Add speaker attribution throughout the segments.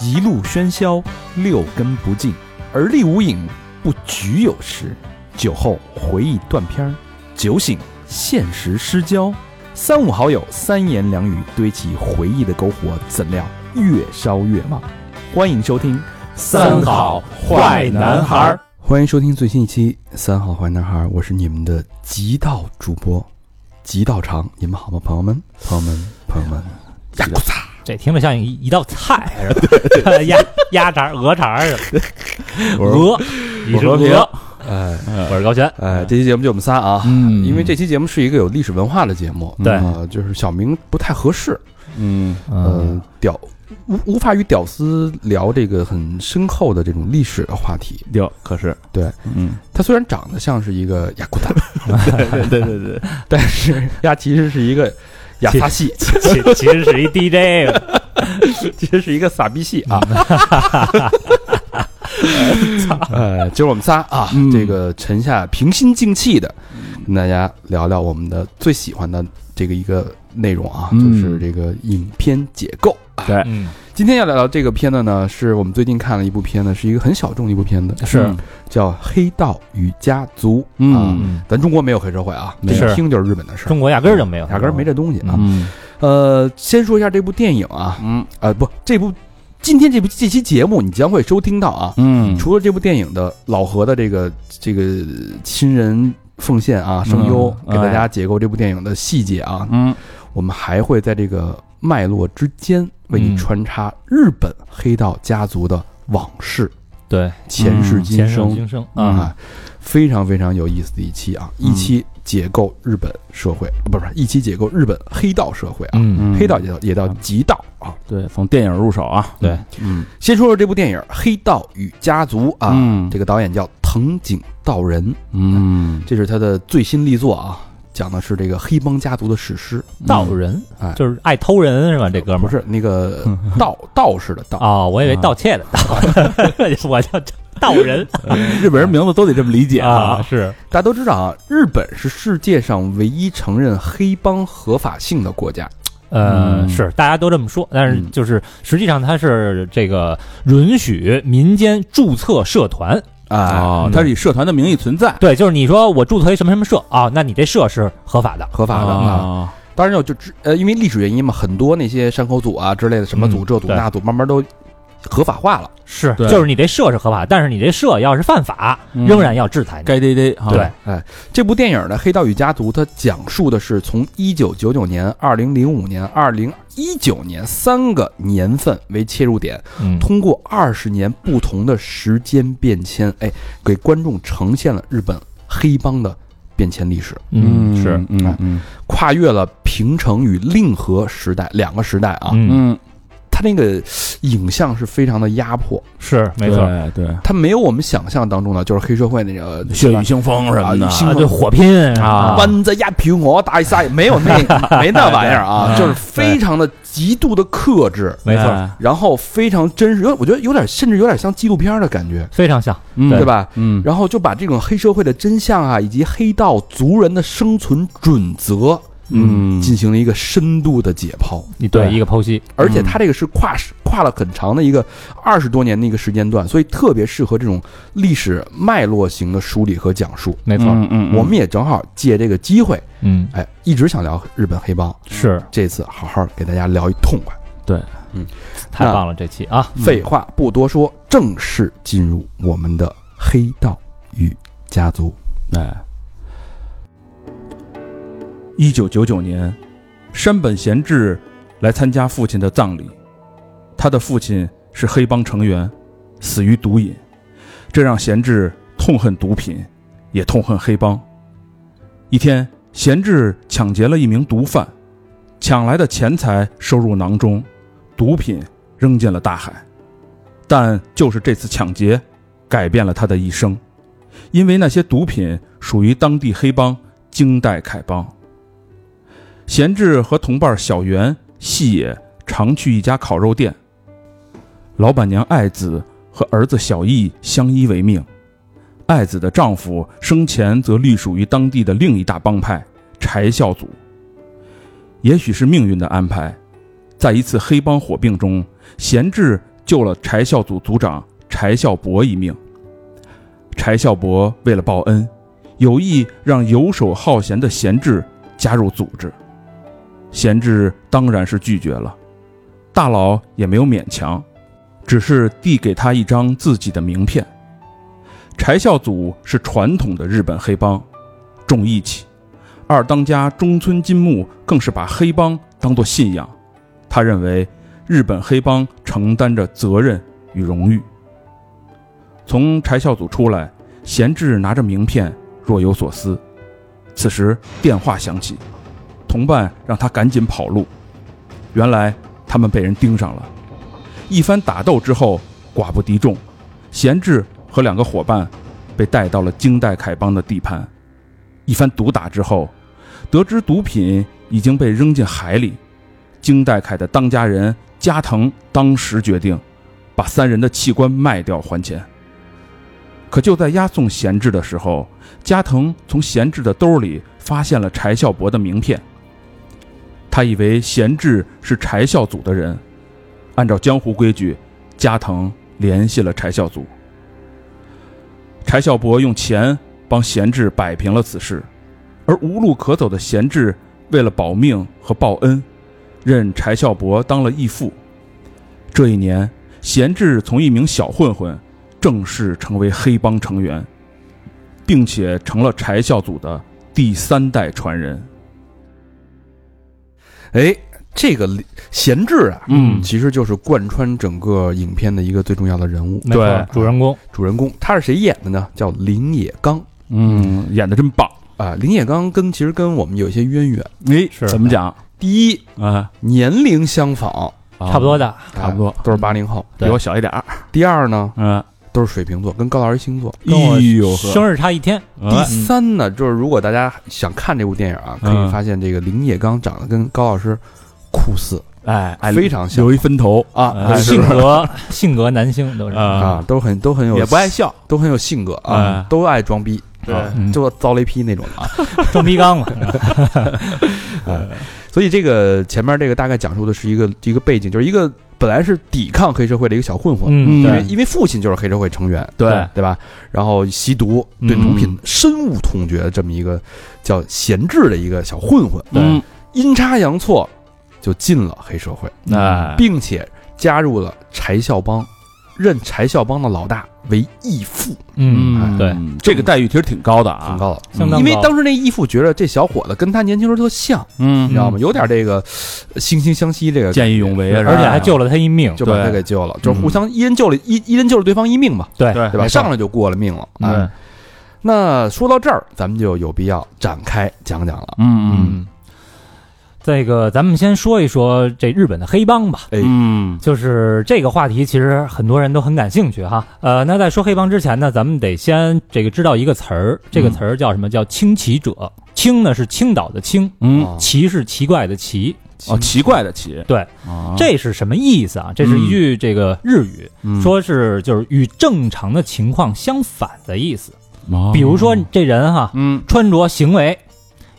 Speaker 1: 一路喧嚣，六根不净，而立无影，不局有时。酒后回忆断片儿，酒醒现实失焦。三五好友，三言两语堆起回忆的篝火，怎料越烧越旺。欢迎收听《
Speaker 2: 三好坏男孩儿》，
Speaker 1: 欢迎收听最新一期《三好坏男孩儿》，我是你们的极道主播极道长，你们好吗，朋友们？朋友们，朋友们，哎呀咕嚓！
Speaker 2: 这听着像一一道菜是吧？ 鸭鸭肠、鹅肠什么的。鹅，你是
Speaker 1: 我是
Speaker 2: 鹅，
Speaker 1: 哎
Speaker 2: 我是高泉。
Speaker 1: 哎，这期节目就我们仨啊，
Speaker 3: 嗯
Speaker 1: 因为这期节目是一个有历史文化的节目，
Speaker 2: 对
Speaker 1: 啊就是小明不太合适，
Speaker 3: 嗯
Speaker 1: 嗯、
Speaker 2: 嗯，
Speaker 1: 屌无无法与屌丝聊这个很深厚的这种历史的话题。
Speaker 3: 有，可 是
Speaker 1: 对，
Speaker 3: 嗯，
Speaker 1: 他虽然长得像是一个雅库 达，
Speaker 3: 对对对对，
Speaker 1: 但是他其实是一个亚萨系，
Speaker 2: 其其实是一 DJ
Speaker 1: 其实是一个傻逼系啊。 呃，今儿我们仨啊，
Speaker 3: 嗯
Speaker 1: 这个沉下平心静气的跟大家聊聊我们的最喜欢的这个一个内容啊，
Speaker 3: 嗯
Speaker 1: 就是这个影片解构啊。
Speaker 3: 对
Speaker 2: 嗯，
Speaker 1: 今天要聊聊这个片子呢，是我们最近看了一部片子，是一个很小众的一部片子，
Speaker 2: 是
Speaker 3: 嗯
Speaker 1: 叫《黑道与家族》。啊
Speaker 3: 嗯
Speaker 2: 嗯，
Speaker 1: 咱中国没有黑社会啊，
Speaker 3: 没
Speaker 2: 有
Speaker 1: 这一听就是日本的事儿，
Speaker 2: 中国压根儿就没有，
Speaker 1: 压根儿没这东西啊。
Speaker 3: 嗯
Speaker 1: 呃，先说一下这部电影啊，
Speaker 3: 嗯
Speaker 1: 呃，不，这部今天这部这期节目你将会收听到啊。
Speaker 3: 嗯
Speaker 1: 除了这部电影的老何的这个这个亲人奉献啊，声优、
Speaker 3: 嗯
Speaker 1: 给大家解构这部电影的细节啊，
Speaker 3: 嗯
Speaker 1: 我们还会在这个脉络之间为你
Speaker 2: 嗯
Speaker 1: 穿插日本黑道家族的往事、
Speaker 2: 对，
Speaker 1: 前世
Speaker 3: 嗯
Speaker 1: 今
Speaker 2: 生
Speaker 1: 生
Speaker 2: 今生
Speaker 1: 啊，非常非常有意思的一期啊，一期解构日本社会，不是不是一期解构日本黑道社会啊，
Speaker 2: 嗯，
Speaker 1: 黑道也叫也叫极道啊。
Speaker 3: 对，从电影入手啊，
Speaker 2: 对，
Speaker 3: 嗯
Speaker 1: 先说说这部电影《黑道与家族》啊，
Speaker 3: 嗯
Speaker 1: 这个导演叫藤井道人，
Speaker 3: 嗯，
Speaker 1: 这是他的最新力作啊，讲的是这个黑帮家族的史诗。
Speaker 2: 道人
Speaker 1: 哎，
Speaker 2: 就是爱偷人是吧？这哥们
Speaker 1: 不
Speaker 2: 儿
Speaker 1: 是那 个道道士的道，啊
Speaker 2: 哦，我以为盗窃的盗， 我叫道人
Speaker 3: 日本人名字都得这么理解
Speaker 2: 啊，
Speaker 3: 啊，
Speaker 2: 是
Speaker 1: 大家都知道啊，日本是世界上唯一承认黑帮合法性的国家。
Speaker 2: 呃，
Speaker 3: 嗯
Speaker 2: 是大家都这么说，但是
Speaker 1: 嗯
Speaker 2: 就是实际上它是这个允许民间注册社团，
Speaker 1: 啊，
Speaker 3: 哦，它是以社团的名义存在，
Speaker 2: 对，就是你说我注册一什么什么社啊，那你这社是合法的，
Speaker 1: 合法的啊。
Speaker 2: 哦
Speaker 3: 啊，
Speaker 1: 当然有就只呃，因为历史原因嘛，很多那些山口组啊之类的，什么组
Speaker 2: 嗯
Speaker 1: 这组
Speaker 2: 对
Speaker 1: 那组，慢慢都合法化了。
Speaker 2: 是，
Speaker 3: 对
Speaker 2: 就是你这社是合法，但是你这社要是犯法，
Speaker 3: 嗯
Speaker 2: 仍然要制裁你。
Speaker 3: 该逮逮哈，
Speaker 2: 对，
Speaker 1: 这部电影呢，《黑道与家族》，它讲述的是从一九九九年、二零零五年、二零一九年三个年份为切入点，
Speaker 2: 嗯，
Speaker 1: 通过二十年不同的时间变迁，哎，给观众呈现了日本黑帮的变迁历史，
Speaker 2: 嗯是，
Speaker 3: 嗯嗯
Speaker 1: 跨越了平成与令和时代两个时代啊，
Speaker 2: 嗯，
Speaker 3: 嗯，
Speaker 1: 它那个影像是非常的压迫，
Speaker 2: 是没
Speaker 3: 对
Speaker 2: 错，
Speaker 3: 对，
Speaker 1: 它没有我们想象当中的就是黑社会那个
Speaker 3: 血雨腥风什么的
Speaker 1: 啊，腥
Speaker 2: 啊，对，火拼
Speaker 3: 啊
Speaker 1: 弯着压平我大赛，没有 那没那玩意儿啊，
Speaker 3: 对
Speaker 1: 就是非常的极度的克制，
Speaker 2: 没错，
Speaker 3: 哎，
Speaker 1: 然后非常真实，有我觉得有点甚至有点像纪录片的感觉，
Speaker 2: 非常像。
Speaker 3: 嗯
Speaker 1: 对？吧？
Speaker 3: 嗯，
Speaker 1: 然后就把这种黑社会的真相啊，以及黑道族人的生存准则，
Speaker 3: 嗯
Speaker 1: 进行了一个深度的解剖，
Speaker 2: 你对
Speaker 3: 对
Speaker 2: 一个剖析，
Speaker 1: 而
Speaker 3: 嗯
Speaker 1: 且它这个是跨时跨了很长的一个二十多年的一个时间段，所以特别适合这种历史脉络型的梳理和讲述。
Speaker 2: 没错，
Speaker 3: 嗯嗯，
Speaker 1: 我们也正好借这个机会，
Speaker 2: 嗯，
Speaker 1: 哎，一直想聊日本黑帮，
Speaker 2: 是
Speaker 1: 这次好好给大家聊一痛快。
Speaker 2: 太
Speaker 1: 那
Speaker 2: 棒了这期啊，
Speaker 3: 嗯
Speaker 1: 废话不多说，正式进入我们的黑道与家族。
Speaker 3: 哎，一九九九年，山本贤治来参加父亲的葬礼，他的父亲是黑帮成员，死于毒瘾，这让贤治痛恨毒品，也痛恨黑帮。一天，贤治抢劫了一名毒贩，抢来的钱财收入囊中，毒品扔进了大海。但就是这次抢劫，改变了他的一生。因为那些毒品属于当地黑帮京代丐帮。贤治和同伴小袁、细野常去一家烤肉店，老板娘爱子和儿子小义相依为命。爱子的丈夫生前则隶属于当地的另一大帮派柴孝组。也许是命运的安排，在一次黑帮火并中，贤志救了柴孝组组长柴孝伯一命。柴孝伯为了报恩，有意让游手好闲的贤志加入组织。贤志当然是拒绝了，大佬也没有勉强，只是递给他一张自己的名片。柴孝祖是传统的日本黑帮，重义气。二当家中村金木更是把黑帮当作信仰，他认为日本黑帮承担着责任与荣誉。从柴孝祖出来，贤志拿着名片，若有所思。此时电话响起，同伴让他赶紧跑路。原来他们被人盯上了。一番打斗之后，寡不敌众，贤志和两个伙伴被带到了京代凯邦的地盘。一番毒打之后，得知毒品已经被扔进海里，京代凯的当家人加藤当时决定把三人的器官卖掉还钱。可就在押送贤治的时候，加藤从贤治的兜里发现了柴孝伯的名片。他以为贤治是柴孝祖的人，按照江湖规矩，加藤联系了柴孝祖。柴孝伯用钱帮贤治摆平了此事，而无路可走的贤治为了保命和报恩，认柴孝伯当了义父。这一年，贤治从一名小混混正式成为黑帮成员，并且成了柴孝祖的第三代传人。
Speaker 1: 哎，这个李贤智啊，
Speaker 3: 嗯
Speaker 1: 其实就是贯穿整个影片的一个最重要的人物，
Speaker 2: 没错
Speaker 3: 对
Speaker 2: 主人公
Speaker 1: 主人公他是谁演的呢？叫林野刚
Speaker 3: 嗯，演的真棒！
Speaker 1: 啊、林野刚跟其实跟我们有一些渊源。
Speaker 3: 哎，
Speaker 2: 是
Speaker 3: 怎么讲？
Speaker 1: 第一，
Speaker 3: 啊，
Speaker 1: 年龄相仿，
Speaker 3: 差
Speaker 2: 差不多，的，
Speaker 3: 啊差不多
Speaker 1: 哎都是八零后。
Speaker 3: 比
Speaker 2: 对
Speaker 3: 我小一点儿。
Speaker 1: 第二呢，
Speaker 3: 嗯，
Speaker 1: 都是水瓶座，跟高老师星座。
Speaker 2: 跟我
Speaker 3: 哎呦呵
Speaker 2: 生日差一天，
Speaker 1: 第
Speaker 3: 哎
Speaker 1: 三呢，就是如果大家想看这部电影啊，可以
Speaker 3: 嗯
Speaker 1: 发现这个林野刚长得跟高老师酷似
Speaker 3: 哎，哎
Speaker 1: 非常像
Speaker 3: 留一分头
Speaker 1: 啊
Speaker 3: 哎
Speaker 1: 是
Speaker 2: 性格性格男性都是
Speaker 1: 啊
Speaker 3: 啊，，
Speaker 1: 都很都很有
Speaker 3: 也不爱笑，
Speaker 1: 都很有性格啊
Speaker 3: 哎，
Speaker 1: 都爱装逼，
Speaker 3: 对
Speaker 1: 啊
Speaker 3: 嗯
Speaker 1: 就遭雷劈那种的啊。
Speaker 2: 装逼刚嘛，哎
Speaker 1: 所以这个前面这个大概讲述的是一个一个背景，就是一个本来是抵抗黑社会的一个小混混，
Speaker 2: 嗯，
Speaker 1: 因为
Speaker 2: 对，
Speaker 1: 因为父亲就是黑社会成员，
Speaker 3: 对
Speaker 1: 对吧？然后吸毒，对
Speaker 3: 嗯
Speaker 1: 毒品深恶痛绝，这么一个叫贤智的一个小混混，
Speaker 2: 对
Speaker 3: 嗯
Speaker 1: 阴差阳错就进了黑社会，
Speaker 3: 哎，
Speaker 1: 并且加入了柴孝帮，认柴孝帮的老大为义父，
Speaker 2: 嗯，对，，
Speaker 3: 这个待遇其实挺高的啊，
Speaker 1: 很高了。
Speaker 2: 相当高
Speaker 1: 因为当时那义父觉得这小伙子跟他年轻时候特像，
Speaker 3: 嗯，
Speaker 1: 你知道吗？有点这个呃惺惺相惜这个感觉，
Speaker 3: 见义勇为啊，
Speaker 2: 而且还
Speaker 3: 就
Speaker 2: 救了他一命，
Speaker 1: 就把他
Speaker 3: 对嗯
Speaker 1: 给救了，就是互相一人救了一一人救了对方一命嘛，
Speaker 2: 对
Speaker 3: 对
Speaker 1: 对吧？
Speaker 2: 没错
Speaker 1: 上来就过了命了。
Speaker 3: 哎对
Speaker 1: 哎，那说到这儿，咱们就有必要展开讲讲了。
Speaker 3: 嗯
Speaker 2: 这个咱们先说一说这日本的黑帮吧。
Speaker 1: 哎
Speaker 3: 嗯
Speaker 2: 就是这个话题，其实很多人都很感兴趣哈。呃，那在说黑帮之前呢，咱们得先这个知道一个词儿，这个词儿叫什么？叫轻骑者。轻呢是青岛的青，
Speaker 3: 嗯，
Speaker 1: 啊
Speaker 2: 奇是奇怪的奇。
Speaker 3: 哦，奇怪的奇，
Speaker 2: 哦对，
Speaker 3: 啊
Speaker 2: 这是什么意思啊？这是一句这个日语，
Speaker 3: 嗯
Speaker 2: 说是就是与正常的情况相反的意思。
Speaker 3: 哦
Speaker 2: 比如说这人哈，
Speaker 3: 嗯，
Speaker 2: 穿着、行为、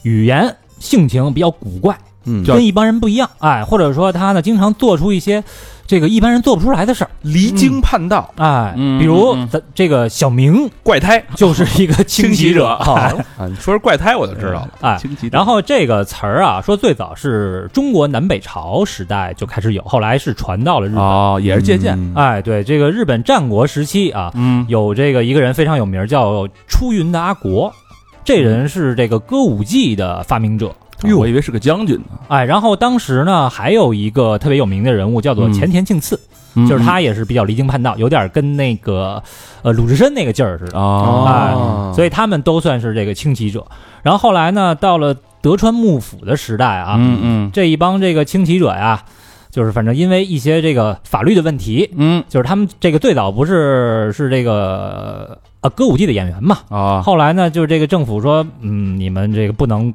Speaker 2: 语言、性情比较古怪，
Speaker 1: 嗯，
Speaker 3: 叫
Speaker 2: 跟一般人不一样，哎，或者说他呢经常做出一些这个一般人做不出来的事儿，
Speaker 1: 离经叛道，
Speaker 2: 哎，
Speaker 3: 嗯
Speaker 2: 比如
Speaker 3: 嗯嗯
Speaker 2: 咱这个小明
Speaker 1: 怪胎
Speaker 2: 就是 一个
Speaker 3: 轻骑
Speaker 2: 骑
Speaker 3: 者哦
Speaker 2: 哎
Speaker 1: 啊！你说是怪胎，我就知道
Speaker 3: 嗯
Speaker 1: 了。
Speaker 2: 哎。
Speaker 3: 轻骑的
Speaker 2: 然后这个词儿啊，说最早是中国南北朝时代就开始有，后来是传到了日本。
Speaker 3: 哦，也是借鉴，
Speaker 1: 嗯
Speaker 2: 哎，对，这个日本战国时期啊，
Speaker 3: 嗯
Speaker 2: 有这个一个人非常有名，叫出云的阿国，这人是这个歌舞伎的发明者。
Speaker 3: 哟，我以为是个将军呢，
Speaker 2: 哎，然后当时呢，还有一个特别有名的人物叫做
Speaker 3: 嗯
Speaker 2: 前田庆次，嗯就是他也是比较离经叛道，有点跟那个呃鲁智深那个劲儿似的，哎
Speaker 3: 啊，
Speaker 2: 所以他们都算是这个轻骑者。然后后来呢，到了德川幕府的时代啊，
Speaker 3: 嗯嗯
Speaker 2: 这一帮这个轻骑者呀，就是反正因为一些这个法律的问题，
Speaker 3: 嗯
Speaker 2: 就是他们这个最早不是是这个呃歌舞伎的演员嘛，
Speaker 3: 啊，
Speaker 2: 后来呢，就是这个政府说，嗯，你们这个不能，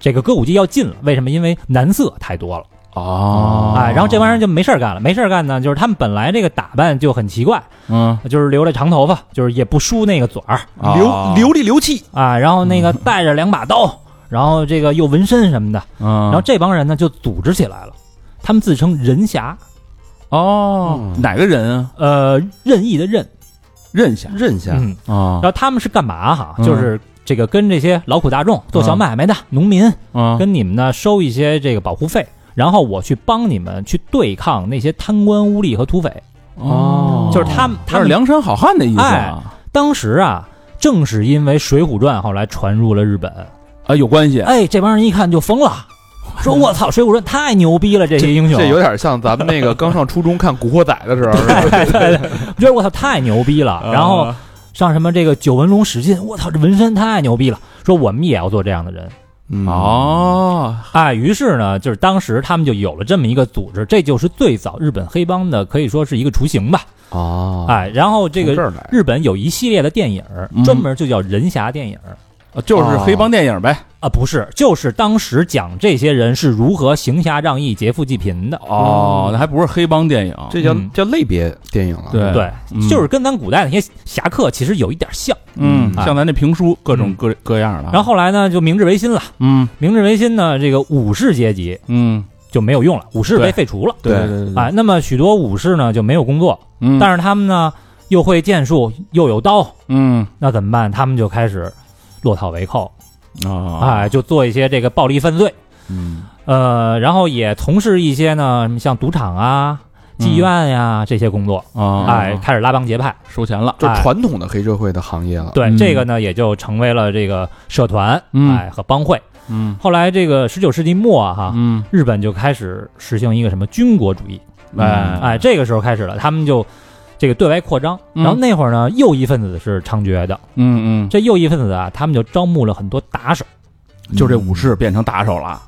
Speaker 2: 这个歌舞伎要禁了，为什么？因为男色太多了，
Speaker 3: 哦，
Speaker 2: 哎，然后这帮人就没事儿干了，没事儿干呢，就是他们本来这个打扮就很奇怪，
Speaker 3: 嗯哦
Speaker 2: 就是留着长头发，就是也不梳那个嘴儿
Speaker 3: 啊
Speaker 1: 流流里流气，
Speaker 2: 啊，然后那个带着两把刀，然后这个又纹身什么的，
Speaker 3: 嗯，
Speaker 2: 然
Speaker 3: 然
Speaker 2: 后这帮人呢就组织起来了。他们自称人侠，
Speaker 3: 哦，
Speaker 4: 嗯
Speaker 3: 哪个人啊？
Speaker 2: 呃，任意的任，
Speaker 3: 任侠
Speaker 4: 认下
Speaker 2: 嗯，
Speaker 3: 啊
Speaker 2: 然后他们是干嘛哈？
Speaker 3: 嗯
Speaker 2: 就是这个跟这些劳苦大众做小买卖的农民，
Speaker 3: 啊，
Speaker 2: 跟你们呢收一些这个保护费，然后我去帮你们去对抗那些贪官污吏和土匪，
Speaker 3: 哦，
Speaker 2: 就是他们他
Speaker 3: 他是
Speaker 2: 们
Speaker 3: 梁山好汉的意思啊，
Speaker 2: 当时啊，正是因为《水浒传》后来传入了日本，
Speaker 3: 啊，有关系。
Speaker 2: 哎，这帮人一看就疯了，说我操，《水浒传》太牛逼了，这些 英雄，
Speaker 4: 这有点像咱们那个刚上初中看《古惑仔》的时候，是吧
Speaker 2: 对对对，觉得我操太牛逼了，
Speaker 3: 啊
Speaker 2: 然后上什么这个九纹龙史进，我操这纹身太牛逼了，说我们也要做这样的人，
Speaker 1: 啊
Speaker 4: 嗯
Speaker 3: 哦，
Speaker 2: 哎，于是呢，就是当时他们就有了这么一个组织，这就是最早日本黑帮的可以说是一个雏形吧，
Speaker 4: 哦，
Speaker 1: 啊
Speaker 2: 哎，然后这
Speaker 4: 从这
Speaker 2: 个
Speaker 4: 儿来
Speaker 2: 日本有一系列的电影儿
Speaker 3: 嗯，
Speaker 2: 专门就叫人侠电影儿
Speaker 3: 啊就是黑帮电影呗。
Speaker 2: 啊，不是，就是当时讲这些人是如何行侠仗义、劫富济贫的，
Speaker 3: 哦，那还不是黑帮电影，
Speaker 4: 这叫
Speaker 2: 嗯
Speaker 4: 叫类别电影了，
Speaker 3: 对
Speaker 2: 对
Speaker 3: 嗯，
Speaker 2: 就是跟咱古代那些侠客其实有一点像。
Speaker 3: 嗯，
Speaker 2: 哎
Speaker 3: 像咱这评书各种
Speaker 2: 嗯
Speaker 3: 各各样的。
Speaker 2: 然后，后来呢，就明治维新了，
Speaker 3: 嗯
Speaker 2: 明治维新呢，这个武士阶级
Speaker 3: 嗯，
Speaker 2: 就没有用了，武士
Speaker 3: 对
Speaker 2: 被废除了。
Speaker 4: 对
Speaker 3: 对对，
Speaker 2: 啊，那么许多武士呢就没有工作，
Speaker 3: 嗯，
Speaker 2: 但是他们呢又会剑术，又有刀，
Speaker 3: 嗯
Speaker 2: 那怎么办？他们就开始落草为寇，
Speaker 3: 啊
Speaker 2: 哎，，就做一些这个暴力犯罪，
Speaker 3: 嗯
Speaker 2: 呃，然后也从事一些呢像赌场啊、妓院呀、这些工作，
Speaker 3: 嗯啊，
Speaker 2: 哎，，开始拉帮结派。
Speaker 3: 收钱了，
Speaker 4: 就是
Speaker 2: 哎
Speaker 4: 传统的黑社会的行业了。
Speaker 2: 对，
Speaker 3: 嗯
Speaker 2: 这个呢也就成为了这个社团，
Speaker 3: 嗯
Speaker 2: 哎和帮会。
Speaker 3: 嗯
Speaker 2: 后来这个十九世纪末啊哈。
Speaker 3: 嗯，
Speaker 2: 日本就开始实行一个什么军国主义，
Speaker 3: 哎
Speaker 2: 哎，这个时候开始了，他们就这个对外扩张。
Speaker 3: 嗯
Speaker 2: 然后那会儿呢，右翼分子是猖獗的，
Speaker 3: 嗯
Speaker 2: 这右翼分子啊，他们就招募了很多打手，
Speaker 3: 嗯，就这武士变成打手了，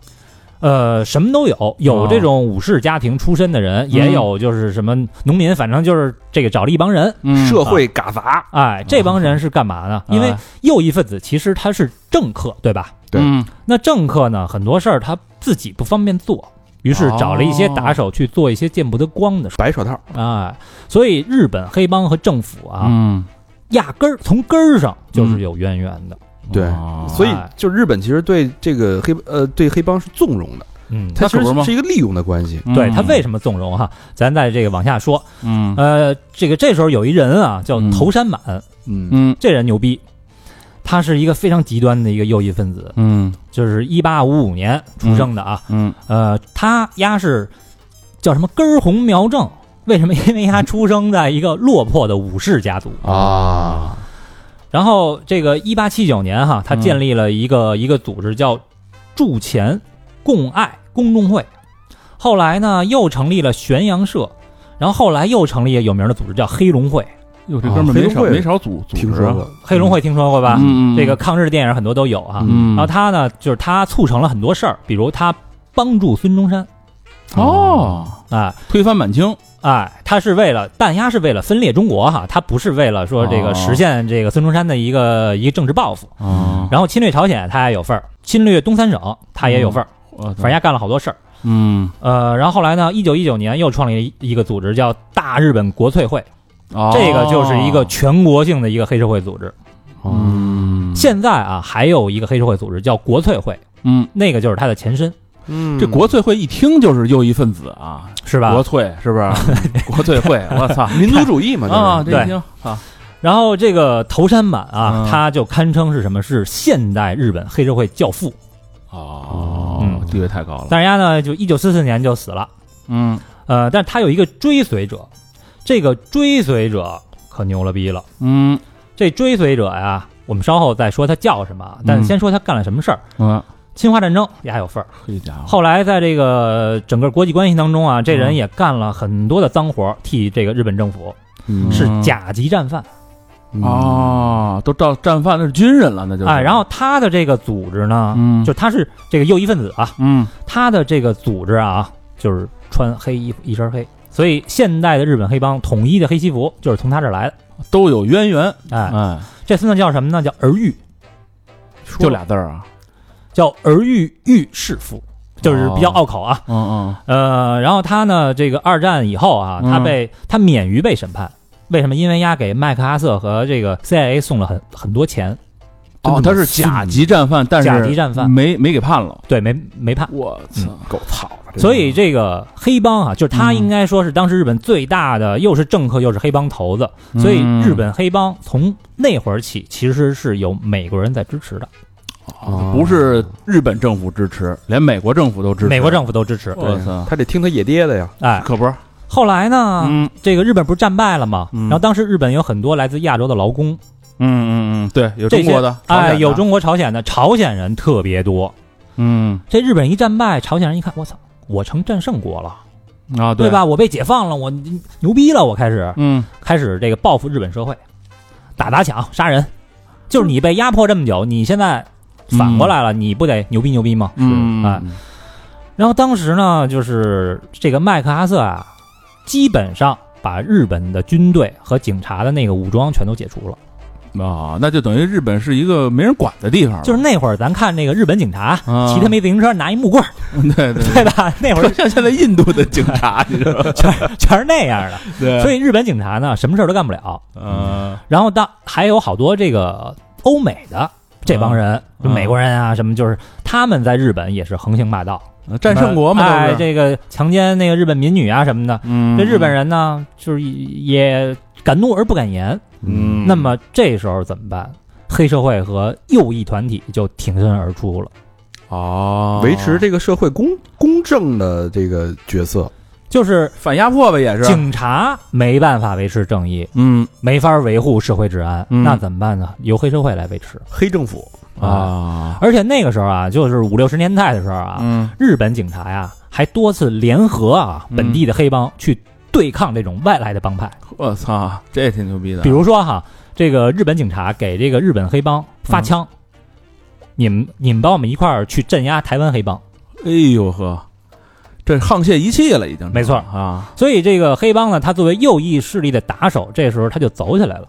Speaker 2: 呃，什么都有，
Speaker 3: 哦
Speaker 2: 有这种武士家庭出身的
Speaker 3: 嗯
Speaker 2: 人，也有就是什么农民，反正就是这个找了一帮人。
Speaker 3: 嗯
Speaker 4: 社会嘎杂，
Speaker 2: 哎，这帮人是干嘛呢？因为右翼分子其实他是政客，对吧？
Speaker 4: 对
Speaker 3: 嗯
Speaker 2: 那政客呢，很多事儿他自己不方便做，于是找了一些打手去做一些见不得光的事
Speaker 4: 白手套，
Speaker 2: 儿。哎，所以日本黑帮和政府啊，
Speaker 3: 哦嗯，
Speaker 2: 压根儿从根儿上就是有渊源的。
Speaker 4: 对
Speaker 3: 哦
Speaker 4: 所以就日本其实对这个黑呃对黑帮是纵容的，
Speaker 2: 嗯，
Speaker 4: 它其
Speaker 3: 那可不是
Speaker 4: 实
Speaker 3: 吗
Speaker 4: 是一个利用的关系。
Speaker 2: 对他为
Speaker 3: 么？
Speaker 2: 什么纵容哈、咱在这个往下说。
Speaker 3: 嗯
Speaker 2: 呃，这个这时候有一人啊，叫
Speaker 3: 嗯
Speaker 2: 头山满，
Speaker 4: 嗯，
Speaker 3: 嗯
Speaker 2: 这人牛逼，他是一个非常极端的一个右翼分子，
Speaker 3: 嗯
Speaker 2: 就是一八五五年出生的啊。
Speaker 3: 嗯
Speaker 2: 呃，他丫是叫什么根红苗正。为什么？因为他出生在一个落魄的武士家族
Speaker 3: 嗯
Speaker 4: 啊。
Speaker 2: 然后这个一八七九年哈，他建立了一个、
Speaker 3: 嗯
Speaker 2: 一个组织叫铸钱共爱公众会，后来呢又成立了玄阳社，然后后来又成立了有名的组织叫黑龙会。
Speaker 3: 哟，这哥们
Speaker 4: 黑
Speaker 3: 儿没
Speaker 4: 龙
Speaker 3: 少
Speaker 4: 哦会
Speaker 3: 没少组组
Speaker 4: 听
Speaker 3: 织
Speaker 4: 说
Speaker 3: 啊，
Speaker 4: 过，
Speaker 2: 黑龙会听说过吧？
Speaker 3: 嗯嗯嗯
Speaker 2: 这个抗日电影很多都有啊哈。
Speaker 3: 嗯，
Speaker 2: 然后他呢，就是他促成了很多事儿，比如他帮助孙中山
Speaker 3: 哦，
Speaker 2: 啊。
Speaker 3: 推翻满清，
Speaker 2: 哎，他是为了，但他是为了分裂中国哈，他不是为了说这
Speaker 3: 哦
Speaker 2: 个实现这个孙中山的一个一个政治抱负。
Speaker 3: 哦，
Speaker 2: 然后侵略朝鲜他也有份儿，侵略东三省他也有
Speaker 3: 嗯
Speaker 2: 份儿，
Speaker 3: 反
Speaker 2: 反正也干了好多事儿。
Speaker 3: 嗯，
Speaker 2: 呃，然后后来呢，一九一九年又创立了一个组织叫大日本国粹会，
Speaker 3: 哦
Speaker 2: 这个就是一个全国性的一个黑社会组织。
Speaker 4: 嗯
Speaker 3: 嗯
Speaker 2: 现在啊，还有一个黑社会组织叫国粹会，
Speaker 3: 嗯，
Speaker 2: 那个就是它的前身，
Speaker 4: 嗯
Speaker 3: 这国粹会一听就是右翼分子啊，
Speaker 2: 是
Speaker 3: 国
Speaker 2: 吧？
Speaker 3: 粹是不是？国粹会，我 操
Speaker 4: 民族主义嘛，
Speaker 3: 啊，
Speaker 4: 就是
Speaker 3: 这一听啊，
Speaker 2: 然后这个头山满啊，
Speaker 3: 嗯
Speaker 2: 他就堪称是什么？是现代日本黑社会教父。
Speaker 3: 哦
Speaker 2: 嗯，
Speaker 3: 地位太高了，
Speaker 2: 但是人家呢，就一九四四年就死了。
Speaker 3: 嗯
Speaker 2: 呃，但是他有一个追随者，这个追随者可牛了逼了。
Speaker 3: 嗯
Speaker 2: 这追随者呀，我们稍后再说他叫什么啊，但
Speaker 3: 嗯
Speaker 2: 是先说他干了什么事儿。
Speaker 3: 嗯，
Speaker 2: 侵华战争也还有份儿。
Speaker 3: 这家伙，
Speaker 2: 后来在这个整个国际关系当中啊，这
Speaker 3: 嗯
Speaker 2: 人也干了很多的脏活儿，替这个日本政府
Speaker 4: 嗯
Speaker 2: 是甲级战犯。
Speaker 3: 嗯哦，都到战犯那是军人了，那就是
Speaker 2: 哎，然后他的这个组织呢，
Speaker 3: 嗯
Speaker 2: 就他是这个右翼分子啊，
Speaker 3: 嗯
Speaker 2: 他的这个组织啊，就是穿黑衣服，一身黑。所以，现代的日本黑帮统一的黑西服就是从他这儿来的。
Speaker 3: 都有渊源，
Speaker 2: 哎，
Speaker 3: 哎，
Speaker 2: 这孙子叫什么呢？叫儿玉，
Speaker 3: 就俩字儿啊，
Speaker 2: 叫儿玉玉士服，就是比较拗口啊。
Speaker 3: 嗯嗯
Speaker 2: 呃，然后他呢，这个二战以后啊，
Speaker 3: 嗯
Speaker 2: 他被、他免于被审判，为什么？因为丫给麦克阿瑟和这个 CIA 送了很很多钱，
Speaker 3: 哦，他是甲级战犯，但是
Speaker 2: 甲级战犯
Speaker 3: 没没给判了。嗯
Speaker 2: 对，没没判。
Speaker 3: 我操！
Speaker 4: 够操的，
Speaker 3: 对吧嗯
Speaker 2: 所以这个黑帮啊，就是他应该说是当时日本最大的，又是政客又是黑帮头子，所以
Speaker 3: 嗯
Speaker 2: 日本黑帮从那会儿起其实是有美国人在支持的，
Speaker 4: 啊
Speaker 3: 哦不是日本政府支持，连美国政府都支持。
Speaker 2: 美国政府都支持。
Speaker 3: 我操，
Speaker 4: 他得听他野爹的呀。
Speaker 2: 哎，
Speaker 3: 可不是，
Speaker 2: 后来呢，
Speaker 3: 嗯
Speaker 2: 这个日本不是战败了吗？
Speaker 3: 嗯
Speaker 2: 然后当时日本有很多来自亚洲的劳工，
Speaker 3: 嗯嗯嗯，对，有
Speaker 2: 这
Speaker 3: 中
Speaker 2: 些
Speaker 3: 国的，朝鲜
Speaker 2: 哎，
Speaker 3: 的
Speaker 2: 有，中国、朝鲜的，朝鲜人特别多。
Speaker 3: 嗯
Speaker 2: 这日本一战败，朝鲜人一看，我操，我成战胜国了，
Speaker 3: 啊，
Speaker 2: 对？吧？我被解放了，我牛逼了，我开始
Speaker 3: 嗯，
Speaker 2: 开始这个报复日本社会，打砸抢杀人，就是你被压迫这么久，你现在反过来了，你不得牛逼牛逼吗？
Speaker 3: 嗯
Speaker 2: 哎，然后当时呢，就是这个麦克阿瑟啊，基本上把日本的军队和警察的那个武装全都解除了。
Speaker 3: 啊，那就等于日本是一个没人管的地方了，
Speaker 2: 就是那会儿，咱看那个日本警察
Speaker 3: 啊
Speaker 2: 骑他没自行车，拿一木棍儿，
Speaker 3: 对对，
Speaker 2: 对吧？ 那会儿
Speaker 3: 不像现在印度的警察，你知道吗？
Speaker 2: 全是那 样的，
Speaker 3: 对
Speaker 2: 所
Speaker 3: 以，
Speaker 2: 以日本警察呢，什么事儿都干不了。
Speaker 3: 嗯
Speaker 2: 然后当还有好多这个欧美的这帮人，就美国人啊什么，就是他们在日本也是横行霸道，
Speaker 3: 战胜国嘛，
Speaker 2: 哎，
Speaker 3: 都是
Speaker 2: 这个强奸那个日本民女啊什么的。
Speaker 3: 嗯，
Speaker 2: 这日本，人呢，就是也敢怒而不敢言。
Speaker 3: 嗯，
Speaker 2: 那么这时候怎么办？黑社会和右翼团体就挺身而出了，
Speaker 3: 哦，
Speaker 4: 嗯维持这个社会公公正的这个角色，
Speaker 2: 就是
Speaker 3: 反压迫呗，也是，啊
Speaker 2: 警察没办法维持正义，
Speaker 3: 嗯
Speaker 2: 没法维护社会治安，
Speaker 3: 嗯
Speaker 2: 那怎么办呢？由黑社会来维持。
Speaker 4: 黑政府
Speaker 3: 啊，
Speaker 2: 而且那个时候啊，就是五六十年代的时候啊，
Speaker 3: 嗯
Speaker 2: 日本警察呀还多次联合啊
Speaker 3: 嗯
Speaker 2: 本地的黑帮去对抗这种外来的帮派。
Speaker 3: 我操，这也挺牛逼的。
Speaker 2: 比，如说哈，这个日本警察给这个日本黑帮发
Speaker 3: 嗯
Speaker 2: 枪，你们你们帮我们一块儿去镇压台湾黑帮。
Speaker 3: 哎呦呵，这沆瀣一气了，已经。
Speaker 2: 没错
Speaker 3: 啊，
Speaker 2: 所以这个黑帮呢，他作为右翼势力的打手，这时候他就走起来了。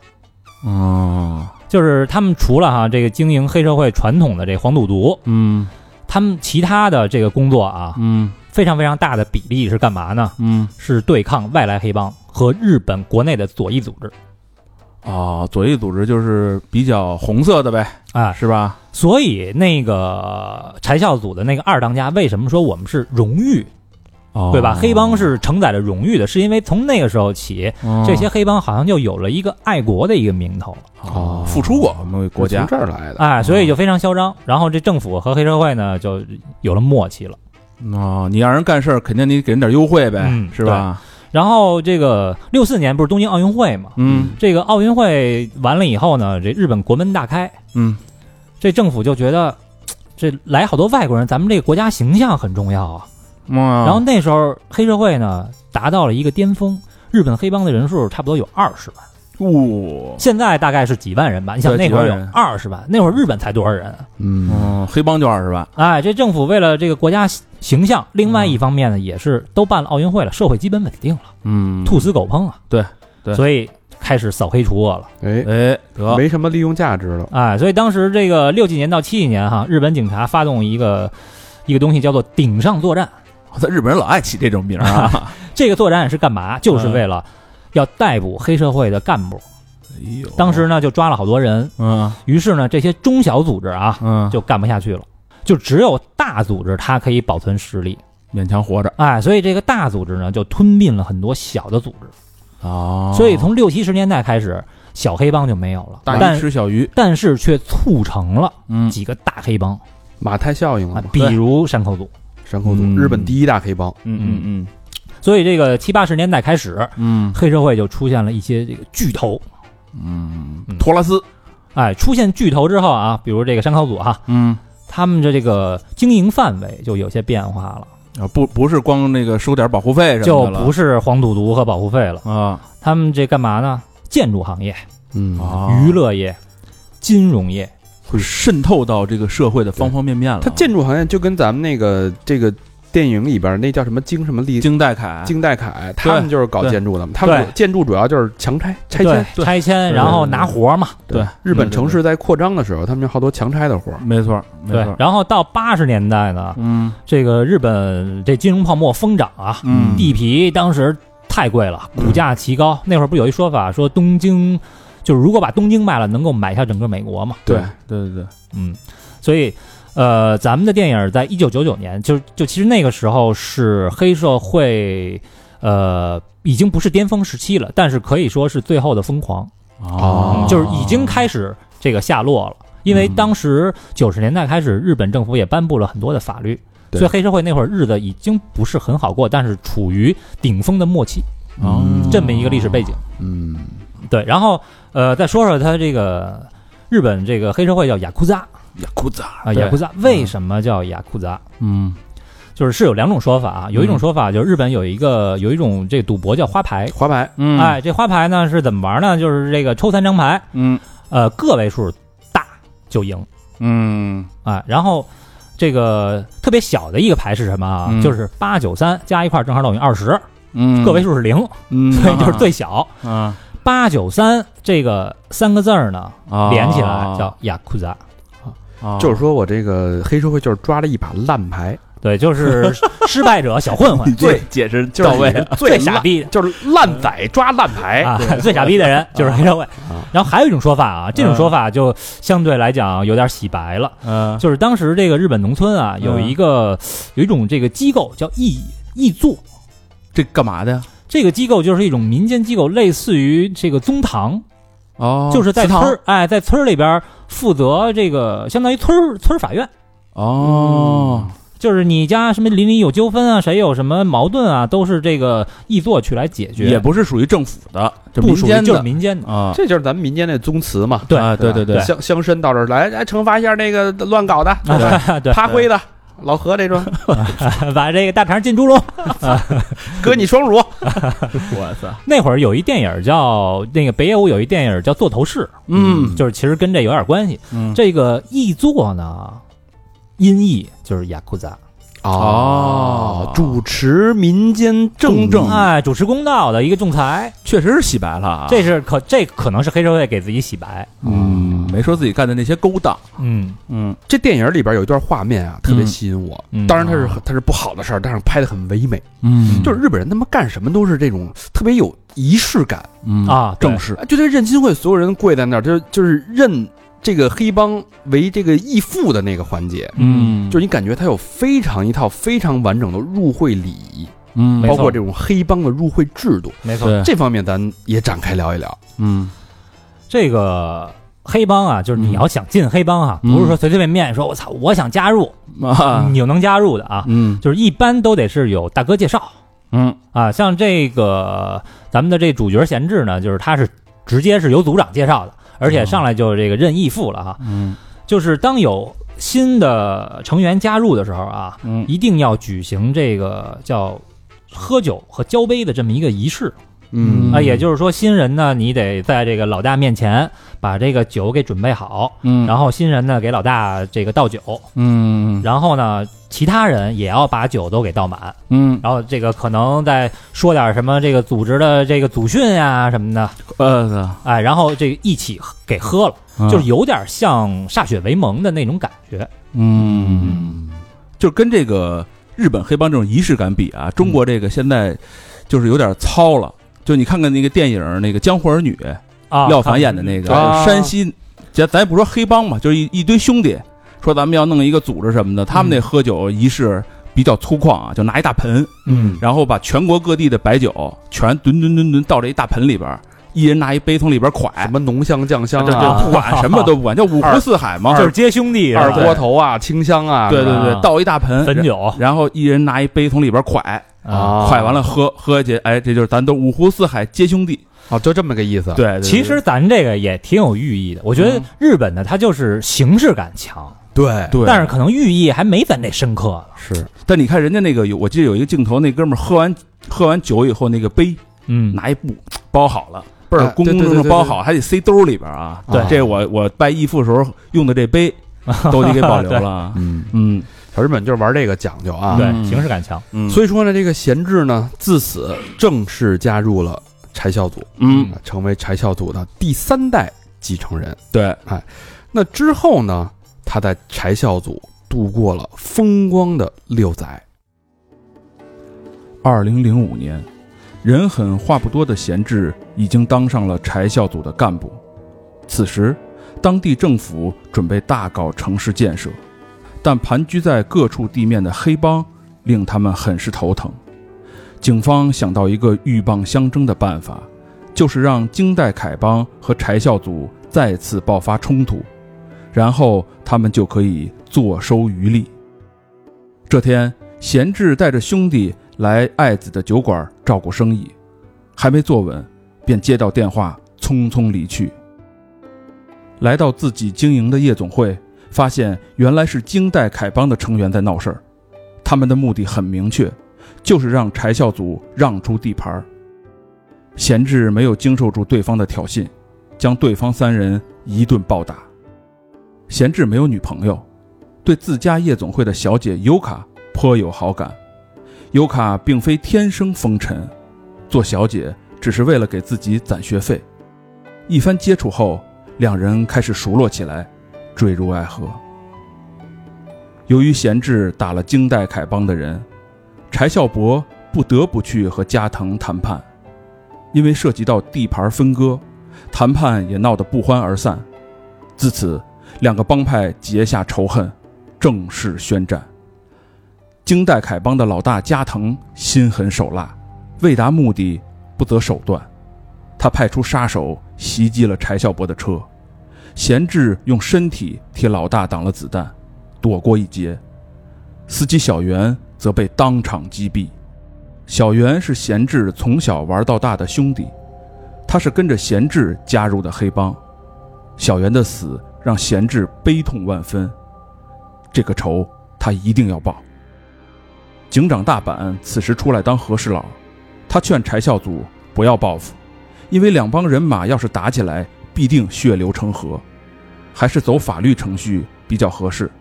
Speaker 3: 哦，
Speaker 2: 就是他们除了哈这个经营黑社会传统的这黄赌毒，
Speaker 3: 嗯
Speaker 2: 他们其他的这个工作啊，
Speaker 3: 嗯
Speaker 2: 非常非常大的比例是干嘛呢？
Speaker 3: 嗯，
Speaker 2: 是对抗外来黑帮和日本国内的左翼组织
Speaker 3: 哦，左翼组织就是比较红色的呗，
Speaker 2: 啊。
Speaker 3: 是吧？
Speaker 2: 所以那个柴孝祖的那个二当家，为什么说我们是荣誉，
Speaker 3: 哦
Speaker 2: 对吧？黑帮是承载着荣誉的，是因为从那个时候起，这些黑帮好像就有了一个爱国的一个名头了，
Speaker 3: 哦，付出过我们国
Speaker 4: 是
Speaker 3: 家哎
Speaker 4: 从。这儿来的。
Speaker 2: 啊，所以就非常嚣张。然后这政府和黑社会呢，就有了默契了。
Speaker 3: 哦，你让人干事儿，肯定你给人点优惠呗，
Speaker 2: 嗯
Speaker 3: 是吧？
Speaker 2: 然后这个六四年不是东京奥运会嘛？
Speaker 3: 嗯
Speaker 2: 这个奥运会完了以后呢，这日本国门大开，
Speaker 3: 嗯
Speaker 2: 这政府就觉得这来好多外国人，咱们这个国家形象很重要啊。
Speaker 3: 哇
Speaker 2: 然后那时候黑社会呢达到了一个巅峰，日本黑帮的人数差不多有二十万，
Speaker 3: 哦
Speaker 2: 现在大概是几万人吧？你想
Speaker 3: 对
Speaker 2: 那会儿
Speaker 3: 几
Speaker 2: 有
Speaker 3: 万人
Speaker 2: 二十万，那会儿日本才多少人啊？
Speaker 4: 嗯，
Speaker 3: 哦，黑帮就二十万，
Speaker 2: 哎，这政府为了这个国家形象，另外一方面呢，也是都办了奥运会了，社会基本稳定了，
Speaker 3: 嗯，
Speaker 2: 兔死狗烹啊。
Speaker 3: 对对
Speaker 2: 所以开始扫黑除恶了。
Speaker 4: 哎，
Speaker 3: 哎得
Speaker 4: 没什么利用价值了。
Speaker 2: 哎，所以当时这个六几年到七几年哈，日本警察发动一个一个东西叫做顶上作战。
Speaker 3: 在日本人老爱起这种名儿啊，
Speaker 2: 这个作战是干嘛？就是为
Speaker 3: 嗯
Speaker 2: 了要逮捕黑社会的干部。
Speaker 3: 哎呦
Speaker 2: 当时呢就抓了好多人，
Speaker 3: 嗯
Speaker 2: 于是呢这些中小组织啊
Speaker 3: 嗯，
Speaker 2: 就干不下去了，就只有大组织它可以保存实力。
Speaker 3: 勉强活着
Speaker 2: 哎，所以这个大组织呢就吞并了很多小的组织，
Speaker 3: 哦
Speaker 2: 所以从六七十年代开始，小黑帮就没有了，
Speaker 3: 大鱼
Speaker 2: 但
Speaker 3: 吃小鱼，
Speaker 2: 但是却促成了
Speaker 3: 嗯
Speaker 2: 几个大黑帮
Speaker 4: 马太效应了
Speaker 2: 啊
Speaker 4: 嘛，，
Speaker 2: 比如山口组。
Speaker 4: 山口组，
Speaker 3: 嗯
Speaker 4: 日本第一大黑帮，
Speaker 3: 嗯嗯
Speaker 2: 所以这个七八十年代开始，
Speaker 3: 嗯
Speaker 2: 黑社会就出现了一些这个巨头。
Speaker 3: 嗯，托拉斯，
Speaker 2: 哎，出现巨头之后啊，比如这个山口组哈、
Speaker 3: 嗯
Speaker 2: 他们的这个经营范围就有些变化了，
Speaker 3: 啊，不不是光那个收点保护费什
Speaker 2: 就
Speaker 3: 么的了，
Speaker 2: 不是黄赌毒和保护费了，
Speaker 3: 啊
Speaker 2: 他们这干嘛呢？建筑行业、
Speaker 4: 嗯
Speaker 3: 啊，
Speaker 2: 娱乐业、金融业，
Speaker 3: 会渗透到这个社会的方方面面了。
Speaker 4: 它建筑行业就跟咱们那个这个电影里边那叫什么京什么利
Speaker 3: 金代凯，
Speaker 4: 京代凯，他们就是搞
Speaker 3: 对
Speaker 4: 建筑的嘛，他们
Speaker 2: 对
Speaker 4: 建筑主要就是强拆拆
Speaker 2: 对
Speaker 4: 迁。
Speaker 3: 对
Speaker 2: 拆迁，然后拿活儿嘛，
Speaker 3: 对
Speaker 4: 日本城市在扩张的时候，他们有好多强拆的活儿。
Speaker 3: 没错没
Speaker 2: 对
Speaker 3: 错，，
Speaker 2: 然后到八十年代呢，
Speaker 3: 嗯
Speaker 2: 这个日本这金融泡沫疯涨啊，
Speaker 3: 嗯
Speaker 2: 地皮当时太贵了，股价奇高。那会儿不有一说法说东京，就是如果把东京卖了，能够买下整个美国嘛？
Speaker 3: 对对对对，
Speaker 2: 嗯，所以呃，咱们的电影在一九九九年，就就其实那个时候是黑社会，呃，已经不是巅峰时期了，但是可以说是最后的疯狂，
Speaker 1: 哦
Speaker 2: 就是已经开始这个下落了。
Speaker 3: 嗯
Speaker 2: 因为当时九十年代开始，日本政府也颁布了很多的法律，
Speaker 3: 对
Speaker 2: 所以黑社会那会儿日子已经不是很好过，但是处于顶峰的末期，
Speaker 3: 哦
Speaker 1: 嗯
Speaker 2: 这么一个历史背景。
Speaker 1: 嗯
Speaker 2: 对，然后呃，再说说他这个日本这个黑社会叫雅库扎
Speaker 1: 雅库扎
Speaker 2: 啊，
Speaker 3: 对
Speaker 2: 雅库扎为什么叫雅库扎？
Speaker 3: 嗯
Speaker 2: 就是是有两种说法啊，有一种说法就是日本有一个有一种这赌博叫花牌，
Speaker 1: 滑白
Speaker 3: 嗯，
Speaker 2: 哎，这花牌呢是怎么玩呢？就是这个抽三张牌，
Speaker 3: 嗯
Speaker 2: 呃，个位数大就赢，
Speaker 3: 嗯
Speaker 2: 哎，然后这个特别小的一个牌是什么啊？
Speaker 3: 嗯
Speaker 2: 就是八九三加一块儿正好等于二十，
Speaker 3: 嗯，
Speaker 2: 个位数是零，
Speaker 3: 嗯，
Speaker 2: 所以就是最小。
Speaker 3: 啊
Speaker 2: 八九三这个三个字儿呢，
Speaker 3: 啊
Speaker 2: 连起来叫雅库扎。
Speaker 3: 啊
Speaker 1: 就是说我这个黑社会就是抓了一把烂牌，
Speaker 2: 对，就是失败者小混混，
Speaker 1: 最解释
Speaker 2: 就是你是最傻逼的
Speaker 1: 就是烂仔抓烂
Speaker 3: 哎
Speaker 1: 牌
Speaker 2: 啊，最傻逼的人就是黑社会。然后还有一种说法啊，这种说法就相对来讲有点洗白了，
Speaker 3: 嗯
Speaker 2: 就是当时这个日本农村啊，有一个有一种这个机构叫义义作，
Speaker 3: 这干嘛的呀？
Speaker 2: 这个机构就是一种民间机构，类似于这个宗堂，
Speaker 3: 哦，
Speaker 2: 就是在
Speaker 3: 祠
Speaker 2: 村
Speaker 3: 堂
Speaker 2: 儿哎，在村儿里边儿负责这个相当于村儿村儿法院。
Speaker 3: 哦，
Speaker 2: 就是你家什么邻里有纠纷啊，谁有什么矛盾啊，都是这个义作去来解决，
Speaker 3: 也不是属于政府的，这
Speaker 2: 不
Speaker 3: 民
Speaker 2: 属于
Speaker 3: 间
Speaker 2: 就是
Speaker 3: 的
Speaker 2: 民间的。
Speaker 3: 啊，
Speaker 1: 这就是咱们民间那宗祠嘛。
Speaker 2: 对
Speaker 3: 啊对对对，
Speaker 1: 乡乡绅到这儿来，来惩罚一下那个乱搞的、
Speaker 2: 啊，对，
Speaker 1: 趴灰的老 何这种，
Speaker 2: 把这个大肠进猪笼。
Speaker 1: 割你双乳。
Speaker 3: 我操，
Speaker 2: 那会儿有一电影叫那个北野武有一电影叫《座头市》，
Speaker 3: 嗯，
Speaker 2: 就是其实跟这有点关系。
Speaker 3: 嗯
Speaker 2: 这个译作呢，音译就是雅库扎，
Speaker 3: 哦
Speaker 1: 啊主持民间
Speaker 3: 公
Speaker 1: 政
Speaker 3: 正
Speaker 2: 哎，主持公道的一个仲裁，
Speaker 3: 确实是洗白了啊，
Speaker 2: 这是可这可能是黑社会给自己洗白。
Speaker 3: 嗯，没说自己干的那些勾当，
Speaker 2: 嗯
Speaker 3: 嗯
Speaker 1: 这电影里边有一段画面啊，特别吸引我。
Speaker 2: 嗯
Speaker 1: 当然它是它是不好的事儿，但是拍的很唯美。
Speaker 3: 嗯
Speaker 1: 就是日本人他妈干什么都是这种特别有仪式感，
Speaker 3: 嗯
Speaker 2: 啊，对
Speaker 3: 正式，
Speaker 1: 就这认亲会所有人跪在那儿，就是就是认这个黑帮为这个义父的那个环节。
Speaker 3: 嗯，
Speaker 1: 就是你感觉他有非常一套非常完整的入会礼仪，
Speaker 3: 嗯，
Speaker 2: 没
Speaker 1: 包
Speaker 2: 错哎
Speaker 1: 括这种黑帮的入会制度，
Speaker 2: 没错，
Speaker 3: 对，
Speaker 1: 这方面咱也展开聊一聊。
Speaker 3: 嗯
Speaker 2: 这个黑帮啊，就是你要想进黑帮啊，
Speaker 3: 嗯
Speaker 2: 不是说随随便便说我操我想加入，
Speaker 3: 啊，
Speaker 2: 你就能加入的啊，
Speaker 3: 嗯
Speaker 2: 就是一般都得是有大哥介绍
Speaker 3: 嗯
Speaker 2: 啊。像这个咱们的这主角贤治呢，就是他是直接是由组长介绍的，而且上来就这个任义父了哈、
Speaker 3: 哦嗯
Speaker 2: 就是当有新的成员加入的时候啊，
Speaker 3: 嗯
Speaker 2: 一定要举行这个叫。喝酒和交杯的这么一个仪式
Speaker 3: 嗯
Speaker 2: 啊，也就是说，新人呢，你得在这个老大面前把这个酒给准备好，
Speaker 3: 嗯，
Speaker 2: 然
Speaker 3: 后
Speaker 2: 后新人呢给老大这个倒酒，
Speaker 3: 嗯
Speaker 2: 然后呢其他人也要把酒都给倒满，
Speaker 3: 嗯
Speaker 2: 然后这个可能再说点什么这个组织的这个祖训呀、什么的，
Speaker 3: 呃，
Speaker 2: 哎，然后这个一起喝给喝了，就是有点像歃血为盟的那种感觉。
Speaker 3: 嗯，就是跟这个日本黑帮这种仪式感比啊，中国这个现在就是有点糙了。就你看看那个电影，那个《江湖儿女》，
Speaker 2: 啊，
Speaker 3: 廖凡演的那个
Speaker 1: 啊
Speaker 3: 山西，咱咱也不说黑帮嘛，就是一一堆兄弟，说咱们要弄一个组织什么的，他们那喝酒仪式比较粗犷啊，就拿一大盆，
Speaker 2: 嗯，
Speaker 3: 然后把全国各地的白酒全吨吨吨吨倒这一大盆里边儿，一人拿一杯从里边儿蒯，
Speaker 1: 什么浓香酱香
Speaker 3: 对
Speaker 1: 啊
Speaker 3: 对，，不管什么都不管，叫五湖四海嘛，
Speaker 2: 就是接兄弟是吧
Speaker 1: 二锅头啊，清香啊，
Speaker 3: 对对
Speaker 1: 是吧
Speaker 3: 对，倒一大盆
Speaker 2: 汾酒
Speaker 3: 然后一人拿一杯从里边蒯，
Speaker 2: 啊。
Speaker 3: 蒯啊完了喝喝去，哎，这就是咱都五湖四海皆兄弟。
Speaker 1: 哦，就这么个意思。，
Speaker 3: 对，对
Speaker 2: 其实咱这个也挺有寓意的，我觉得
Speaker 3: 嗯
Speaker 2: 日本呢，它就是形式感强，
Speaker 1: 对
Speaker 3: 对，
Speaker 2: 但是可能寓意还没咱这深刻呢。
Speaker 1: 是
Speaker 3: 但你看人家那个有，我记得有一个镜头，那哥们儿喝完喝完酒以后，那个杯
Speaker 2: 嗯，
Speaker 3: 拿一布包好了，倍
Speaker 1: 哎
Speaker 3: 儿工
Speaker 1: 对
Speaker 3: 工
Speaker 1: 对对
Speaker 3: 整
Speaker 1: 对
Speaker 3: 整包好，还得塞兜里边啊。
Speaker 1: 对
Speaker 3: 这我我拜义父时候用的这杯都得给保留了啊。
Speaker 1: 嗯，
Speaker 3: 嗯
Speaker 1: 小日本就是玩这个讲究啊。
Speaker 2: 对，
Speaker 3: 嗯
Speaker 2: 形式 感强。
Speaker 3: 嗯，
Speaker 1: 所以说呢，这个贤治呢，自此正式加入了柴孝组，
Speaker 3: 嗯
Speaker 1: 啊成为柴孝组的第三代继承人。
Speaker 3: 对，
Speaker 1: 那之后呢，他在柴孝组度过了风光的六载。
Speaker 3: 二零零五年，人狠话不多的贤治已经当上了柴孝组的干部。此时，当地政府准备大搞城市建设，但盘踞在各处地面的黑帮令他们很是头疼。警方想到一个鹬蚌相争的办法，就是让京代凯帮和柴孝祖再次爆发冲突，然后他们就可以坐收渔利。这天，贤志带着兄弟来爱子的酒馆照顾生意，还没坐稳，便接到电话，匆匆离去。来到自己经营的夜总会，发现原来是京代凯帮的成员在闹事儿，他们的目的很明确，就是让柴孝祖让出地盘儿。贤志没有经受住对方的挑衅，将对方三人一顿暴打。贤志没有女朋友，对自家夜总会的小姐尤卡颇有好感。尤卡并非天生风尘，做小姐只是为了给自己攒学费。一番接触后，两人开始熟络起来，坠入爱河。由于贤志打了京代凯帮的人，柴孝伯不得不去和加藤谈判，因为涉及到地盘分割，谈判也闹得不欢而散。自此，两个帮派结下仇恨，正式宣战。京代凯帮的老大加藤心狠手辣，为达目的不择手段。他派出杀手袭击了柴孝伯的车，贤志用身体替老大挡了子弹，躲过一劫。司机小袁则被当场击毙。小袁是贤志从小玩到大的兄弟，他是跟着贤志加入的黑帮。小袁的死让贤志悲痛万分，这个仇他一定要报。警长大阪此时出来当和事佬，他劝柴孝祖不要报复，因为两帮人马要是打起来，必定血流成河，还是走法律程序比较合适，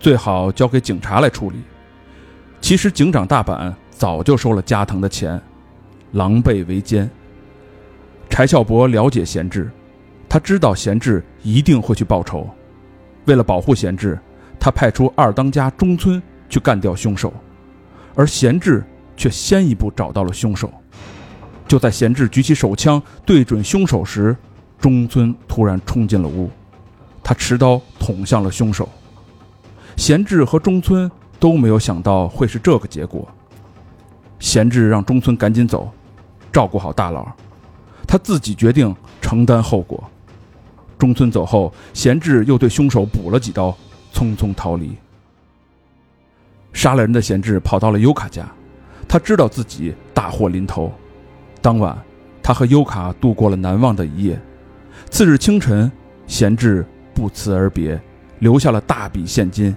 Speaker 3: 最好交给警察来处理。其实警长大阪早就收了加藤的钱，狼狈为奸。柴孝伯了解贤志，他知道贤志一定会去报仇，为了保护贤志，他派出二当家中村去干掉凶手，而贤志却先一步找到了凶手。就在贤志举起手枪对准凶手时，中村突然冲进了屋，他持刀捅向了凶手。贤志和中村都没有想到会是这个结果。贤志让中村赶紧走，照顾好大佬，他自己决定承担后果。中村走后，贤志又对凶手补了几刀，匆匆逃离。杀了人的贤志跑到了优卡家，他知道自己大祸临头。当晚，他和优卡度过了难忘的一夜。次日清晨，贤志不辞而别，留下了大笔现金，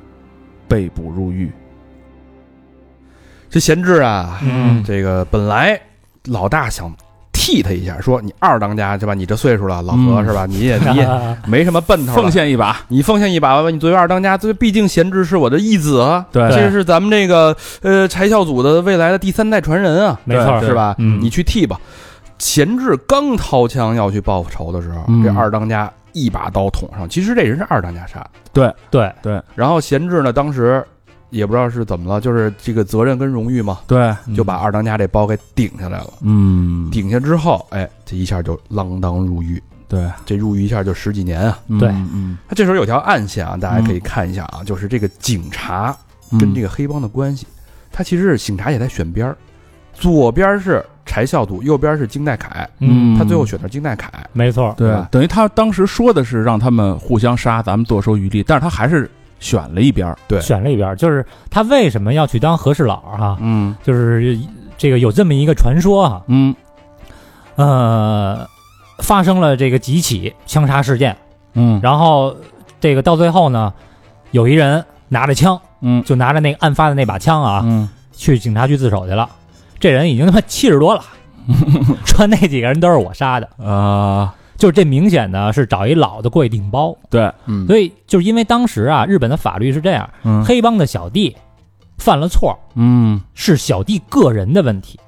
Speaker 3: 被捕入狱。
Speaker 1: 这贤志啊，
Speaker 2: 嗯
Speaker 1: 这个本来老大想替他一下，说你二当家对吧？你这岁数了，老何、
Speaker 3: 嗯
Speaker 1: 是吧？你也你也没什么奔头了，
Speaker 3: 奉献一把，
Speaker 1: 你奉献一把吧，你作为二当家，这毕竟贤志是我的义子啊，
Speaker 2: 对
Speaker 1: 这是咱们这个呃柴孝祖的未来的第三代传人啊，
Speaker 2: 没 错
Speaker 1: 是吧？
Speaker 2: 嗯
Speaker 1: 你去替吧。贤志刚掏枪要去报仇的时候，
Speaker 3: 嗯
Speaker 1: 这二当家一把刀捅上，其实这人是二当家杀的。
Speaker 2: 对，
Speaker 1: 然后贤志呢，当时也不知道是怎么了，就是这个责任跟荣誉嘛，
Speaker 3: 对，
Speaker 1: 就把二当家这包给顶下来了。
Speaker 3: 嗯，
Speaker 1: 顶下之后，哎，这一下就锒铛入狱，
Speaker 3: 对
Speaker 1: 这入狱一下就十几年啊。
Speaker 3: 嗯
Speaker 2: 对
Speaker 3: 嗯，
Speaker 1: 他这时候有条暗线啊，大家可以看一下啊，就是这个警察跟这
Speaker 3: 个
Speaker 1: 个黑帮的关系，他其实是警察也在选边儿，左边是柴孝祖，右边是金代凯，
Speaker 2: 嗯，
Speaker 1: 他最后选的是金代凯，
Speaker 2: 没错，
Speaker 3: 嗯
Speaker 1: 对
Speaker 3: 对
Speaker 1: 吧，
Speaker 3: 等于他当时说的是让他们互相杀，咱们坐收渔利，但是他还是选了一边儿。
Speaker 1: 对
Speaker 2: 选了一边儿，就是他为什么要去当和事佬哈、
Speaker 1: 嗯
Speaker 2: 就是这个有这么一个传说啊，
Speaker 3: 嗯
Speaker 2: 呃，发生了这个几起枪杀事件，
Speaker 3: 嗯
Speaker 2: 然后这个到最后呢，有一人拿着枪，
Speaker 3: 嗯
Speaker 2: 就拿着那个案发的那把枪啊，
Speaker 3: 嗯，
Speaker 2: 去警察局自首去了。这人已经他妈七十 多了，说那几个人都是我杀的，
Speaker 3: 啊，
Speaker 2: 就是这明显呢是找一老的过去顶包，
Speaker 3: 对，
Speaker 1: 嗯，
Speaker 2: 所以就是因为当时啊，日本的法律是这样，
Speaker 3: 嗯
Speaker 2: 黑帮的小弟犯了错
Speaker 3: 嗯，
Speaker 2: 是小弟个人的问题，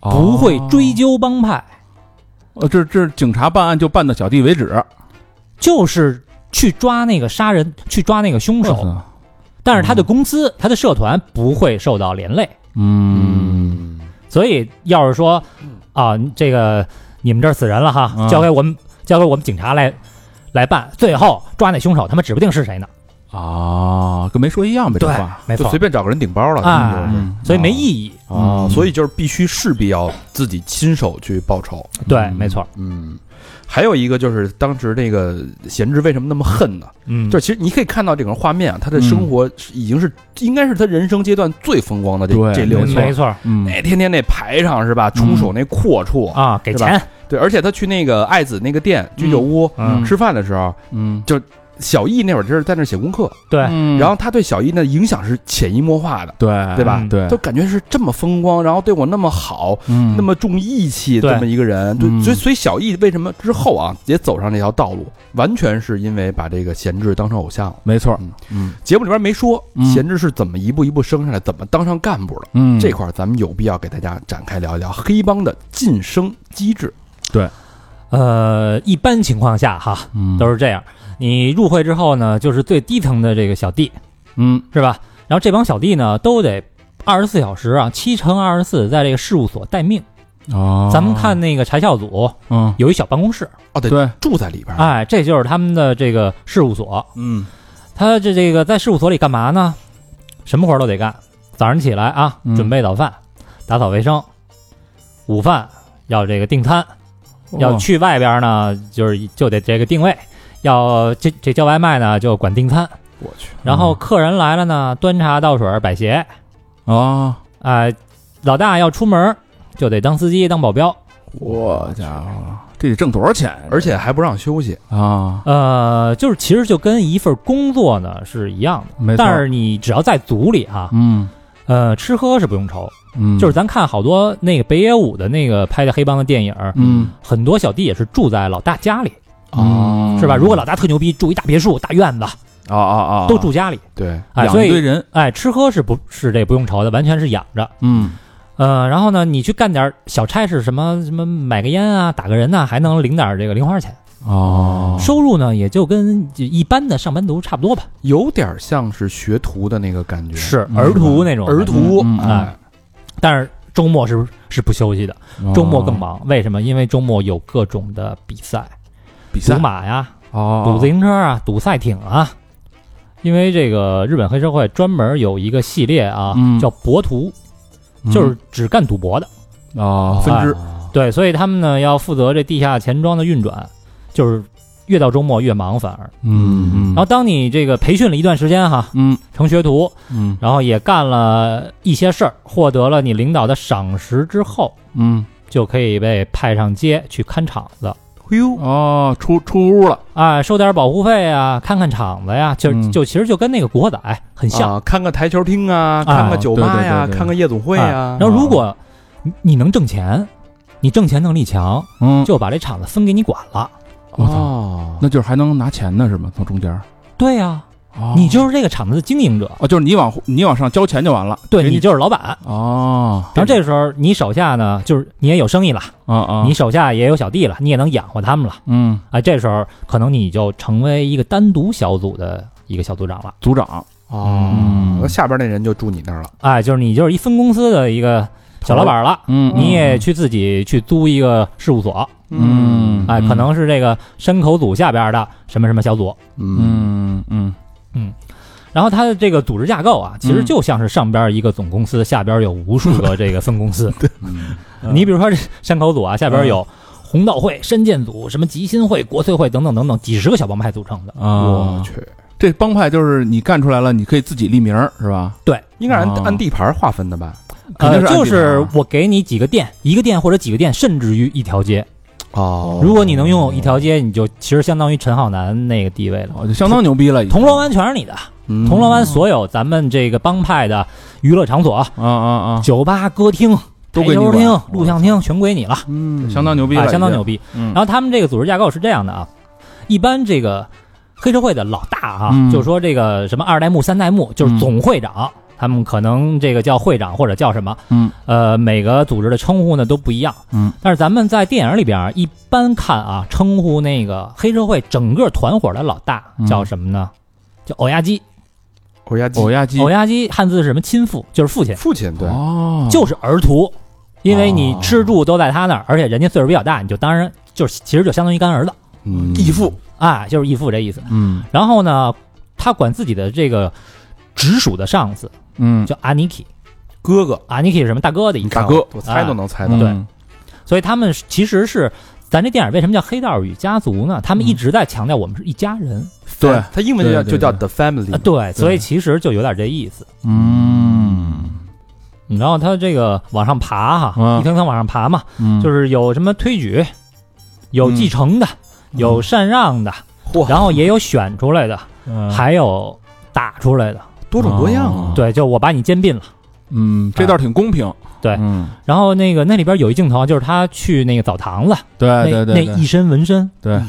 Speaker 1: 哦
Speaker 2: 不会追究帮派，
Speaker 3: 呃，这这警察办案就办到小弟为止，
Speaker 2: 就是去抓那个杀人，去抓那个凶
Speaker 1: 嗯
Speaker 2: 手，但是他的公司、他的社团不会受到连累。
Speaker 3: 嗯，
Speaker 1: 嗯，
Speaker 2: 所以要是说啊，这个你们这儿死人了哈，
Speaker 3: 嗯
Speaker 2: 交给我们交给我们警察来来办，最后抓那凶手，他们指不定是谁呢。
Speaker 3: 啊，跟没说一样呗，这
Speaker 2: 对
Speaker 3: 话，
Speaker 2: 没
Speaker 1: 就
Speaker 2: 错
Speaker 1: 随，便找个人顶包了
Speaker 2: 啊
Speaker 1: 就是
Speaker 3: 嗯，
Speaker 2: 所以没意义。
Speaker 1: 啊
Speaker 3: 嗯，
Speaker 1: 所以就是必须势必要自己亲手去报仇。
Speaker 2: 对，没错。
Speaker 1: 嗯，还有一个就是当时那个贤治为什么那么恨呢？
Speaker 2: 嗯，
Speaker 1: 就是其实你可以看到这种画面啊，他的生活是已经是应该是他人生阶段最风光的这
Speaker 3: 对
Speaker 1: 这六
Speaker 3: 没
Speaker 1: 年
Speaker 3: 错，
Speaker 2: 没错
Speaker 3: 嗯
Speaker 1: 那天天那牌上是吧，冲手那阔绰，
Speaker 2: 啊，给
Speaker 1: 是吧
Speaker 2: 钱，
Speaker 1: 哦对，而且他去那个爱子那个店居酒屋
Speaker 2: 嗯，
Speaker 1: 吃饭的时候，
Speaker 3: 嗯，
Speaker 1: 小易那会儿就是在那儿写功课，
Speaker 2: 对，
Speaker 3: 然
Speaker 1: 然后他对小易的影响是潜移默化的，
Speaker 3: 对
Speaker 1: 对吧
Speaker 2: 嗯
Speaker 3: 对
Speaker 1: 就，感觉是这么风光，然后对我那么好，
Speaker 3: 哎嗯
Speaker 1: 那么重义气，
Speaker 2: 对
Speaker 1: 这么一个人，
Speaker 3: 嗯
Speaker 1: 对，所以所以小易为什么之后啊也走上这条道路，完全是因为把这个贤治当成偶像了。
Speaker 3: 没错，
Speaker 1: 嗯，节目里边没说
Speaker 3: 嗯
Speaker 1: 贤治是怎么一步一步升上来，怎么当上干部的，
Speaker 3: 嗯
Speaker 1: 这块儿咱们有必要给大家展开聊一聊黑帮的晋升机制。
Speaker 2: 呃，一般情况下哈
Speaker 3: 嗯
Speaker 2: 都是这样。你入会之后呢，就是最低层的这个小弟，
Speaker 3: 嗯
Speaker 2: 是吧？然后这帮小弟呢，都得二十四小时啊，七乘二十四，在这个事务所待命。
Speaker 3: 哦，
Speaker 2: 咱们看那个查校组
Speaker 3: 嗯
Speaker 2: 有一小办公室，
Speaker 1: 哦，对，
Speaker 3: 对
Speaker 1: 住在里边儿，
Speaker 3: 啊
Speaker 2: 哎，这就是他们的这个事务所。
Speaker 3: 嗯
Speaker 2: 他这这个在事务所里干嘛呢？什么活儿都得干。早上起来啊，
Speaker 3: 嗯
Speaker 2: 准备早饭，打扫卫生；午饭要这个订餐，要
Speaker 3: 哦
Speaker 2: 去外边呢，就是就得这个定位；要这这叫外卖呢，就管订餐。
Speaker 1: 我去，
Speaker 2: 然后客人来了呢，端茶倒水、摆鞋。
Speaker 3: 哦，
Speaker 2: 哎、老大要出门就得当司机、当保镖。
Speaker 3: 我家伙，这得挣多少钱啊？
Speaker 1: 而且还不让休息，
Speaker 3: 啊，
Speaker 2: 呃，就是其实就跟一份工作呢是一样的，
Speaker 3: 没错，
Speaker 2: 但是你只要在组里啊，
Speaker 3: 嗯
Speaker 2: 呃，吃喝是不用愁。
Speaker 3: 嗯，
Speaker 2: 就是咱看好多那个北野武的那个拍的黑帮的电影，
Speaker 3: 嗯
Speaker 2: 很多小弟也是住在老大家里，
Speaker 3: 哦
Speaker 2: 嗯是吧？如果老大特牛逼，住一大别墅、大院子，
Speaker 3: 啊啊啊，
Speaker 2: 都住家里，
Speaker 1: 对，
Speaker 2: 哎，
Speaker 3: 养
Speaker 2: 所
Speaker 3: 一堆
Speaker 2: 以
Speaker 3: 人，
Speaker 2: 哎，吃喝是不是这不用愁的，完全是养着。
Speaker 3: 嗯
Speaker 2: 呃，然后呢，你去干点小差事，什么什么买个烟啊，打个人呐、还能领点这个零花钱，
Speaker 3: 哦，
Speaker 2: 收入呢也就跟一般的上班族差不多吧，
Speaker 1: 有点像是学徒的那个感觉，
Speaker 2: 是
Speaker 3: 嗯
Speaker 2: 儿徒那种
Speaker 1: 儿徒
Speaker 3: 嗯嗯
Speaker 1: 哎，
Speaker 2: 但是周末是是不休息的，
Speaker 3: 哦
Speaker 2: 周末更
Speaker 3: 忙，
Speaker 2: 忙。为什么？因为周末有各种的比赛，
Speaker 3: 比
Speaker 2: 赌
Speaker 3: 赛
Speaker 2: 马呀，
Speaker 3: 哦，
Speaker 2: 赌自行车啊，赌赛艇啊。因为这个日本黑社会专门有一个系列啊，
Speaker 3: 嗯
Speaker 2: 叫博徒，
Speaker 3: 嗯
Speaker 2: 就是只干赌博的。
Speaker 3: 哦分支，
Speaker 2: 对，所以他们呢要负责这地下钱庄的运转，就是越到周末越忙，反而。
Speaker 3: 嗯嗯，
Speaker 2: 然后当你这个培训了一段时间哈，
Speaker 3: 嗯
Speaker 2: 成学徒，
Speaker 3: 嗯
Speaker 2: 然后也干了一些事儿，获得了你领导的赏识之后，
Speaker 3: 嗯
Speaker 2: 就可以被派上街去看场子。
Speaker 1: 哎呦，
Speaker 3: 哦，出出屋了，
Speaker 2: 啊，收点保护费啊，看看场子呀，就、
Speaker 3: 嗯
Speaker 2: 就其实就跟那个古惑仔很像。
Speaker 1: 啊，看个台球厅啊，看个酒吧
Speaker 3: 对对
Speaker 1: 呀，
Speaker 3: 对对
Speaker 1: 看个夜总会呀
Speaker 2: 啊。然后如果你你能挣钱，你挣钱能力强，
Speaker 3: 嗯，
Speaker 2: 就把这厂子分给你管了。
Speaker 3: 我操，
Speaker 1: 哦，
Speaker 3: 那就是还能拿钱呢，是吗？从中间儿，
Speaker 2: 对呀、
Speaker 3: 哦
Speaker 2: 你就是这个厂子的经营者，
Speaker 3: 哦，就是你往你往上交钱就完了，
Speaker 2: 对
Speaker 3: 给
Speaker 2: 你就是老板。
Speaker 3: 哦，
Speaker 2: 然后这时候你手下呢，就是你也有生意了，
Speaker 3: 啊啊，
Speaker 2: 你手下也有小弟了，你也能养活他们了。
Speaker 3: 嗯，
Speaker 2: 啊，这时候可能你就成为一个单独小组的一个小组长了。
Speaker 3: 组长，
Speaker 2: 嗯
Speaker 3: 嗯
Speaker 1: 哦，那下边那人就住你那儿了，
Speaker 2: 哎，就是你就是一分公司的一个小老板了。
Speaker 3: 嗯，
Speaker 2: 你也去自己去租一个事务所，
Speaker 3: 嗯
Speaker 2: 哎，
Speaker 3: 嗯
Speaker 2: 可能是这个山口组下边的什么什么小组，
Speaker 1: 嗯，
Speaker 3: 嗯嗯
Speaker 2: 然后它的这个组织架构啊，其实
Speaker 3: 嗯
Speaker 2: 就像是上边一个总公司，下边有无数个这个分公 司。
Speaker 1: 嗯
Speaker 3: 嗯
Speaker 2: 你比如说这山口组啊，下边有红道会、深建组、什么吉新会、国粹会等等等等，几十个小帮派组成的。
Speaker 3: 啊
Speaker 1: 嗯我，去，
Speaker 3: 这帮派就是你干出来了，你可以自己立名儿是吧？
Speaker 1: 应该是按
Speaker 3: 哦
Speaker 1: 按地盘划分的吧？
Speaker 3: 肯
Speaker 2: 呃
Speaker 3: 定，是按地
Speaker 2: 就
Speaker 3: 盘
Speaker 2: 是
Speaker 3: 啊
Speaker 2: 我给你几个店，一个店或者几个店，甚至于一条街。
Speaker 1: 哦
Speaker 2: 如果你能拥有一条街，你就其实相当于陈浩南那个地位了。
Speaker 3: 哦，就相当牛逼了已经，
Speaker 2: 铜锣湾全是你的，
Speaker 3: 嗯
Speaker 2: 铜
Speaker 1: 嗯
Speaker 2: 锣湾所有咱们这个帮派的娱乐场所、
Speaker 3: 啊啊啊，
Speaker 2: 酒吧、歌厅、
Speaker 3: 都
Speaker 2: 台
Speaker 3: 归你
Speaker 2: 球厅
Speaker 3: 管，、
Speaker 2: 录像厅全归你了，
Speaker 1: 嗯
Speaker 3: 相当牛逼
Speaker 2: 啊，
Speaker 3: 了，
Speaker 2: 相当牛
Speaker 3: 逼，
Speaker 2: 逼。
Speaker 3: 嗯
Speaker 2: 然后他们这个组织架构是这样的啊，一般这个黑社会的老大啊，
Speaker 3: 嗯
Speaker 2: 就是说这个什么二代目、三代目，就是总会长。他们可能这个叫会长或者叫什么，
Speaker 3: 嗯，
Speaker 2: 呃，每个组织的称呼呢都不一样，
Speaker 3: 嗯，
Speaker 2: 但是咱们在电影里边啊一般看啊，称呼那个黑社会整个团伙的老大
Speaker 3: 嗯
Speaker 2: 叫什么呢？叫偶压鸡，
Speaker 1: 欧亚基
Speaker 3: 偶压鸡，
Speaker 2: 偶压鸡汉字是什么？亲父，就是父亲，
Speaker 1: 父亲对，
Speaker 3: 哦，
Speaker 2: 就是儿徒，因为你吃住都在他那儿，而且人家岁数比较大，你就当然就是其实就相当于干儿子，
Speaker 1: 嗯
Speaker 3: 义父，
Speaker 2: 啊，就是义父这意思。
Speaker 3: 嗯
Speaker 2: 然后呢，他管自己的这个直属的上司
Speaker 3: 嗯，
Speaker 2: 叫阿尼基，
Speaker 1: 哥哥，
Speaker 2: 阿尼基是什么大哥的意
Speaker 1: 你
Speaker 2: 思，
Speaker 1: 大哥，我猜都能猜到。
Speaker 2: 对所以他们是其实是咱这电影为什么叫黑道与家族呢？他们一直在强调我们是一家人，
Speaker 3: 对，
Speaker 1: 他英文就叫
Speaker 3: 对对
Speaker 1: 就叫
Speaker 3: 对
Speaker 1: The Family
Speaker 2: 啊，
Speaker 1: 嘛。
Speaker 2: 对，所以其实就有点这意思。
Speaker 3: 嗯
Speaker 2: 你知道他这个往上爬哈，
Speaker 3: 嗯
Speaker 2: 一层层往上爬嘛，
Speaker 3: 嗯，
Speaker 2: 就是是有什么推举，有继承的，有禅让的，
Speaker 1: 嚯，
Speaker 2: 然后也有选出来的，
Speaker 3: 呃嗯
Speaker 2: 还有打出来的。
Speaker 1: 多种多样啊。
Speaker 2: 对，就我把你兼并了。
Speaker 3: 嗯，这倒挺公平，
Speaker 2: 对
Speaker 3: 嗯，
Speaker 2: 然后那个那里边有一镜头，就是他去那个澡堂子，
Speaker 3: 对啊对
Speaker 2: 那
Speaker 3: 对
Speaker 2: 那
Speaker 3: 对
Speaker 2: 一身纹身，
Speaker 3: 对，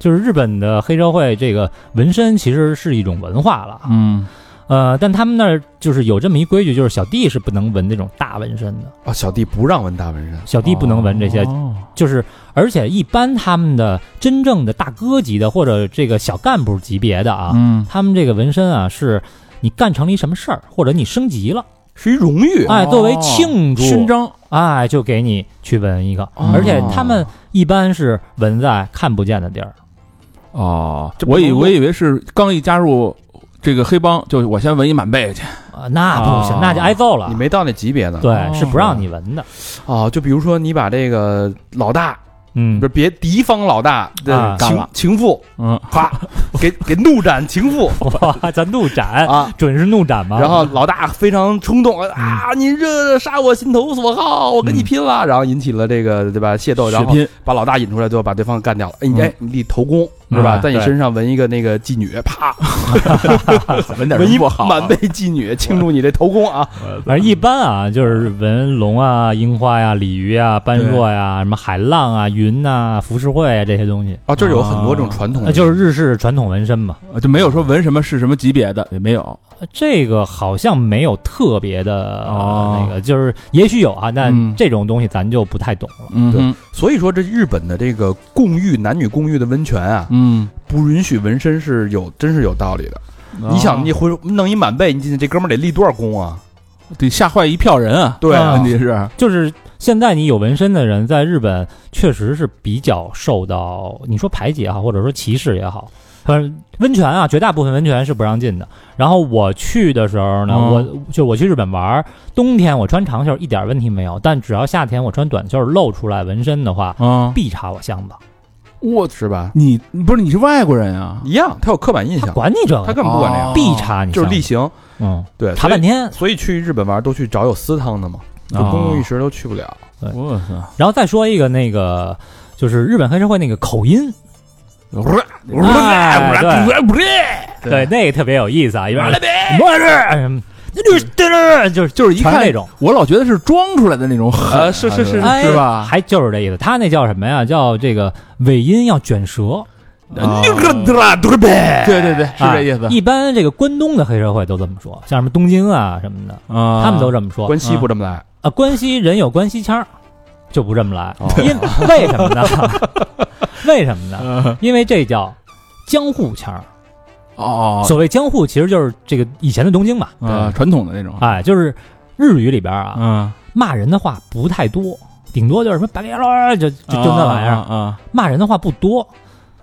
Speaker 2: 就是日本的黑社会这个纹身其实是一种文化了。
Speaker 3: 嗯
Speaker 2: 呃，但他们那儿就是有这么一规矩，就是小弟是不能纹这种大纹身的，
Speaker 1: 啊，小弟不让纹大纹身，
Speaker 2: 小弟不能纹这些，
Speaker 3: 哦
Speaker 2: 就是而且一般他们的真正的大哥级的或者这个小干部级别的啊，
Speaker 3: 嗯
Speaker 2: 他们这个纹身啊是。你干成了一什么事儿，或者你升级了，
Speaker 1: 是一荣誉。
Speaker 2: 哎，作
Speaker 3: 哦
Speaker 2: 为庆祝，
Speaker 3: 勋章，
Speaker 2: 哎，就给你去纹一个，
Speaker 3: 哦
Speaker 2: 而且他们一般是纹在看不见的地儿，
Speaker 3: 哦
Speaker 1: 这，不
Speaker 3: 我以
Speaker 1: 能
Speaker 3: 我以为是刚一加入这个黑帮，就我先纹一满背去。
Speaker 2: 啊，那不行，
Speaker 3: 哦
Speaker 2: 那就挨揍了
Speaker 1: 你。没到那级别呢。
Speaker 2: 对，是不让你纹的。
Speaker 1: 哦，就比如说你把这个老大，
Speaker 2: 嗯
Speaker 1: 不是，别敌方老大
Speaker 2: 啊
Speaker 1: 的
Speaker 3: 干
Speaker 1: 情
Speaker 3: 了
Speaker 1: 情妇，
Speaker 3: 嗯
Speaker 1: 啪，给给怒斩情妇
Speaker 2: 哇，咱怒斩，
Speaker 1: 啊。
Speaker 2: 准是怒斩吗？
Speaker 1: 然后老大非常冲动啊！您这杀我心头所好，我跟你拼了！然后引起了这个对吧械斗，
Speaker 3: 嗯
Speaker 1: 然
Speaker 3: 血
Speaker 1: 后
Speaker 3: 拼，
Speaker 1: 把老大引出来，最后把对方干掉了。哎，
Speaker 3: 嗯
Speaker 1: 你
Speaker 3: 啊
Speaker 1: 哎，你立头功是吧？
Speaker 2: 嗯
Speaker 1: 在你
Speaker 2: 对
Speaker 1: 身上纹一个那个妓女，啪，
Speaker 3: 纹点
Speaker 1: 纹
Speaker 3: 什
Speaker 1: 一
Speaker 3: 么不好啊，
Speaker 1: 满背妓女，庆祝你这头功啊！
Speaker 2: 反正一般啊，就是纹龙啊、樱花呀、鲤鱼啊、般若呀、什么海浪啊、云呐、浮世绘啊这些东西，
Speaker 1: 啊，就是有很多这种传统
Speaker 3: 啊
Speaker 2: 那
Speaker 1: 的，
Speaker 2: 就是日式传统纹身嘛。呃
Speaker 3: 呃就没有说纹什么是什么级别的，也没有。
Speaker 2: 这个好像没有特别的、呃
Speaker 3: 哦
Speaker 2: 那个，就是也许有啊，但
Speaker 3: 嗯
Speaker 2: 这种东西咱就不太懂了。
Speaker 3: 嗯
Speaker 1: 对
Speaker 3: 哼
Speaker 1: 所以说这日本的这个共浴男女共浴的温泉啊，
Speaker 3: 嗯，
Speaker 1: 不允许纹身是有真是有道理的。你想，你
Speaker 3: 哦
Speaker 1: 回弄一满背，你进去这哥们儿得立多少功啊？
Speaker 3: 得吓坏一票人啊！
Speaker 1: 对
Speaker 2: 啊
Speaker 3: 问题是，
Speaker 2: 就是现在你有纹身的人，在日本确实是比较受到你说排挤也好，或者说歧视也好。反正温泉啊，绝大部分温泉是不让进的。然后我去的时候呢，
Speaker 1: 嗯
Speaker 3: 哦
Speaker 2: 我就我去日本玩儿，冬天我穿长袖一点问题没有，但只要夏天我穿短袖露出来纹身的话，
Speaker 3: 啊，
Speaker 2: 必查我箱子。
Speaker 1: 我是吧？
Speaker 3: 你不是你是外国人啊？
Speaker 1: 一样，他有刻板印
Speaker 2: 他
Speaker 1: 象，
Speaker 2: 管你这
Speaker 1: 他
Speaker 2: 个，
Speaker 1: 根本不管这个，
Speaker 3: 哦
Speaker 2: 必查你箱子，
Speaker 1: 就是例行。
Speaker 2: 嗯，
Speaker 1: 对，
Speaker 2: 查
Speaker 1: 所以
Speaker 2: 半天。嗯
Speaker 1: 所以去日本玩都去找有私汤的嘛，就公共浴室都去不了。
Speaker 3: 哦，我操！
Speaker 2: 然后再说一个那个，就是日本黑社会那个口音，哎对对，那个特别有意思啊，一边来呗，我是，就是哎就是就是
Speaker 3: 就是一看
Speaker 2: 全是那种，
Speaker 3: 我老觉得是装出来的那种狠啊，
Speaker 1: 啊是是是
Speaker 2: 哎
Speaker 3: 是吧？
Speaker 2: 还就是这意思，他那叫什么呀？叫这个尾音要卷舌，
Speaker 3: 啊对
Speaker 1: 对
Speaker 3: 对对，是这意
Speaker 2: 啊
Speaker 3: 思。
Speaker 2: 一般这个关东的黑社会都这么说，像什么东京啊什么的，
Speaker 3: 啊，
Speaker 2: 他们都这么说
Speaker 1: 关西不这么来，
Speaker 2: 啊。关西人有关西腔儿，就不这么来，因为什么呢？为什么呢？因为这叫江户腔儿。
Speaker 3: 哦
Speaker 2: 所谓江户，其实就是这个以前的东京嘛，
Speaker 3: 啊，传统的那种。
Speaker 2: 哎，就是日语里边啊，
Speaker 3: 嗯，
Speaker 2: 骂人的话不太多，顶多就是什么白脸佬，就就就那玩意儿，
Speaker 3: 啊啊啊，
Speaker 2: 骂人的话不多，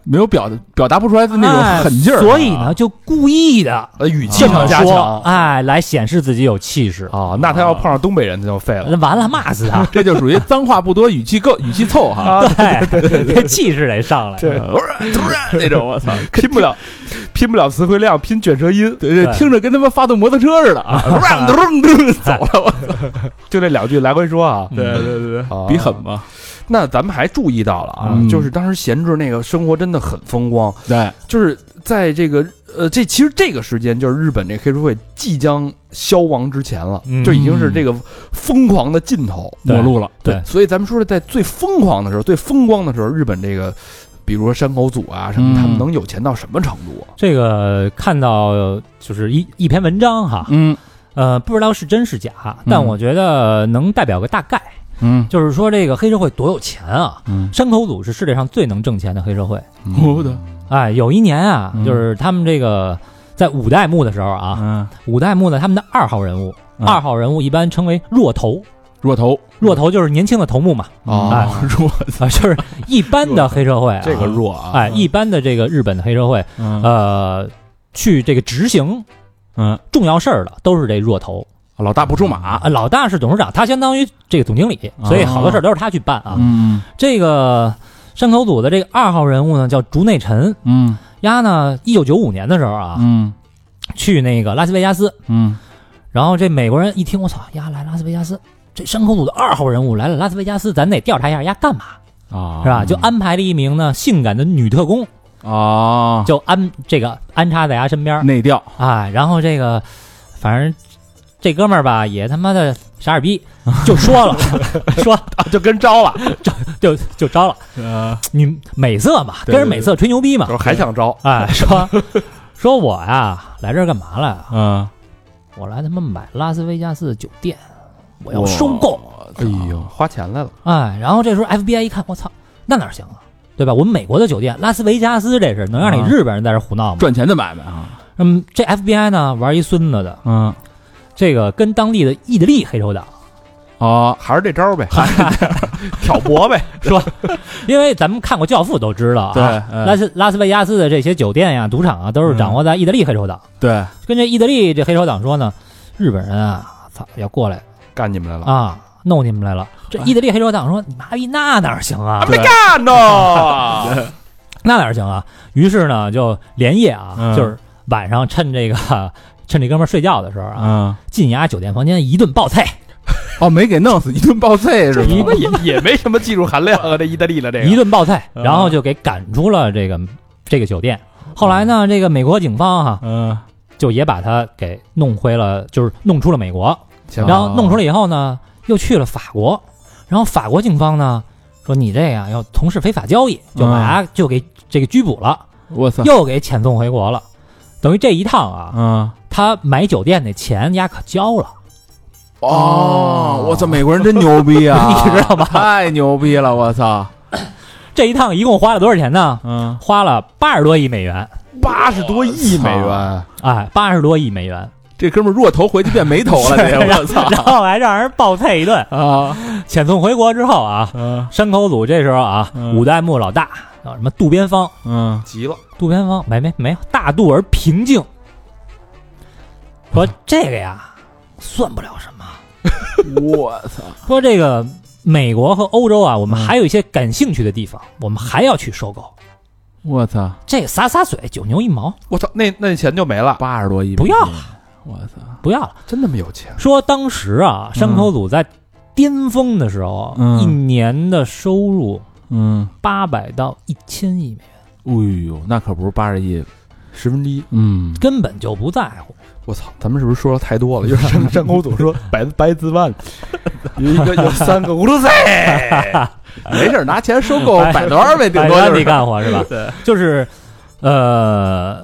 Speaker 3: 没有表表达不出来的那
Speaker 2: 哎
Speaker 3: 种狠劲儿。啊！
Speaker 2: 所以呢，就故意的
Speaker 1: 呃，语气
Speaker 2: 这么
Speaker 1: 上加
Speaker 2: 说
Speaker 1: 强，
Speaker 2: 哎，来显示自己有气势。
Speaker 1: 啊。那他要碰上东北人，他就废了。
Speaker 2: 那完了，骂死他
Speaker 3: 这就属于脏话不多，语气够，语气凑哈。
Speaker 2: 对，这气势得上来。
Speaker 1: 对
Speaker 3: 突然那种， 我操！
Speaker 1: 拼不 了，拼不了词汇量，拼卷舌音，
Speaker 3: 对对，
Speaker 2: 对
Speaker 3: 听着跟他妈发动摩托车似的 啊！走了，我
Speaker 1: 就这两句来回说啊。
Speaker 3: 对对对
Speaker 1: 啊
Speaker 3: 对，比狠吧？
Speaker 1: 那咱们还注意到了啊，
Speaker 3: 嗯
Speaker 1: 就是当时闲置那个生活真的很风光，
Speaker 3: 对，
Speaker 1: 就是在这个呃，这其实这个时间就是日本这黑社会即将消亡之前了，
Speaker 2: 嗯
Speaker 1: 就已经是这个疯狂的尽头。
Speaker 2: 对
Speaker 3: 末路了。
Speaker 2: 对
Speaker 1: 所以咱们说是在最疯狂的时候，最风光的时候，日本这个，比如说山口组啊什么，
Speaker 3: 嗯
Speaker 1: 他们能有钱到什么程度啊？
Speaker 2: 这个看到就是一一篇文章哈，
Speaker 3: 嗯
Speaker 2: 呃，不知道是真是假，但
Speaker 3: 嗯
Speaker 2: 我觉得能代表个大概，
Speaker 3: 嗯
Speaker 2: 就是说这个黑社会多有钱啊！
Speaker 3: 嗯，
Speaker 2: 山口组是世界上最能挣钱的黑社会，
Speaker 1: 嗯
Speaker 3: 我的
Speaker 2: 哎，有一年啊，
Speaker 3: 嗯
Speaker 2: 就是他们这个在五代目的时候啊，
Speaker 3: 嗯，
Speaker 2: 五代目呢，他们的二号人物，
Speaker 3: 嗯
Speaker 2: 二号人物一般称为弱头，
Speaker 3: 弱头
Speaker 2: 弱头就是年轻的头目 嘛，
Speaker 3: 嗯
Speaker 1: 哦
Speaker 2: 哎，
Speaker 3: 弱
Speaker 2: 啊，就是一般的黑社会、啊，
Speaker 1: 这个弱啊，
Speaker 2: 哎，一般的这个日本的黑社会，
Speaker 3: 嗯
Speaker 2: 呃，去这个执行
Speaker 3: 嗯，
Speaker 2: 重要事儿的都是这若头
Speaker 3: 老大不出马，
Speaker 2: 啊，老大是董事长，他相当于这个总经理，所以好多事儿都是他去办啊。
Speaker 3: 啊嗯
Speaker 2: 这个山口组的这个二号人物呢叫竹内辰，
Speaker 3: 嗯
Speaker 2: 丫呢一九九五年的时候啊，
Speaker 3: 嗯
Speaker 2: 去那个拉斯维加斯，
Speaker 3: 嗯
Speaker 2: 然后这美国人一听我操，丫来拉斯维加斯，这山口组的二号人物来了拉斯维加斯，咱得调查一下丫干嘛
Speaker 3: 啊，
Speaker 2: 是吧？就安排了一名呢性感的女特工，
Speaker 3: 啊，
Speaker 2: 就安这个安插在丫身边儿
Speaker 3: 内调，
Speaker 2: 啊，然后这个反正这哥们儿吧也他妈的傻眼逼，就说了说
Speaker 1: 啊就跟招了，
Speaker 2: 就就招了
Speaker 3: 呃，
Speaker 2: 女美色嘛，跟人美色吹牛逼嘛
Speaker 1: 就是，还想招，
Speaker 2: 哎说说我呀、来这儿干嘛来？
Speaker 3: 嗯，
Speaker 2: 我来他妈买拉斯维加斯的酒店，我要收购。
Speaker 1: 哎呦，花钱来了，
Speaker 2: 哎，然后这时候 FBI 一看，我操，那哪行啊，对吧？我们美国的酒店，拉斯维加斯这是能让你
Speaker 3: 啊
Speaker 2: 日本人在这胡闹吗？
Speaker 3: 赚钱的买卖啊，
Speaker 2: 嗯，这 FBI 呢玩一孙子的，
Speaker 3: 嗯
Speaker 2: 这个跟当地的意大利黑手党，
Speaker 3: 啊，
Speaker 1: 还是这招 呗，挑拨呗，
Speaker 2: 因为咱们看过《教父》都知道啊，
Speaker 3: 对，
Speaker 2: 拉
Speaker 3: 哎
Speaker 2: 斯拉斯维加斯的这些酒店呀、赌场啊，都是掌握在意大利黑手党。
Speaker 3: 对，
Speaker 2: 跟这意大利这黑手党说呢，日本人啊，操，要过来
Speaker 1: 干你们来了，
Speaker 2: 啊，弄你们来了。这
Speaker 3: 哎
Speaker 2: 意大利黑手党说，你妈逼那哪儿行啊？
Speaker 3: 对
Speaker 1: 干 呢，
Speaker 2: 那哪儿行啊？于是呢，就连夜啊，
Speaker 3: 嗯
Speaker 2: 就是晚上趁这个 趁这哥们儿睡觉的时候啊，
Speaker 3: 嗯，
Speaker 2: 进牙酒店房间一顿暴菜，
Speaker 3: 哦，没给弄死，一顿暴揍是吧？
Speaker 1: 你们也也没什么技术含量啊，这意大利的这
Speaker 2: 一
Speaker 1: 个，
Speaker 2: 顿暴菜，
Speaker 3: 嗯
Speaker 2: 然后就给赶出了这个这个酒店。后来呢，这个美国警方哈、
Speaker 3: 嗯，
Speaker 2: 就也把他给弄回了，就是弄出了美国。
Speaker 1: 行
Speaker 2: 然后弄出来以后呢，又去了法国，然后法国警方呢说你这样要从事非法交易，
Speaker 3: 嗯
Speaker 2: 就把他就给这个拘捕了，
Speaker 3: 我操，
Speaker 2: 又给遣送回国了。等于这一趟啊，
Speaker 3: 嗯，
Speaker 2: 他买酒店那钱丫可交了，
Speaker 3: 哦，我操，美国人真牛逼啊，
Speaker 2: 你知道吧
Speaker 3: 太牛逼了，我操，
Speaker 2: 这一趟一共花了多少钱呢？
Speaker 3: 嗯，
Speaker 2: 花了八十多亿美元，
Speaker 1: 八十多亿美元，
Speaker 2: 哎，八十多亿美元，
Speaker 3: 这哥们儿若头回去变没头了，这我操
Speaker 2: 然后还让人暴菜一顿。
Speaker 3: 啊，
Speaker 2: 遣送回国之后啊，
Speaker 3: 嗯
Speaker 2: 山口组这时候啊，
Speaker 3: 嗯
Speaker 2: 五代目老大叫什么渡边芳，
Speaker 3: 嗯，
Speaker 1: 急了，
Speaker 2: 渡边芳没没没有大度而平静，说这个呀算不了什么。
Speaker 3: 我操，
Speaker 2: 说这个美国和欧洲啊，我们
Speaker 3: 嗯
Speaker 2: 还有一些感兴趣的地方，我们还要去收购。
Speaker 3: 我操，
Speaker 2: 这个洒洒水，九牛一毛，
Speaker 1: 我操，那那钱就没了，
Speaker 3: 八十多亿，
Speaker 2: 不要，
Speaker 3: 我操，
Speaker 2: 不要了。
Speaker 1: 真他妈有钱，
Speaker 2: 说当时啊，山口组在巅峰的时候，
Speaker 3: 嗯
Speaker 2: 一年的收入
Speaker 3: 嗯，
Speaker 2: 八百到一千亿美元，
Speaker 3: 哎呦，那可不是八十亿，
Speaker 1: 十分之一，
Speaker 3: 嗯，
Speaker 2: 根本就不在乎。
Speaker 1: 我操，咱们是不是说的太多了？就是山山口 组说百百子万，有一个有三个葫芦塞，
Speaker 3: 没事儿，拿钱收购百多二呗，顶
Speaker 2: 百
Speaker 3: 多
Speaker 2: 万
Speaker 3: 就
Speaker 2: 地
Speaker 3: 是。
Speaker 2: 干活是吧？对，就是呃，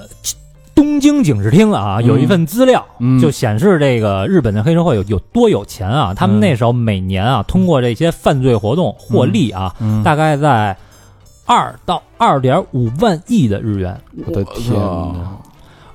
Speaker 2: 东京警视厅啊，有一份资料。
Speaker 3: 嗯
Speaker 2: 就显示这个日本的黑社会有有多有钱啊！他们那时候每年啊，通过这些犯罪活动获利啊，
Speaker 3: 嗯
Speaker 2: 大概在二到二点五万亿的日元。
Speaker 1: 我的天哪！
Speaker 3: 操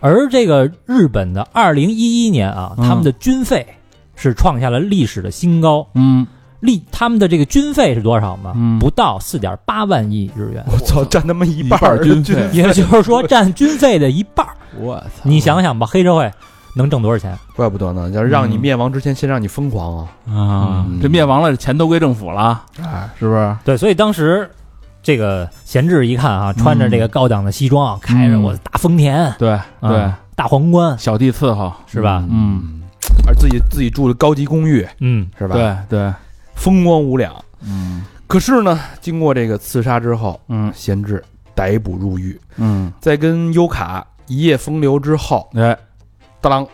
Speaker 2: 而这个日本的二零一一年啊，
Speaker 3: 嗯
Speaker 2: 他们的军费是创下了历史的新高，
Speaker 3: 嗯，
Speaker 2: 历他们的这个军费是多少吗？
Speaker 3: 嗯
Speaker 2: 不到四点八万亿日 元。
Speaker 1: 我操，占他妈一半
Speaker 3: 一半
Speaker 1: 儿
Speaker 3: 儿军
Speaker 1: 军
Speaker 3: 费
Speaker 2: 也就是说占军费的一半儿。
Speaker 3: 我操！
Speaker 2: 你想想吧，黑社会能挣多少钱？
Speaker 1: 怪不得呢，要是让你灭亡之前先让你疯狂啊！
Speaker 3: 啊
Speaker 1: 嗯，
Speaker 3: 这灭亡了，钱都归政府了，
Speaker 1: 哎，
Speaker 3: 是不是？
Speaker 2: 对，所以当时这个闲置一看啊，
Speaker 3: 嗯
Speaker 2: 穿着这个高档的西装啊，开着我的大丰田，
Speaker 3: 对嗯对
Speaker 2: 啊，大皇冠，
Speaker 3: 小弟伺候，
Speaker 2: 是吧？
Speaker 3: 嗯，
Speaker 1: 而自己自己住的高级公寓
Speaker 2: 嗯，
Speaker 1: 是吧？，
Speaker 3: 对对，
Speaker 1: 风光无两。
Speaker 3: 嗯
Speaker 1: 可是呢，经过这个刺杀之后，
Speaker 3: 嗯
Speaker 1: 贤治逮捕入狱，
Speaker 3: 嗯，
Speaker 1: 在跟优卡一夜风流之后，
Speaker 3: 哎，
Speaker 1: 当啷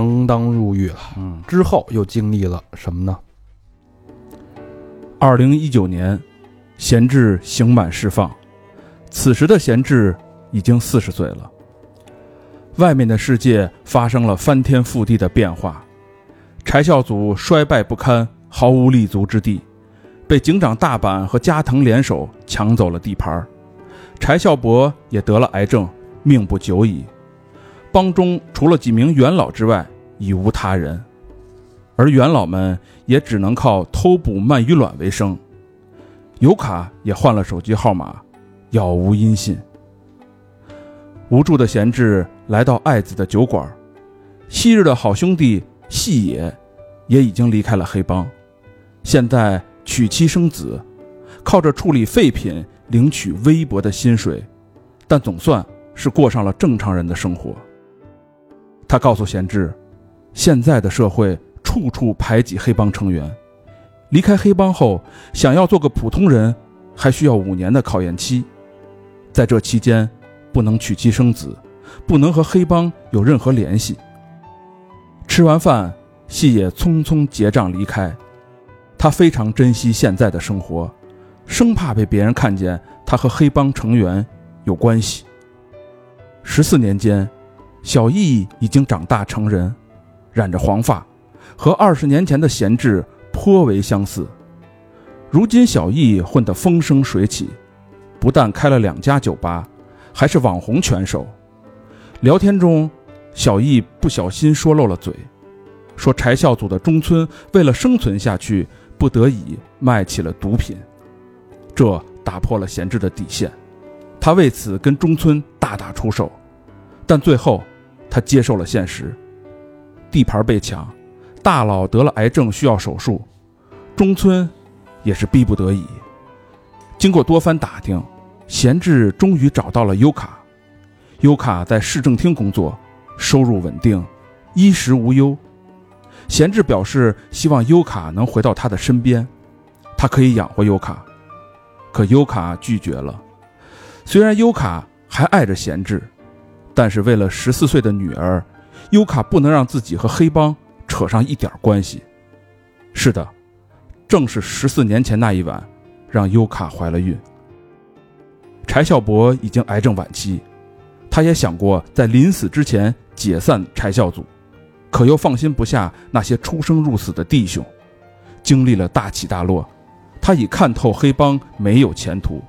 Speaker 1: 锒铛入狱了。
Speaker 3: 嗯，
Speaker 1: 之后又经历了什么呢？
Speaker 3: 二零一九年，闲置刑满释放，此时的闲置已经四十岁了。外面的世界发生了翻天覆地的变化，柴孝祖衰败不堪，毫无立足之地，被警长大阪和加藤联手抢走了地盘儿。柴孝伯也得了癌症，命不久矣。帮中除了几名元老之外，已无他人，而元老们也只能靠偷捕鳗鱼卵为生。尤卡也换了手机号码，杳无音信。无助的闲置来到爱子的酒馆，昔日的好兄弟细野也已经离开了黑帮，现在娶妻生子，靠着处理废品领取微薄的薪水，但总算是过上了正常人的生活。他告诉贤治，现在的社会处处排挤黑帮成员，离开黑帮后，想要做个普通人，还需要五年的考验期，在这期间不能娶妻生子，不能和黑帮有任何联系。吃完饭，细野匆匆结账离开。他非常珍惜现在的生活，生怕被别人看见他和黑帮成员有关系。十四年间，小易已经长大成人，染着黄发，和二十年前的贤治颇为相似。如今小易混得风生水起，不但开了两家酒吧，还是网红拳手。聊天中，小易不小心说漏了嘴，说柴孝祖的中村为了生存下去，不得已卖起了毒品，这打破了贤治的底线。他为此跟中村大打出手，但最后他接受了现实，地盘被抢，大佬得了癌症需要手术，中村也是逼不得已。经过多番打听，贤治终于找到了优卡。优卡在市政厅工作，收入稳定，衣食无忧。贤治表示希望优卡能回到他的身边，他可以养活优卡，可优卡拒绝了。虽然优卡还爱着贤治，但是为了十四岁的女儿，优卡不能让自己和黑帮扯上一点关系。是的，正是十四年前那一晚，让优卡怀了孕。柴孝伯已经癌症晚期，他也想过在临死之前解散柴孝组，可又放心不下那些出生入死的弟兄。经历了大起大落，他已看透黑帮没有前途，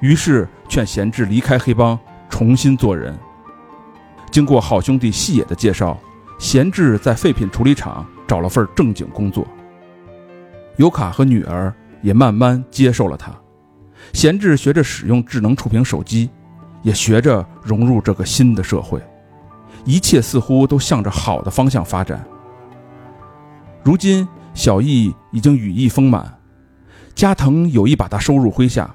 Speaker 3: 于是劝贤治离开黑帮，重新做人。经过好兄弟细野的介绍，贤治在废品处理厂找了份正经工作。尤卡和女儿也慢慢接受了他。贤治学着使用智能触屏手机，也学着融入这个新的社会，一切似乎都向着好的方向发展。如今，小易已经羽翼丰满，加藤有意把他收入麾下，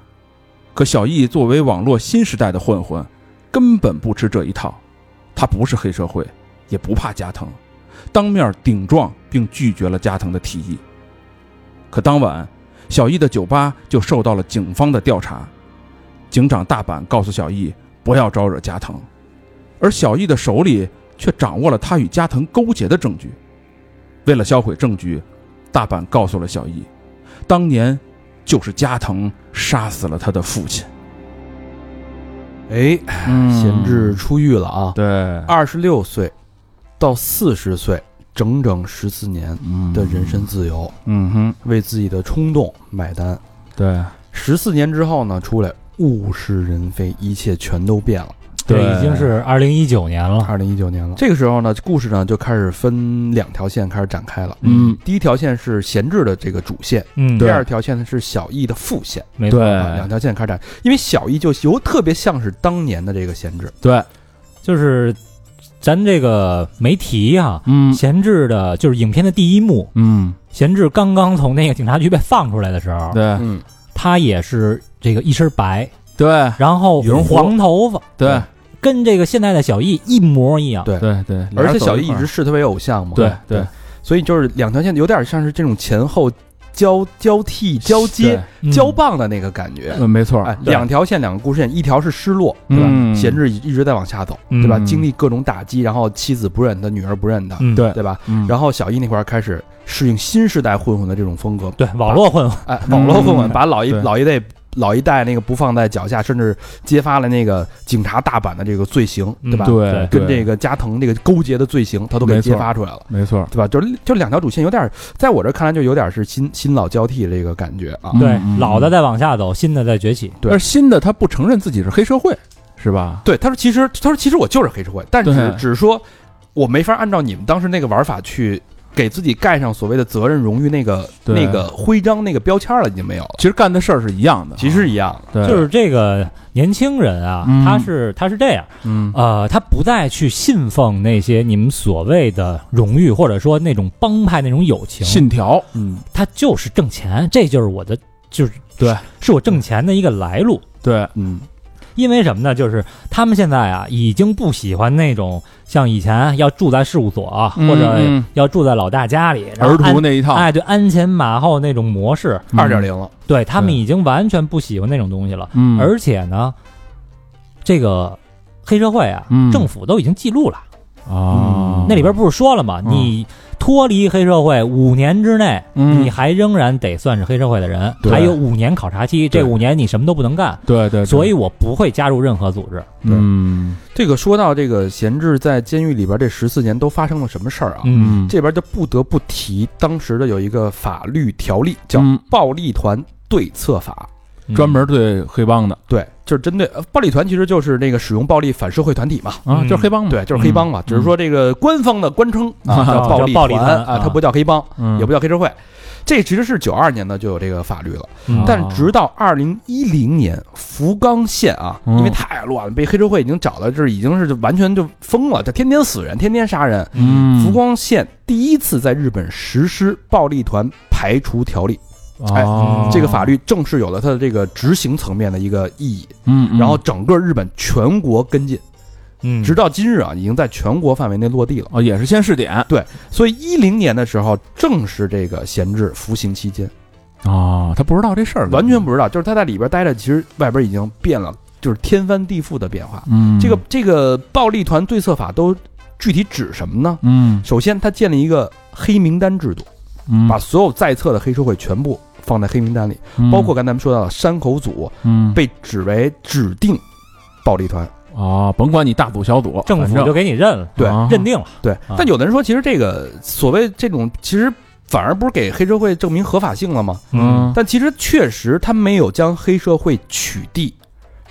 Speaker 3: 可小易作为网络新时代的混混，根本不吃这一套。他不是黑社会，也不怕加藤，当面顶撞并拒绝了加藤的提议。可当晚，小易的酒吧就受到了警方的调查。警长大阪告诉小易不要招惹加藤，而小易的手里却掌握了他与加藤勾结的证据。为了销毁证据，大阪告诉了小易，当年就是加藤杀死了他的父亲。
Speaker 1: 哎，
Speaker 4: 闲
Speaker 1: 贤
Speaker 4: 置
Speaker 1: 治出狱了啊，
Speaker 3: 嗯对，
Speaker 1: 二十六岁到四十岁，整整十四年的人身自由，
Speaker 3: 嗯哼，
Speaker 1: 为自己的冲动买单。
Speaker 3: 对
Speaker 1: 十四年之后呢，出来物是人非，一切全都变了。
Speaker 2: 已经是二零一九年了。
Speaker 1: 二零一九年了，啊这个时候呢，故事呢就开始分两条线开始展开了。
Speaker 3: 嗯
Speaker 1: 第一条线是贤治的这个主线，
Speaker 2: 嗯，
Speaker 1: 第二条线呢是小易的副线，
Speaker 2: 没错，
Speaker 1: 啊，
Speaker 3: 嗯对
Speaker 1: 两条线开展。因为小 E 易就有特别像是当年的这个贤治，
Speaker 3: 对，
Speaker 2: 就是咱这个没提啊，
Speaker 3: 嗯
Speaker 2: 闲置的，就是影片的第一幕，
Speaker 3: 嗯，
Speaker 2: 闲置刚刚从那个警察局被放出来的时候，
Speaker 3: 对
Speaker 1: 嗯，
Speaker 2: 他也是这个一身白，
Speaker 3: 对
Speaker 2: 然后
Speaker 3: 羽绒服
Speaker 2: 黄头发，
Speaker 3: 对
Speaker 2: 跟这个现在的小易一模一样。
Speaker 1: 对
Speaker 3: 对对，
Speaker 1: 而且小易
Speaker 3: 易
Speaker 1: 一直视他为偶像嘛，
Speaker 3: 对对
Speaker 1: 所以就是两条线有点像是这种前后交交替交接、
Speaker 2: 嗯
Speaker 1: 交棒的那个感觉。
Speaker 3: 嗯，没错，
Speaker 1: 哎，
Speaker 3: 对
Speaker 1: 两条线，两个故事线，一条是失落，对吧？
Speaker 3: 嗯
Speaker 1: 贤治一直在往下走，对吧？
Speaker 3: 嗯
Speaker 1: 经历各种打击，然后妻子不认他，女儿不认他，
Speaker 2: 嗯，
Speaker 3: 对
Speaker 1: 对吧？
Speaker 3: 嗯
Speaker 1: 然后小 E 易那块儿开始适应新时代混混的这种风格，
Speaker 2: 对，网络混混，
Speaker 1: 哎，网络混混
Speaker 3: 嗯
Speaker 1: 把老一
Speaker 3: 对
Speaker 1: 老一代老一代那个不放在脚下，甚至揭发了那个警察大阪的这个罪行，对吧？
Speaker 2: 嗯
Speaker 3: 对，
Speaker 1: 跟
Speaker 3: 对
Speaker 1: 这个加藤这个勾结的罪行，他都给
Speaker 3: 没错
Speaker 1: 揭发出来了。
Speaker 3: 没错，
Speaker 1: 对吧？就是就两条主线有点儿，在我这看来就有点儿是新新老交替这个感觉啊。
Speaker 3: 嗯
Speaker 2: 对，老的在往下走，新的在崛起。
Speaker 1: 对
Speaker 3: 而新的他不承认自己是黑社会，是吧？
Speaker 1: 对，他说其实他说其实我就是黑社会，但只
Speaker 3: 对
Speaker 1: 只是说我没法按照你们当时那个玩法去给自己盖上所谓的责任、荣誉那个
Speaker 3: 对
Speaker 1: 那个徽章、那个标签了，已经没有了。
Speaker 3: 其实干的事儿是一样的，
Speaker 1: 其实一样的，
Speaker 3: 对，
Speaker 2: 就是这个年轻人啊，
Speaker 3: 嗯
Speaker 2: 他是他是这样，
Speaker 3: 嗯
Speaker 2: 呃，他不再去信奉那些你们所谓的荣誉，或者说那种帮派那种友情，
Speaker 3: 信条，嗯，
Speaker 2: 他就是挣钱，这就是我的，就是
Speaker 3: 对，
Speaker 2: 是我挣钱的一个来路。
Speaker 3: 对，
Speaker 1: 嗯，
Speaker 2: 因为什么呢？就是他们现在啊，已经不喜欢那种像以前要住在事务所啊、
Speaker 3: 嗯
Speaker 2: 或者
Speaker 3: 嗯
Speaker 2: 要住在老大家里，然后
Speaker 3: 儿啊
Speaker 2: 鞍
Speaker 3: 徒那一套，
Speaker 2: 哎，对，鞍前马后那种模式，
Speaker 3: 嗯
Speaker 1: 二点，零了，
Speaker 2: 对他们
Speaker 3: 对
Speaker 2: 已经完全不喜欢那种东西了。
Speaker 3: 嗯，
Speaker 2: 而且呢，这个黑社会啊，
Speaker 3: 嗯
Speaker 2: 政府都已经记录了，
Speaker 3: 啊，
Speaker 2: 嗯那里边不是说了吗？
Speaker 3: 嗯
Speaker 2: 你脱离黑社会五年之内，
Speaker 3: 嗯
Speaker 2: 你还仍然得算是黑社会的人，
Speaker 3: 对
Speaker 2: 还有五年考察期，
Speaker 3: 对
Speaker 2: 这五年你什么都不能干，
Speaker 3: 对对，对
Speaker 2: 所以我不会加入任何组织。啊
Speaker 3: 嗯
Speaker 1: 这个说到这个闲置在监狱里边这十四年都发生了什么事儿啊？
Speaker 2: 嗯，
Speaker 1: 这边就不得不提当时的有一个法律条例叫
Speaker 3: 嗯
Speaker 1: 《暴力团对策法》，
Speaker 2: 嗯
Speaker 3: 专门对黑帮的
Speaker 1: 对，就是针对呃暴力团，其实就是那个使用暴力反社会团体嘛，
Speaker 3: 啊，
Speaker 2: 嗯
Speaker 3: 就是黑帮嘛，
Speaker 1: 对，就是黑帮嘛。只是说这个官方的官称啊
Speaker 2: 叫
Speaker 1: 叫暴力
Speaker 2: 暴力团
Speaker 1: 啊
Speaker 2: 啊，
Speaker 1: 它不叫黑帮，
Speaker 3: 嗯，
Speaker 1: 也不叫黑社会。这其实是九二年呢就有这个法律了，
Speaker 2: 嗯
Speaker 1: 但
Speaker 3: 哦
Speaker 1: 直到二零一零年，福冈县啊，
Speaker 3: 嗯
Speaker 1: 因为太乱了，被黑社会已经找到，这已经是就完全就疯了，就天天死人，天天杀人。
Speaker 3: 嗯，
Speaker 1: 福冈县第一次在日本实施暴力团排除条例，哎
Speaker 3: 哦
Speaker 1: 这个法律正式有了它的这个执行层面的一个意义，
Speaker 3: 嗯，嗯
Speaker 1: 然后整个日本全国跟进，
Speaker 2: 嗯
Speaker 1: 直到今日啊，已经在全国范围内落地了。
Speaker 3: 哦也是先试点
Speaker 1: 所以一零年的时候，正是这个闲置服刑期间，
Speaker 3: 哦，他不知道这事儿，
Speaker 1: 完全不知道，就是他在里边待着，其实外边已经变了，就是天翻地覆的变化。
Speaker 3: 嗯，
Speaker 1: 这个这个暴力团对策法都具体指什么呢？
Speaker 3: 嗯
Speaker 1: 首先，他建立一个黑名单制度，
Speaker 3: 嗯，
Speaker 1: 把所有在册的黑社会全部放在黑名单里，
Speaker 3: 嗯
Speaker 1: 包括刚才咱们说到的山口组
Speaker 3: 嗯
Speaker 1: 被指为指定暴力团，
Speaker 3: 啊，甭管你大组小组，
Speaker 2: 政府
Speaker 3: 反
Speaker 2: 就
Speaker 3: 正
Speaker 2: 给你认了，
Speaker 1: 对
Speaker 3: 啊
Speaker 2: 认定了。
Speaker 1: 对
Speaker 2: 啊，
Speaker 1: 但有的人说，其实这个所谓这种，其实反而不是给黑社会证明合法性了吗？
Speaker 3: 嗯
Speaker 1: 但其实确实他没有将黑社会取缔。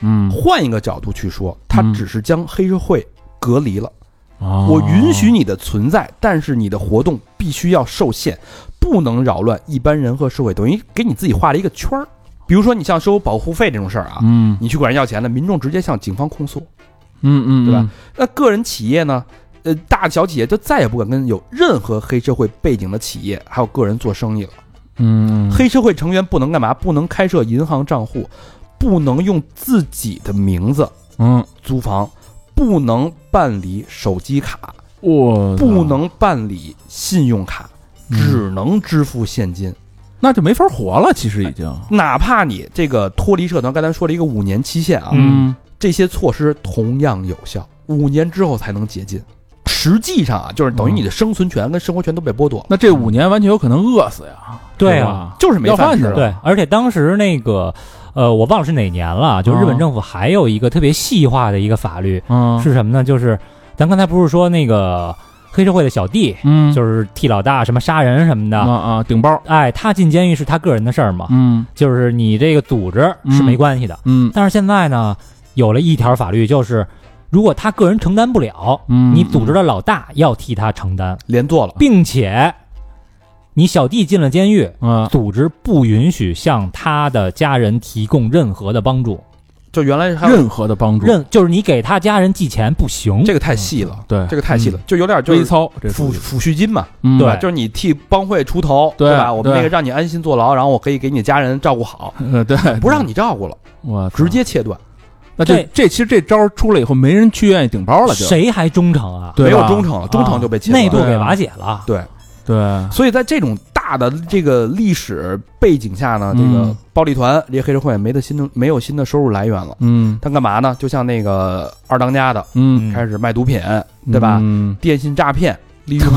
Speaker 3: 嗯，
Speaker 1: 换一个角度去说，他
Speaker 3: 嗯
Speaker 1: 只是将黑社会隔离了。
Speaker 3: 我
Speaker 1: 我允许你的存在，但是你的活动必须要受限，不能扰乱一般人和社会，等于给你自己画了一个圈儿。比如说，你像收保护费这种事儿啊，
Speaker 3: 嗯
Speaker 1: 你去管人要钱的，民众直接向警方控诉。
Speaker 3: 嗯嗯，
Speaker 1: 对吧？那个人企业呢？呃，大小企业就再也不敢跟有任何黑社会背景的企业还有个人做生意了。
Speaker 3: 嗯，
Speaker 1: 黑社会成员不能干嘛？不能开设银行账户，不能用自己的名字
Speaker 3: 嗯，
Speaker 1: 租房，不能办理手机卡，
Speaker 3: 我操
Speaker 1: 不，能办理信用卡，只能支付现金。
Speaker 3: 那就没法活了，其实已经，
Speaker 1: 哪怕你这个脱离社团，刚才说了一个五年期限啊，
Speaker 2: 嗯
Speaker 1: 这些措施同样有效，五年之后才能解禁。实际上啊，就是等于你的生存权跟生活权都被剥夺了，
Speaker 3: 那这五年完全有可能饿死呀，
Speaker 2: 对啊，
Speaker 3: 啊，
Speaker 1: 就是没
Speaker 3: 要
Speaker 1: 嗯饭
Speaker 3: 饭
Speaker 1: 吃
Speaker 3: 去
Speaker 1: 了。
Speaker 2: 对，而且当时那个，呃，我忘了是哪年了，就日本政府还有一个特别细化的一个法律
Speaker 3: 嗯
Speaker 2: 是什么呢？就是咱刚才不是说那个黑社会的小弟，
Speaker 3: 嗯，是
Speaker 2: 就是替老大什么杀人什么
Speaker 3: 啊
Speaker 2: 的，
Speaker 3: 啊，顶包，
Speaker 2: 哎，他进监狱是他个人的事儿嘛，
Speaker 3: 嗯
Speaker 2: 就是你这个组织是没关系的。
Speaker 3: 嗯
Speaker 2: 但是现在呢，有了一条法律，就是如果他个人承担不了，
Speaker 3: 嗯，
Speaker 2: 你组织的老大要替他承担，
Speaker 1: 连坐了，
Speaker 2: 并且你小弟进了监狱，
Speaker 3: 啊，
Speaker 2: 组织不允许向他的家人提供任何的帮助，
Speaker 1: 就原来还有嗯
Speaker 3: 任何的帮助，
Speaker 2: 任就是你给他家人寄钱不行。
Speaker 1: 这个太细了，
Speaker 3: 对
Speaker 1: 这个太细了，就有点就
Speaker 3: 微
Speaker 1: 是
Speaker 3: 操，这属
Speaker 1: 抚
Speaker 3: 于
Speaker 1: 抚恤金嘛，
Speaker 3: 嗯
Speaker 1: 吧？就是你替帮会出头，
Speaker 3: 对
Speaker 1: 吧？我们那个
Speaker 3: 对
Speaker 1: 让你安心坐牢，然后我可以给你家人照顾好，
Speaker 3: 呃对，
Speaker 1: 不让你照顾了，
Speaker 3: 我操
Speaker 1: 直接切断，
Speaker 3: 那这
Speaker 2: 对
Speaker 3: 这其实这招儿出来以后，没人去愿意顶包了，就
Speaker 2: 谁还忠诚啊？
Speaker 3: 对
Speaker 1: 没有
Speaker 3: 吧
Speaker 1: 忠诚了，忠诚就被切断
Speaker 2: 内
Speaker 1: 了。
Speaker 2: 部给瓦解了。
Speaker 1: 对，
Speaker 3: 对，
Speaker 1: 所以在这种大的这个历史背景下呢，这个
Speaker 3: 嗯
Speaker 1: 暴力团这些黑社会没得新的没有新的收入来源了。
Speaker 3: 嗯
Speaker 1: 他干嘛呢？就像那个二当家的，
Speaker 3: 嗯，
Speaker 1: 开始卖毒品，对吧？
Speaker 3: 嗯，
Speaker 1: 电信诈骗，利用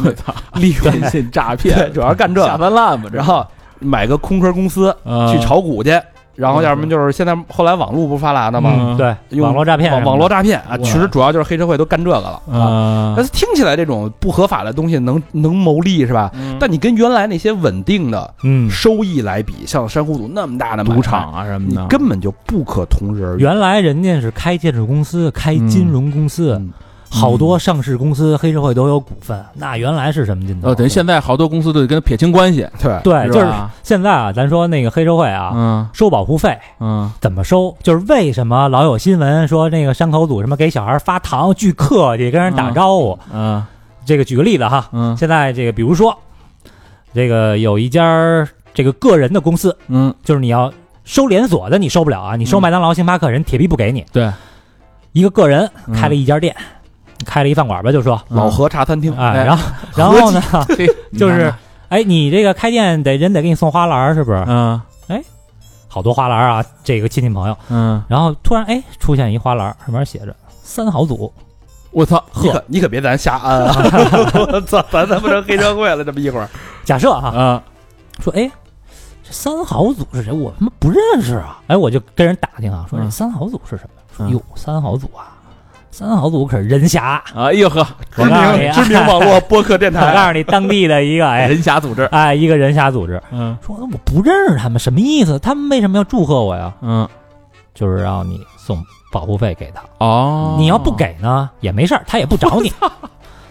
Speaker 1: 利用
Speaker 3: 电信诈
Speaker 1: 对，
Speaker 3: 骗，
Speaker 1: 主要是干这
Speaker 3: 下
Speaker 1: 个，
Speaker 3: 三滥吧，这
Speaker 1: 然后买个空壳公司
Speaker 3: 呃
Speaker 1: 去炒股去，然后要
Speaker 3: 嗯
Speaker 1: 么就是现在后来网络不是发达的吗？
Speaker 2: 嗯对，
Speaker 1: 用
Speaker 2: 网络诈骗什么
Speaker 1: 网
Speaker 2: 的，
Speaker 1: 网络诈骗啊，
Speaker 3: 哇
Speaker 1: 其实主要就是黑社会都干这个了。
Speaker 2: 嗯
Speaker 3: 啊
Speaker 1: 但，是听起来这种不合法的东西能能牟利是吧？
Speaker 3: 嗯
Speaker 1: 但你跟原来那些稳定的
Speaker 2: 嗯，
Speaker 1: 收益来比，像珊瑚组那么大的买卖
Speaker 3: 赌场，啊什么
Speaker 1: 你
Speaker 3: 的，
Speaker 1: 根本就不可同日而语。
Speaker 2: 原来人家是开建筑公司、开金融公司，
Speaker 1: 嗯
Speaker 2: 好多上市公司、黑社会都有股份，那原来是什么劲头？啊
Speaker 3: 呃，嗯等于现在好多公司都得跟他撇清关系，
Speaker 1: 对，
Speaker 2: 对，就是
Speaker 3: 吧
Speaker 2: 现在啊，咱说那个黑社会啊，
Speaker 3: 嗯
Speaker 2: 收保护费
Speaker 3: 嗯，
Speaker 2: 怎么收？就是为什么老有新闻说那个山口组什么给小孩发糖，巨客气，跟人打招呼。
Speaker 3: 嗯
Speaker 2: 这个举个例子哈，
Speaker 3: 嗯
Speaker 2: 现在这个比如说，这个有一家儿这个个人的公司，
Speaker 3: 嗯，
Speaker 2: 就是你要收连锁的，你收不了啊，你收
Speaker 3: 嗯
Speaker 2: 麦当劳、星巴克，人铁皮不给你。
Speaker 3: 对，
Speaker 2: 一个个人开了一家店，开了一饭馆吧，就说，
Speaker 3: 嗯
Speaker 1: 老何茶餐厅，
Speaker 2: 哎，
Speaker 3: 哎
Speaker 2: 然后然后呢，
Speaker 3: 嘿
Speaker 2: 就是哎，你这个开店得人得给你送花篮儿，是不是？
Speaker 3: 嗯
Speaker 2: 好多花篮儿啊，这个亲戚朋友。
Speaker 3: 嗯，
Speaker 2: 然后突然哎，出现一花篮儿，上面写着“三好组
Speaker 3: 我操，
Speaker 1: 你可你可别咱瞎安 啊！我操，咱他妈成黑社会了，这么一会儿。”。
Speaker 2: 假设哈，
Speaker 3: 啊
Speaker 2: 说哎，这三好组是谁？我他妈不认识啊！哎，我就跟人打听啊，说
Speaker 3: 嗯
Speaker 2: 这三好组是什么？说
Speaker 3: 嗯
Speaker 2: 哟，三好组啊，三好组可是人侠，
Speaker 3: 哎呦呵，
Speaker 2: 我告诉你啊，
Speaker 1: 知名网络播客电
Speaker 2: 我
Speaker 1: 台，
Speaker 3: 啊
Speaker 2: 告诉你，当地的一个哎
Speaker 3: 人侠组织，
Speaker 2: 哎一个人侠组织，
Speaker 3: 嗯
Speaker 2: 说我不认识他们，什么意思？他们为什么要祝贺我呀？
Speaker 3: 嗯，
Speaker 2: 就是让你送保护费给他，
Speaker 3: 哦，
Speaker 2: 你要不给呢也没事儿，他也不找你。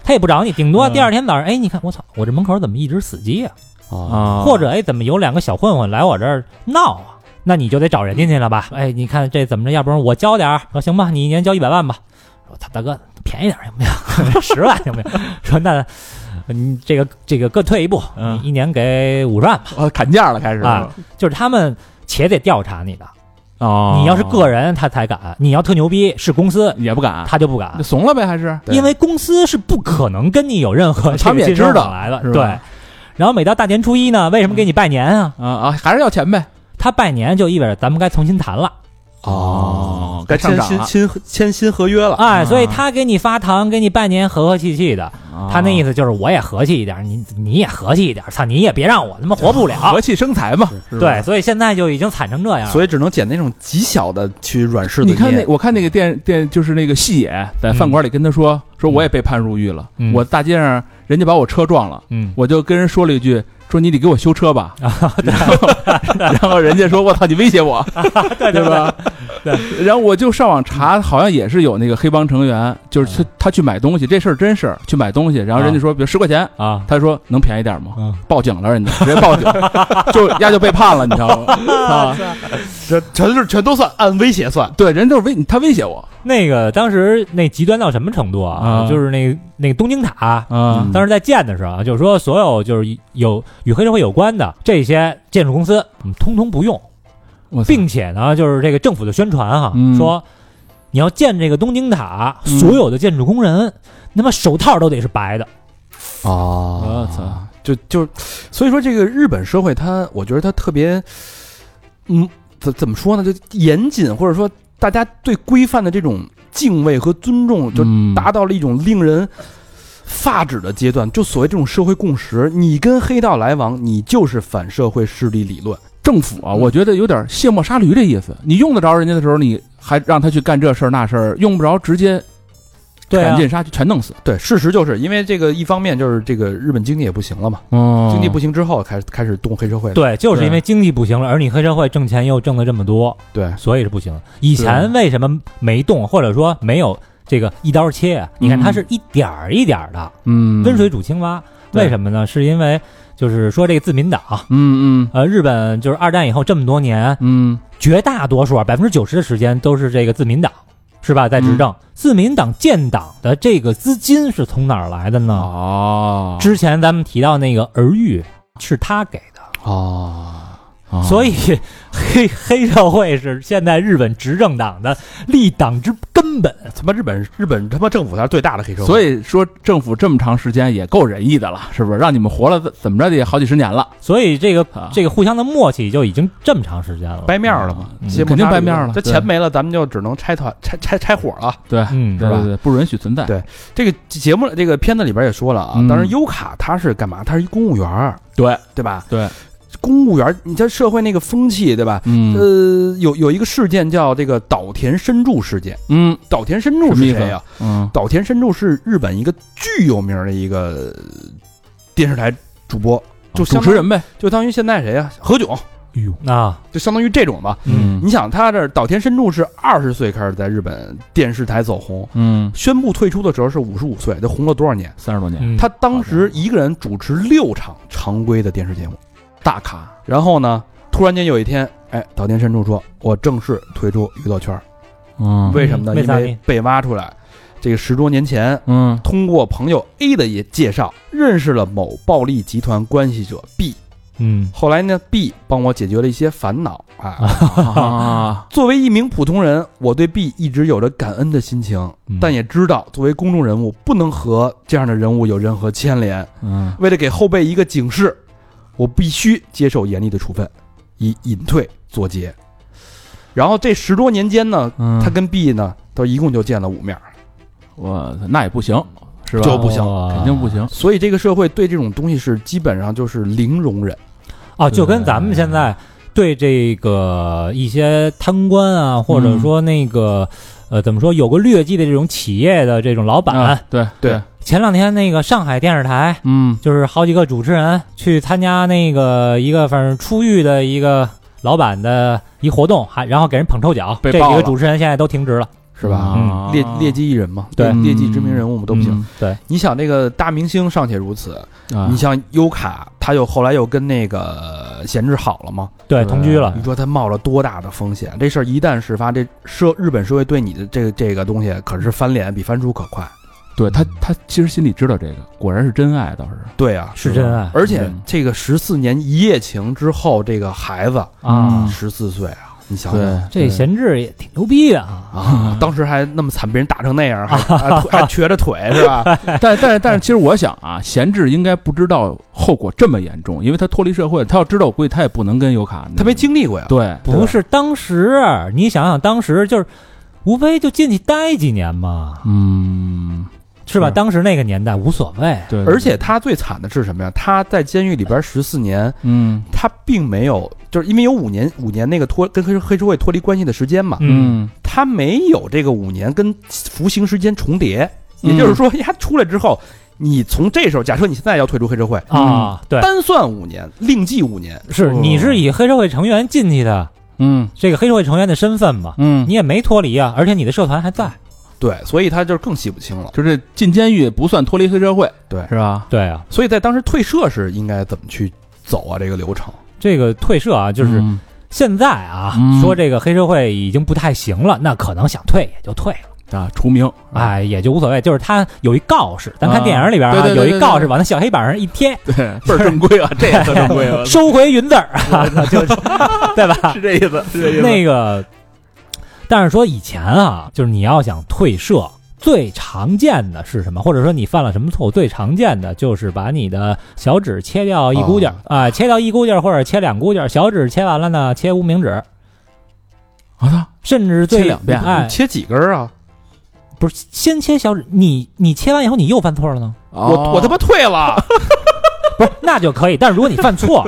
Speaker 2: 他也不找你，顶多
Speaker 3: 嗯
Speaker 2: 第二天早上，哎，你看我操，我这门口怎么一直死机啊？
Speaker 3: 啊，
Speaker 2: 或者哎，怎么有两个小混混来我这儿闹啊？那你就得找人家去了吧？哎，你看这怎么着？要不然我交点儿，说行吧，你一年交一百万吧。说他大哥便宜点儿行不行？ 十万行不行？说那你这个这个各退一步，
Speaker 3: 嗯
Speaker 2: 你一年给五十万吧。
Speaker 3: 哦砍价了，开始
Speaker 2: 啊，就是他们且得调查你的，
Speaker 3: 哦，
Speaker 2: 你要是个人他才敢，你要特牛逼是公司
Speaker 3: 也不敢，
Speaker 2: 他就不敢
Speaker 3: 啊那，怂了呗，还是啊
Speaker 2: 因为公司是不可能跟你有任何
Speaker 3: 他们也
Speaker 2: 这个竞争
Speaker 3: 知道
Speaker 2: 往来的，
Speaker 3: 是吧
Speaker 2: 对。然后每到大年初一呢，为什么给你拜年啊？
Speaker 3: 啊啊，还是要钱呗，
Speaker 2: 他拜年就意味着咱们该重新谈了，
Speaker 3: 哦
Speaker 1: 该
Speaker 3: 该上
Speaker 1: 签
Speaker 3: 涨
Speaker 1: 新
Speaker 3: 了，
Speaker 1: 签签新合
Speaker 3: 啊
Speaker 1: 约了。
Speaker 2: 哎，所以他给你发糖，给你拜年，和和气气的。
Speaker 3: 啊
Speaker 2: 他那意
Speaker 3: 思
Speaker 2: 思就是我也和气一点，你你也和气一点，操，你也别让我他妈活不了
Speaker 3: 啊和。气生财嘛，是吧
Speaker 2: 对，。所以现在就已经惨成这样了。
Speaker 1: 所以只能捡那种极小的去软柿子
Speaker 3: 你看那
Speaker 1: 捏，
Speaker 3: 我看那个电电就是那个戏野在饭馆里跟他说、说我也被判入狱了，
Speaker 2: 嗯
Speaker 3: 我大街上人家把我车撞了，
Speaker 2: 嗯，
Speaker 3: 我就跟人说了一句说你得给我修车吧， 然后 然后人家说我操你威胁 我，
Speaker 2: 对
Speaker 3: 对？吧？对，然后我就上网查，好像也是有那个黑帮成员，就是他他去买东西，这事儿真事儿，去买东西，然后人家说，比如十块钱，
Speaker 2: 啊，
Speaker 3: 他说能便宜点吗？
Speaker 2: 嗯
Speaker 3: 报警了，人家直接 报警，就丫就被判了，你知道吗？啊，
Speaker 1: 这全是全都算按威胁算。
Speaker 3: 对，人就是威，他威胁我
Speaker 2: 那个当时那极端到什么程度啊？
Speaker 3: 啊
Speaker 2: 就是那那个东京塔，
Speaker 3: 啊
Speaker 2: 当时在建的时候啊，就是说所有就是有与黑社会有关的这些建筑公司，嗯，通通不用。
Speaker 3: 我操
Speaker 2: 并且呢，就是这个政府的宣传哈，
Speaker 3: 嗯
Speaker 2: 说你要建这个东京塔，
Speaker 3: 嗯
Speaker 2: 所有的建筑工人，他妈手套都得是白的。
Speaker 3: 我
Speaker 1: 哦，
Speaker 3: 操，
Speaker 1: 就就，所以说这个日本社会它，我觉得它特别，嗯，怎怎么说呢？就严谨，或者说大家对规范的这种敬畏和尊重，就
Speaker 3: 嗯
Speaker 1: 达到了一种令人发指的阶段。就所谓这种社会共识，你跟黑道来往，你就是反社会势力理论。
Speaker 3: 政府啊，我觉得有点卸磨杀驴这意思。你用得着人家的时候，你还让他去干这事儿那事儿，用不着直接
Speaker 2: 对
Speaker 3: 赶
Speaker 2: 啊，
Speaker 3: 尽杀绝，全弄死。
Speaker 1: 对，事实就是因为这个，一方面就是这个日本经济也不行了嘛，
Speaker 3: 哦
Speaker 1: 经济不行之后开始开始动黑社会了。
Speaker 2: 对，就是
Speaker 3: 对
Speaker 2: 因为经济不行了，而你黑社会挣钱又挣了这么多，
Speaker 1: 对
Speaker 2: 所以是不行。以前为什么没动，或者说没有这个一刀切啊？你看
Speaker 3: 嗯
Speaker 2: 它是一点儿一点儿的，
Speaker 3: 嗯，
Speaker 2: 温水煮青蛙。
Speaker 3: 对
Speaker 2: 为什么呢？是因为就是说这个自民党，
Speaker 3: 嗯嗯
Speaker 2: 呃，日本就是二战以后这么多年，
Speaker 3: 嗯，
Speaker 2: 绝大多数啊，百分之九十的时间都是这个自民党，是吧？在执
Speaker 3: 嗯
Speaker 2: 政，自民党建党的这个资金是从哪儿来的呢？
Speaker 3: 哦，
Speaker 2: 之前咱们提到那个儿玉是他给的，
Speaker 1: 啊
Speaker 3: 哦，哦
Speaker 2: 所以 黑黑社会是现在日本执政党的立党之根本。
Speaker 1: 他妈日本日本他妈政府才是最大的黑社会，
Speaker 3: 所以说政府这么长时间也够仁义的了，是不是？让你们活了怎么着得也好几十年了，
Speaker 2: 所以这个
Speaker 3: 啊
Speaker 2: 这个互相的默契就已经这么长时间了。
Speaker 1: 掰面儿了嘛，
Speaker 2: 嗯
Speaker 1: 揭幕
Speaker 3: 肯定
Speaker 1: 杀
Speaker 3: 掰
Speaker 1: 驴
Speaker 3: 面儿了
Speaker 1: 这
Speaker 3: 对
Speaker 1: 钱没了，咱们就只能拆团拆拆拆伙了。
Speaker 3: 对，
Speaker 2: 嗯，
Speaker 3: 对
Speaker 1: 吧
Speaker 3: 对对，不允许存在。
Speaker 1: 对这个节目这个片子里边也说了啊，
Speaker 3: 嗯
Speaker 1: 当然优卡他是干嘛？他是一公务员儿，
Speaker 3: 对
Speaker 1: 对吧？
Speaker 3: 对，
Speaker 1: 公务员儿，你在社会那个风气，对吧？
Speaker 3: 嗯
Speaker 1: 呃，有有一个事件叫这个岛田伸助事件，
Speaker 3: 嗯
Speaker 1: 岛田伸助是
Speaker 3: 什么
Speaker 1: 谁
Speaker 3: 意
Speaker 1: 呀、
Speaker 3: 嗯
Speaker 1: 岛田伸助是日本一个巨有名儿的一个呃电视台主播，就
Speaker 3: 主嗯
Speaker 1: 相
Speaker 3: 持
Speaker 1: 当于
Speaker 3: 人呗，
Speaker 1: 就当于现在谁呀、何炅，
Speaker 3: 哎呦，
Speaker 2: 啊，
Speaker 1: 就相当于这种吧。
Speaker 2: 嗯
Speaker 1: 你想，他这岛田伸助是二十岁开始在日本电视台走红，
Speaker 3: 嗯，
Speaker 1: 宣布退出的时候是五十五岁，都红了多少年？
Speaker 3: 三十多年，
Speaker 2: 嗯
Speaker 1: 他当时一个人主持六场常规的电视节目，大咖。然后呢，突然间有一天，哎，岛田伸助说：“我正式退出娱乐圈儿。
Speaker 3: 嗯
Speaker 1: 为什么呢？
Speaker 2: 为
Speaker 1: 因
Speaker 2: 啥呢
Speaker 1: 为被挖出来，这个十多年前，
Speaker 3: 嗯
Speaker 1: 通过朋友 A 的也介绍，认识了某暴力集团关系者 B。
Speaker 2: 嗯
Speaker 1: 后来呢，B 帮我解决了一些烦恼啊。
Speaker 3: 啊，
Speaker 1: 作为一名普通人，我对 B 一直有着感恩的心情，
Speaker 2: 嗯
Speaker 1: 但也知道作为公众人物，不能和这样的人物有任何牵连。
Speaker 3: 嗯
Speaker 1: 为了给后辈一个警示，我必须接受严厉的处分，以隐退作结。然后这十多年间呢，
Speaker 3: 嗯，
Speaker 1: 他跟 B 呢，都一共就见了五面儿，
Speaker 3: 我操那也不行，
Speaker 1: 啊
Speaker 3: 是吧？
Speaker 1: 就不行
Speaker 2: 哇
Speaker 3: 肯定不行，
Speaker 1: 所以这个社会对这种东西是基本上就是零容忍。
Speaker 2: 啊，就跟咱们现在对这个一些贪官啊，或者说那个、呃，怎么说，有个劣迹的这种企业的这种老板，
Speaker 3: 啊对
Speaker 1: 对，
Speaker 2: 前两天那个上海电视台
Speaker 3: 嗯
Speaker 2: 就是好几个主持人去参加那个一个反正出狱的一个老板的一活动，还然后给人捧臭脚，
Speaker 1: 被
Speaker 2: 这几
Speaker 1: 爆
Speaker 2: 个
Speaker 1: 了
Speaker 2: 主持人现在都停职了，
Speaker 1: 是吧？
Speaker 3: 啊
Speaker 1: 劣劣迹艺人嘛，
Speaker 2: 对
Speaker 1: 劣迹知名人物嘛都不行。
Speaker 3: 嗯
Speaker 2: 对，
Speaker 1: 你想这个大明星尚且如此，
Speaker 3: 啊
Speaker 1: 你像优卡，他又后来又跟那个贤治好了嘛？
Speaker 2: 对，
Speaker 3: 对
Speaker 2: 同居了
Speaker 1: 你，说他冒了多大的风险？这事儿一旦事发，这社日本社会对你的这个这个东西可是翻脸比翻书可快。
Speaker 3: 对他他其实心里知道这个，果然是真爱，倒是
Speaker 1: 对啊，
Speaker 2: 是真爱
Speaker 1: 而且
Speaker 3: 嗯
Speaker 1: 这个十四年一夜情之后，这个孩子
Speaker 2: 啊。
Speaker 3: 嗯
Speaker 1: 十四岁啊，你想想
Speaker 3: 对
Speaker 2: 这闲置也挺牛逼的啊！
Speaker 1: 啊，当时还那么惨，被人打成那 样，还还还瘸着腿是吧？
Speaker 3: 但但但是，其实我想啊，闲置应该不知道后果这么严重，因为他脱离社会，他要知道，我估计他也不能跟尤卡那种，
Speaker 1: 他没经历过呀。
Speaker 3: 对，
Speaker 2: 不是当时，你想想当时就是，无非就进去待几年嘛，
Speaker 3: 嗯，
Speaker 2: 是吧？
Speaker 3: 是
Speaker 2: 当时那个年代无所谓，
Speaker 3: 对，
Speaker 1: 而且他最惨的是什么呀？他在监狱里边十四年，
Speaker 3: 嗯
Speaker 1: 他并没有，就是因为有五年五年那个脱跟黑黑社会脱离关系的时间嘛，
Speaker 2: 嗯，
Speaker 1: 他没有这个五年跟服刑时间重叠，
Speaker 2: 嗯
Speaker 1: 也就是说，他出来之后，你从这时候，假设你现在要退出黑社会，
Speaker 2: 啊，对，
Speaker 1: 单算五年，另计五年，
Speaker 2: 是你是以黑社会成员进去的，
Speaker 3: 嗯
Speaker 2: 这个黑社会成员的身份嘛，
Speaker 3: 嗯，
Speaker 2: 你也没脱离啊，而且你的社团还在，
Speaker 1: 对，所以他就更洗不清了。
Speaker 3: 就这进监狱不算脱离黑社会，
Speaker 1: 对
Speaker 3: 是吧？
Speaker 2: 对啊，
Speaker 1: 所以在当时退社是应该怎么去走啊？这个流程，
Speaker 2: 这个退社啊，就是
Speaker 3: 嗯
Speaker 2: 现在啊，
Speaker 3: 嗯
Speaker 2: 说这个黑社会已经不太行了，那可能想退也就退了，
Speaker 3: 啊，除名，
Speaker 2: 哎，也就无所谓，就是他有一告示，咱看
Speaker 3: 啊
Speaker 2: 电影里边
Speaker 3: 对
Speaker 2: 啊，
Speaker 3: 对对
Speaker 2: 有
Speaker 3: 对
Speaker 2: 一告示
Speaker 3: 对
Speaker 2: 往那小黑板上一贴，，
Speaker 3: 对，倍儿正规啊，这也特正规啊
Speaker 2: 收回云字儿，就 对吧？
Speaker 3: 是这意思，是这意思。
Speaker 2: 那个，但是说以前啊，就是你要想退社，最常见的是什么？或者说你犯了什么错误？最常见的就是把你的小指切掉一骨节儿
Speaker 3: 哦
Speaker 2: 啊、切掉一骨节儿或者切两骨节儿。小指切完了呢，切无名指，
Speaker 3: 啊，
Speaker 2: 甚至最
Speaker 3: 切两遍
Speaker 2: 哎，
Speaker 1: 切几根儿啊？
Speaker 2: 不是先切小指，你你切完以后你又犯错了呢，
Speaker 3: 哦
Speaker 1: 我我他妈退 了，
Speaker 2: 那就可以。但是如果你 犯错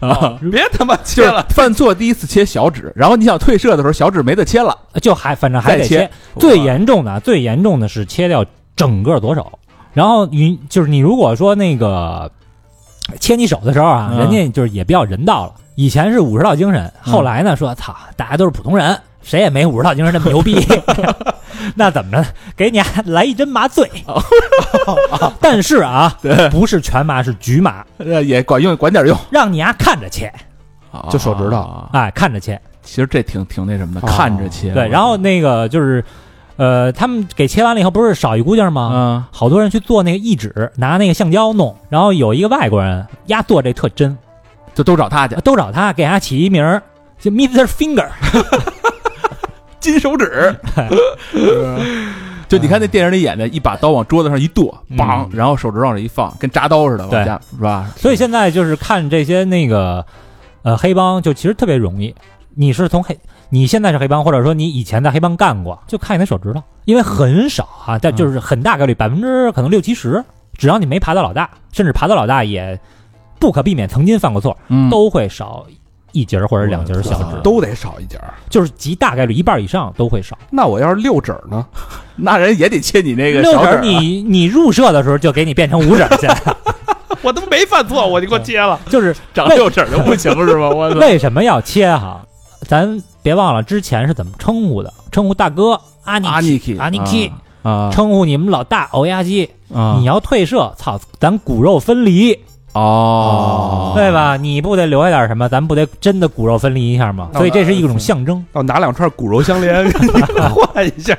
Speaker 2: 啊，
Speaker 1: 别他妈
Speaker 3: 就
Speaker 1: 切
Speaker 3: 是
Speaker 1: 了。
Speaker 3: 犯错第一次切小指，然后你想退社的时候，小指没得切了，
Speaker 2: 就还反正还得
Speaker 3: 再切
Speaker 2: 切。最严重的啊，最严重的是切掉整个左手。然后你就是你如果说那个切你手的时候啊，
Speaker 3: 嗯
Speaker 2: 人家就是也比较人道了。以前是武士道精神，
Speaker 3: 嗯
Speaker 2: 后来呢说操，大家都是普通人，谁也没武士道精神那么 牛逼。那怎么着？给你来一针 麻醉。但是啊，不是全麻，是局麻，
Speaker 3: 呃也管用，管点用，
Speaker 2: 让你啊看着切，
Speaker 1: 就手指头
Speaker 3: 啊
Speaker 2: 哎，看着切。
Speaker 3: 其实这挺挺那什么的，
Speaker 1: 哦
Speaker 3: 看着切。
Speaker 2: 对，然后那个就是，呃，他们给切完了以后，不是少一股劲儿吗？
Speaker 3: 嗯
Speaker 2: 好多人去做那个义指，拿那个橡胶弄，然后有一个外国人，丫做这特真，
Speaker 3: 就都找他去，
Speaker 2: 都找他给他起一名儿，就 Mr. Finger，
Speaker 3: 金手指。 就你看那电影里演的，一把刀往桌子上一剁，
Speaker 2: 嗯
Speaker 3: 梆，然后手指往这一放，跟扎刀似的，往
Speaker 2: 对
Speaker 3: 下是吧？
Speaker 2: 所以现在就是看这些那个，呃，黑帮就其实特别容易，你是从黑，你现在是黑帮，或者说你以前在黑帮干过，就看你的手指头，因为很少啊，但就是很大概率百分之可能六七十，只要你没爬到老大，甚至爬到老大也不可避免曾经犯过错，
Speaker 3: 嗯
Speaker 2: 都会少一节儿或者两节儿小指，
Speaker 1: 都得少一截儿，
Speaker 2: 就是极大概率一半以上都会少。
Speaker 1: 那我要是六指儿呢？
Speaker 3: 那人也得切你那个
Speaker 2: 六
Speaker 3: 小
Speaker 2: 指
Speaker 3: 指
Speaker 2: 儿
Speaker 3: 啊，
Speaker 2: 你你入社的时候就给你变成五指儿去，
Speaker 1: 我他妈没犯错，我就给我切 了。
Speaker 2: 就是
Speaker 3: 长六指就不行是吧？我操！
Speaker 2: 为什么要切哈？咱别忘了之前是怎么称呼的，称呼大哥阿尼
Speaker 3: 阿尼基
Speaker 2: 阿尼基，
Speaker 3: 啊
Speaker 2: 称呼你们老大欧亚基。
Speaker 3: 啊
Speaker 2: 你要退社，操，咱骨肉分离，
Speaker 3: 哦，
Speaker 2: 对？吧？你不得留下点什么？咱不得真的骨肉分离一下吗？
Speaker 1: 那
Speaker 2: 所以这是一种象征。
Speaker 1: 哦，拿两串骨肉相连，给你 换一下。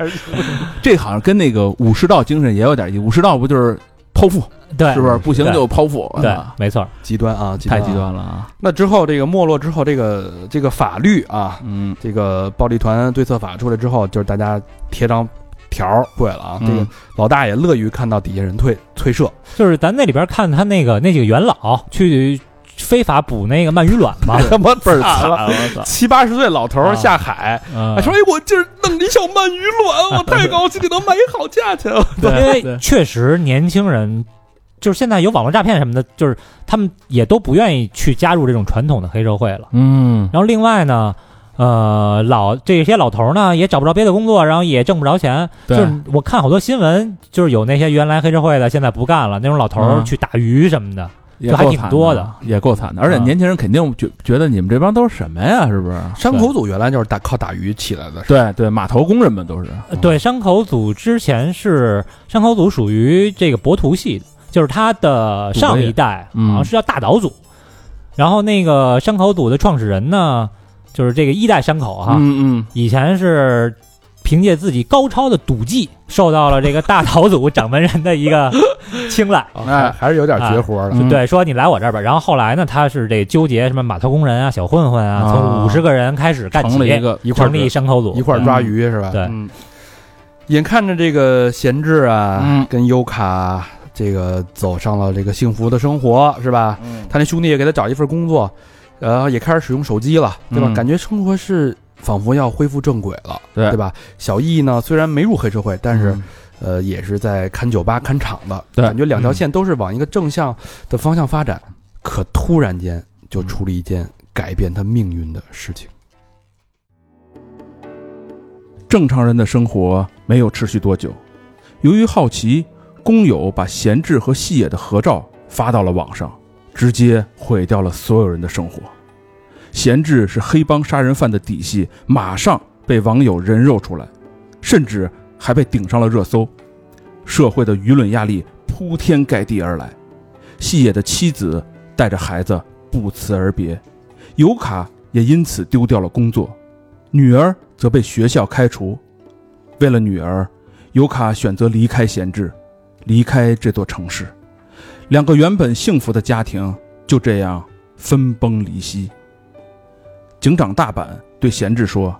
Speaker 3: 这好像跟那个武士道精神也有点意思。武士道不就是剖腹，
Speaker 2: 对，
Speaker 3: 是不是？不行就剖腹，
Speaker 2: 对
Speaker 3: 啊，
Speaker 2: 没错。
Speaker 1: 极端啊，
Speaker 3: 太极。端了啊！
Speaker 1: 那之后这个没落之后，这个这个法律啊，
Speaker 3: 嗯，
Speaker 1: 这个暴力团对策法出来之后，就是大家贴张条儿跪了啊。
Speaker 3: 嗯
Speaker 1: 这个老大爷乐于看到底下人退退 社，
Speaker 2: 就是咱那里边看他那个那几个元老去非法捕那个鳗鱼卵嘛，
Speaker 1: 啊他妈倍儿惨
Speaker 3: 了，
Speaker 1: 了。
Speaker 3: 我 操！
Speaker 1: 七八十岁老头
Speaker 2: 啊
Speaker 1: 儿下海，
Speaker 3: 啊
Speaker 1: 还说：“哎，我今儿弄了一小鳗鱼 卵，我太高兴，你能卖一好价钱。
Speaker 2: 因为
Speaker 3: 对
Speaker 2: 确实年轻人。就是现在有网络诈骗什么的，就是他们也都不愿意去加入这种传统的黑社会了。
Speaker 3: 嗯
Speaker 2: 然后另外呢，呃，老这些老头儿呢也找不着别的工作，然后也挣不着钱。就
Speaker 3: 对
Speaker 2: 是我看好多新闻，就是有那些原来黑社会的现在不干了，那种老头儿
Speaker 3: 嗯
Speaker 2: 去打鱼什么的。
Speaker 3: 也
Speaker 2: 就还
Speaker 3: 够
Speaker 2: 挺
Speaker 3: 惨
Speaker 2: 多
Speaker 3: 的，也够惨的。而且
Speaker 2: 啊
Speaker 3: 年轻人肯定觉觉得你们这帮都是什么呀？是不是？”
Speaker 1: 山口组原来就是打靠打鱼起来 的，
Speaker 3: 对对，码头工人们都是
Speaker 2: 呃对，山口组之前是山口组属于这个博图系的，就是他的上一代
Speaker 3: 嗯
Speaker 2: 啊好像是叫大岛组，然后那个山口组的创始人呢，就是这个一代山口哈，
Speaker 3: 嗯嗯，
Speaker 2: 以前是凭借自己高超的赌技，受到了这个大岛组掌门人的一个 青睐。
Speaker 3: 哎
Speaker 1: 啊还还是有点绝活的。
Speaker 3: 嗯
Speaker 2: 对，说你来我这儿吧。然后后来呢，他是这纠结什么码头工人啊、小混混啊，
Speaker 3: 啊
Speaker 2: 从五十个人开始干起，
Speaker 3: 成了一个
Speaker 1: 一块儿
Speaker 2: 成立山口组
Speaker 1: 一块儿抓鱼是吧？
Speaker 2: 对
Speaker 1: 嗯。眼看着这个贤治啊，
Speaker 3: 嗯
Speaker 1: 跟优卡这个走上了这个幸福的生活，是吧？他那兄弟也给他找一份工作，呃，也开始使用手机了，对吧？
Speaker 3: 嗯
Speaker 1: 感觉生活是仿佛要恢复正轨了，
Speaker 3: 对
Speaker 1: 对吧？小易呢，虽然没入黑社会，但是、
Speaker 3: 嗯
Speaker 1: 呃，也是在看酒吧、看场的，
Speaker 3: 对嗯
Speaker 1: 感觉两条线都是往一个正向的方向发展。可突然间就
Speaker 3: 嗯
Speaker 1: 出了一件改变他命运的事情。
Speaker 3: 正常人的生活没有持续多久。由于好奇，工友把贤治和细野的合照发到了网上，直接毁掉了所有人的生活。贤治是黑帮杀人犯的底细，马上被网友人肉出来，甚至还被顶上了热搜。社会的舆论压力铺天盖地而来。细野的妻子带着孩子不辞而别，尤卡也因此丢掉了工作。女儿则被学校开除。为了女儿，尤卡选择离开闲置，离开这座城市。两个原本幸福的家庭就这样分崩离析。警长大阪对闲置说：“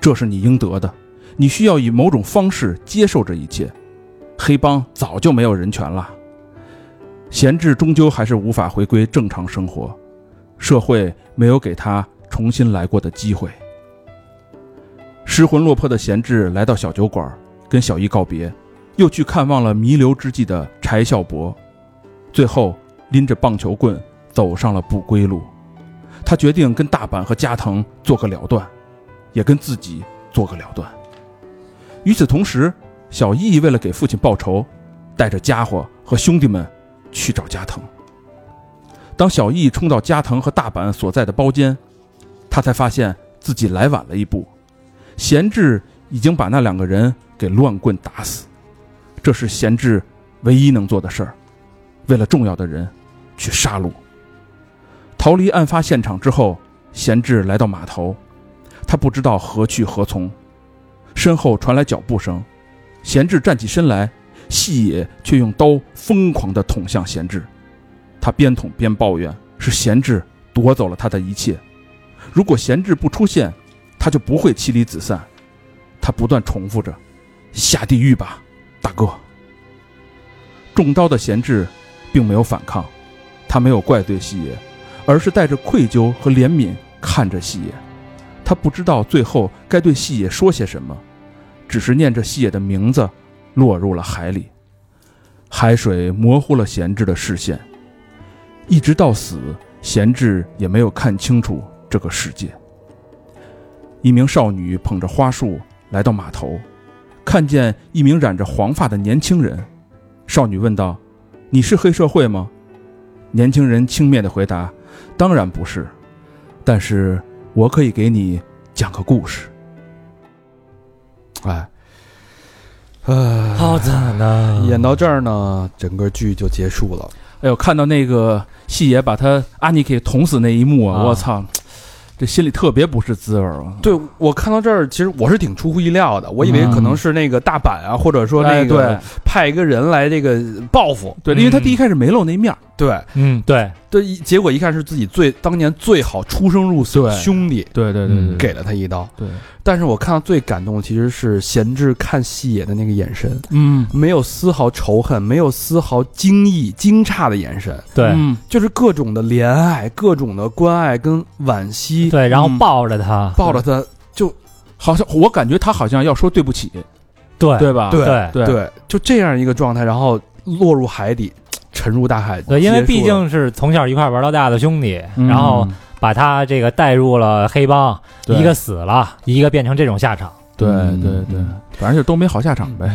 Speaker 3: 这是你应得的，你需要以某种方式接受这一切。黑帮早就没有人权了。”闲置终究还是无法回归正常生活，社会没有给他重新来过的机会。失魂落魄的贤治来到小酒馆，跟小易告别，又去看望了弥留之际的柴孝伯，最后拎着棒球棍走上了不归路。他决定跟大阪和加藤做个了断，也跟自己做个了断。与此同时，小易为了给父亲报仇，带着家伙和兄弟们去找加藤。当小易冲到加藤和大阪所在的包间，他才发现自己来晚了一步。贤治已经把那两个人给乱棍打死，这是贤治唯一能做的事儿。为了重要的人，去杀戮。逃离案发现场之后，贤治来到码头，他不知道何去何从，身后传来脚步声，贤治站起身来，细野却用刀疯狂地捅向贤治，他边捅边抱怨是贤治夺走了他的一切，如果贤治不出现，他就不会妻离子散。他不断重复着：“下地狱吧，大哥。”中刀的贤治并没有反抗，他没有怪罪细野，而是带着愧疚和怜悯看着细野。他不知道最后该对细野说些什么，只是念着细野的名字，落入了海里。海水模糊了贤治的视线，一直到死，贤治也没有看清楚这个世界。一名少女捧着花束来到码头，看见一名染着黄发的年轻人。少女问道：“你是黑社会吗？”年轻人轻蔑地回答：“当然不是，但是我可以给你讲个故事。”哎，
Speaker 1: 呃，
Speaker 2: 好惨呐！
Speaker 1: 演到这儿呢，整个剧就结束了。
Speaker 3: 哎呦，看到那个细野把他阿尼给捅死那一幕啊，
Speaker 2: 啊
Speaker 3: 我操，这心里特别不是滋味儿啊。
Speaker 1: 对我看到这儿，其实我是挺出乎意料的，我以为可能是那个大阪啊，或者说那
Speaker 3: 嗯哎
Speaker 1: 个派一个人来这个报复。
Speaker 3: 对对，因嗯为他第一开始没露那面儿，
Speaker 1: 对
Speaker 2: 嗯，对，
Speaker 1: 对，一结果一看是自己最当年最好出生入死的
Speaker 3: 对
Speaker 1: 兄弟
Speaker 3: 对对
Speaker 2: 对对
Speaker 1: 给了他一刀。
Speaker 3: 对，
Speaker 1: 但是我看到最感动的其实是贤治看细野的那个眼神，
Speaker 3: 嗯，
Speaker 1: 没有丝毫仇恨，没有丝毫惊异、惊诧的眼神，
Speaker 2: 对，
Speaker 3: 嗯
Speaker 1: 就是各种的怜爱、各种的关爱跟惋惜，
Speaker 2: 对，然后
Speaker 3: 嗯
Speaker 2: 抱着他，
Speaker 1: 抱着他，
Speaker 3: 好像我感觉他好像要说对不起，
Speaker 2: 对
Speaker 3: 对吧？
Speaker 1: 对
Speaker 2: 对
Speaker 3: 对
Speaker 1: 对，就这样一个状态，然后落入海底，沉入大海。
Speaker 2: 对，因为毕
Speaker 1: 结束了
Speaker 2: 竟是从小一块玩到大的兄弟，
Speaker 3: 嗯
Speaker 2: 然后把他这个带入了黑帮，
Speaker 3: 对
Speaker 2: 一个死了，一个变成这种下场。
Speaker 3: 嗯对
Speaker 4: 嗯
Speaker 3: 对对，反正就都没好下场呗。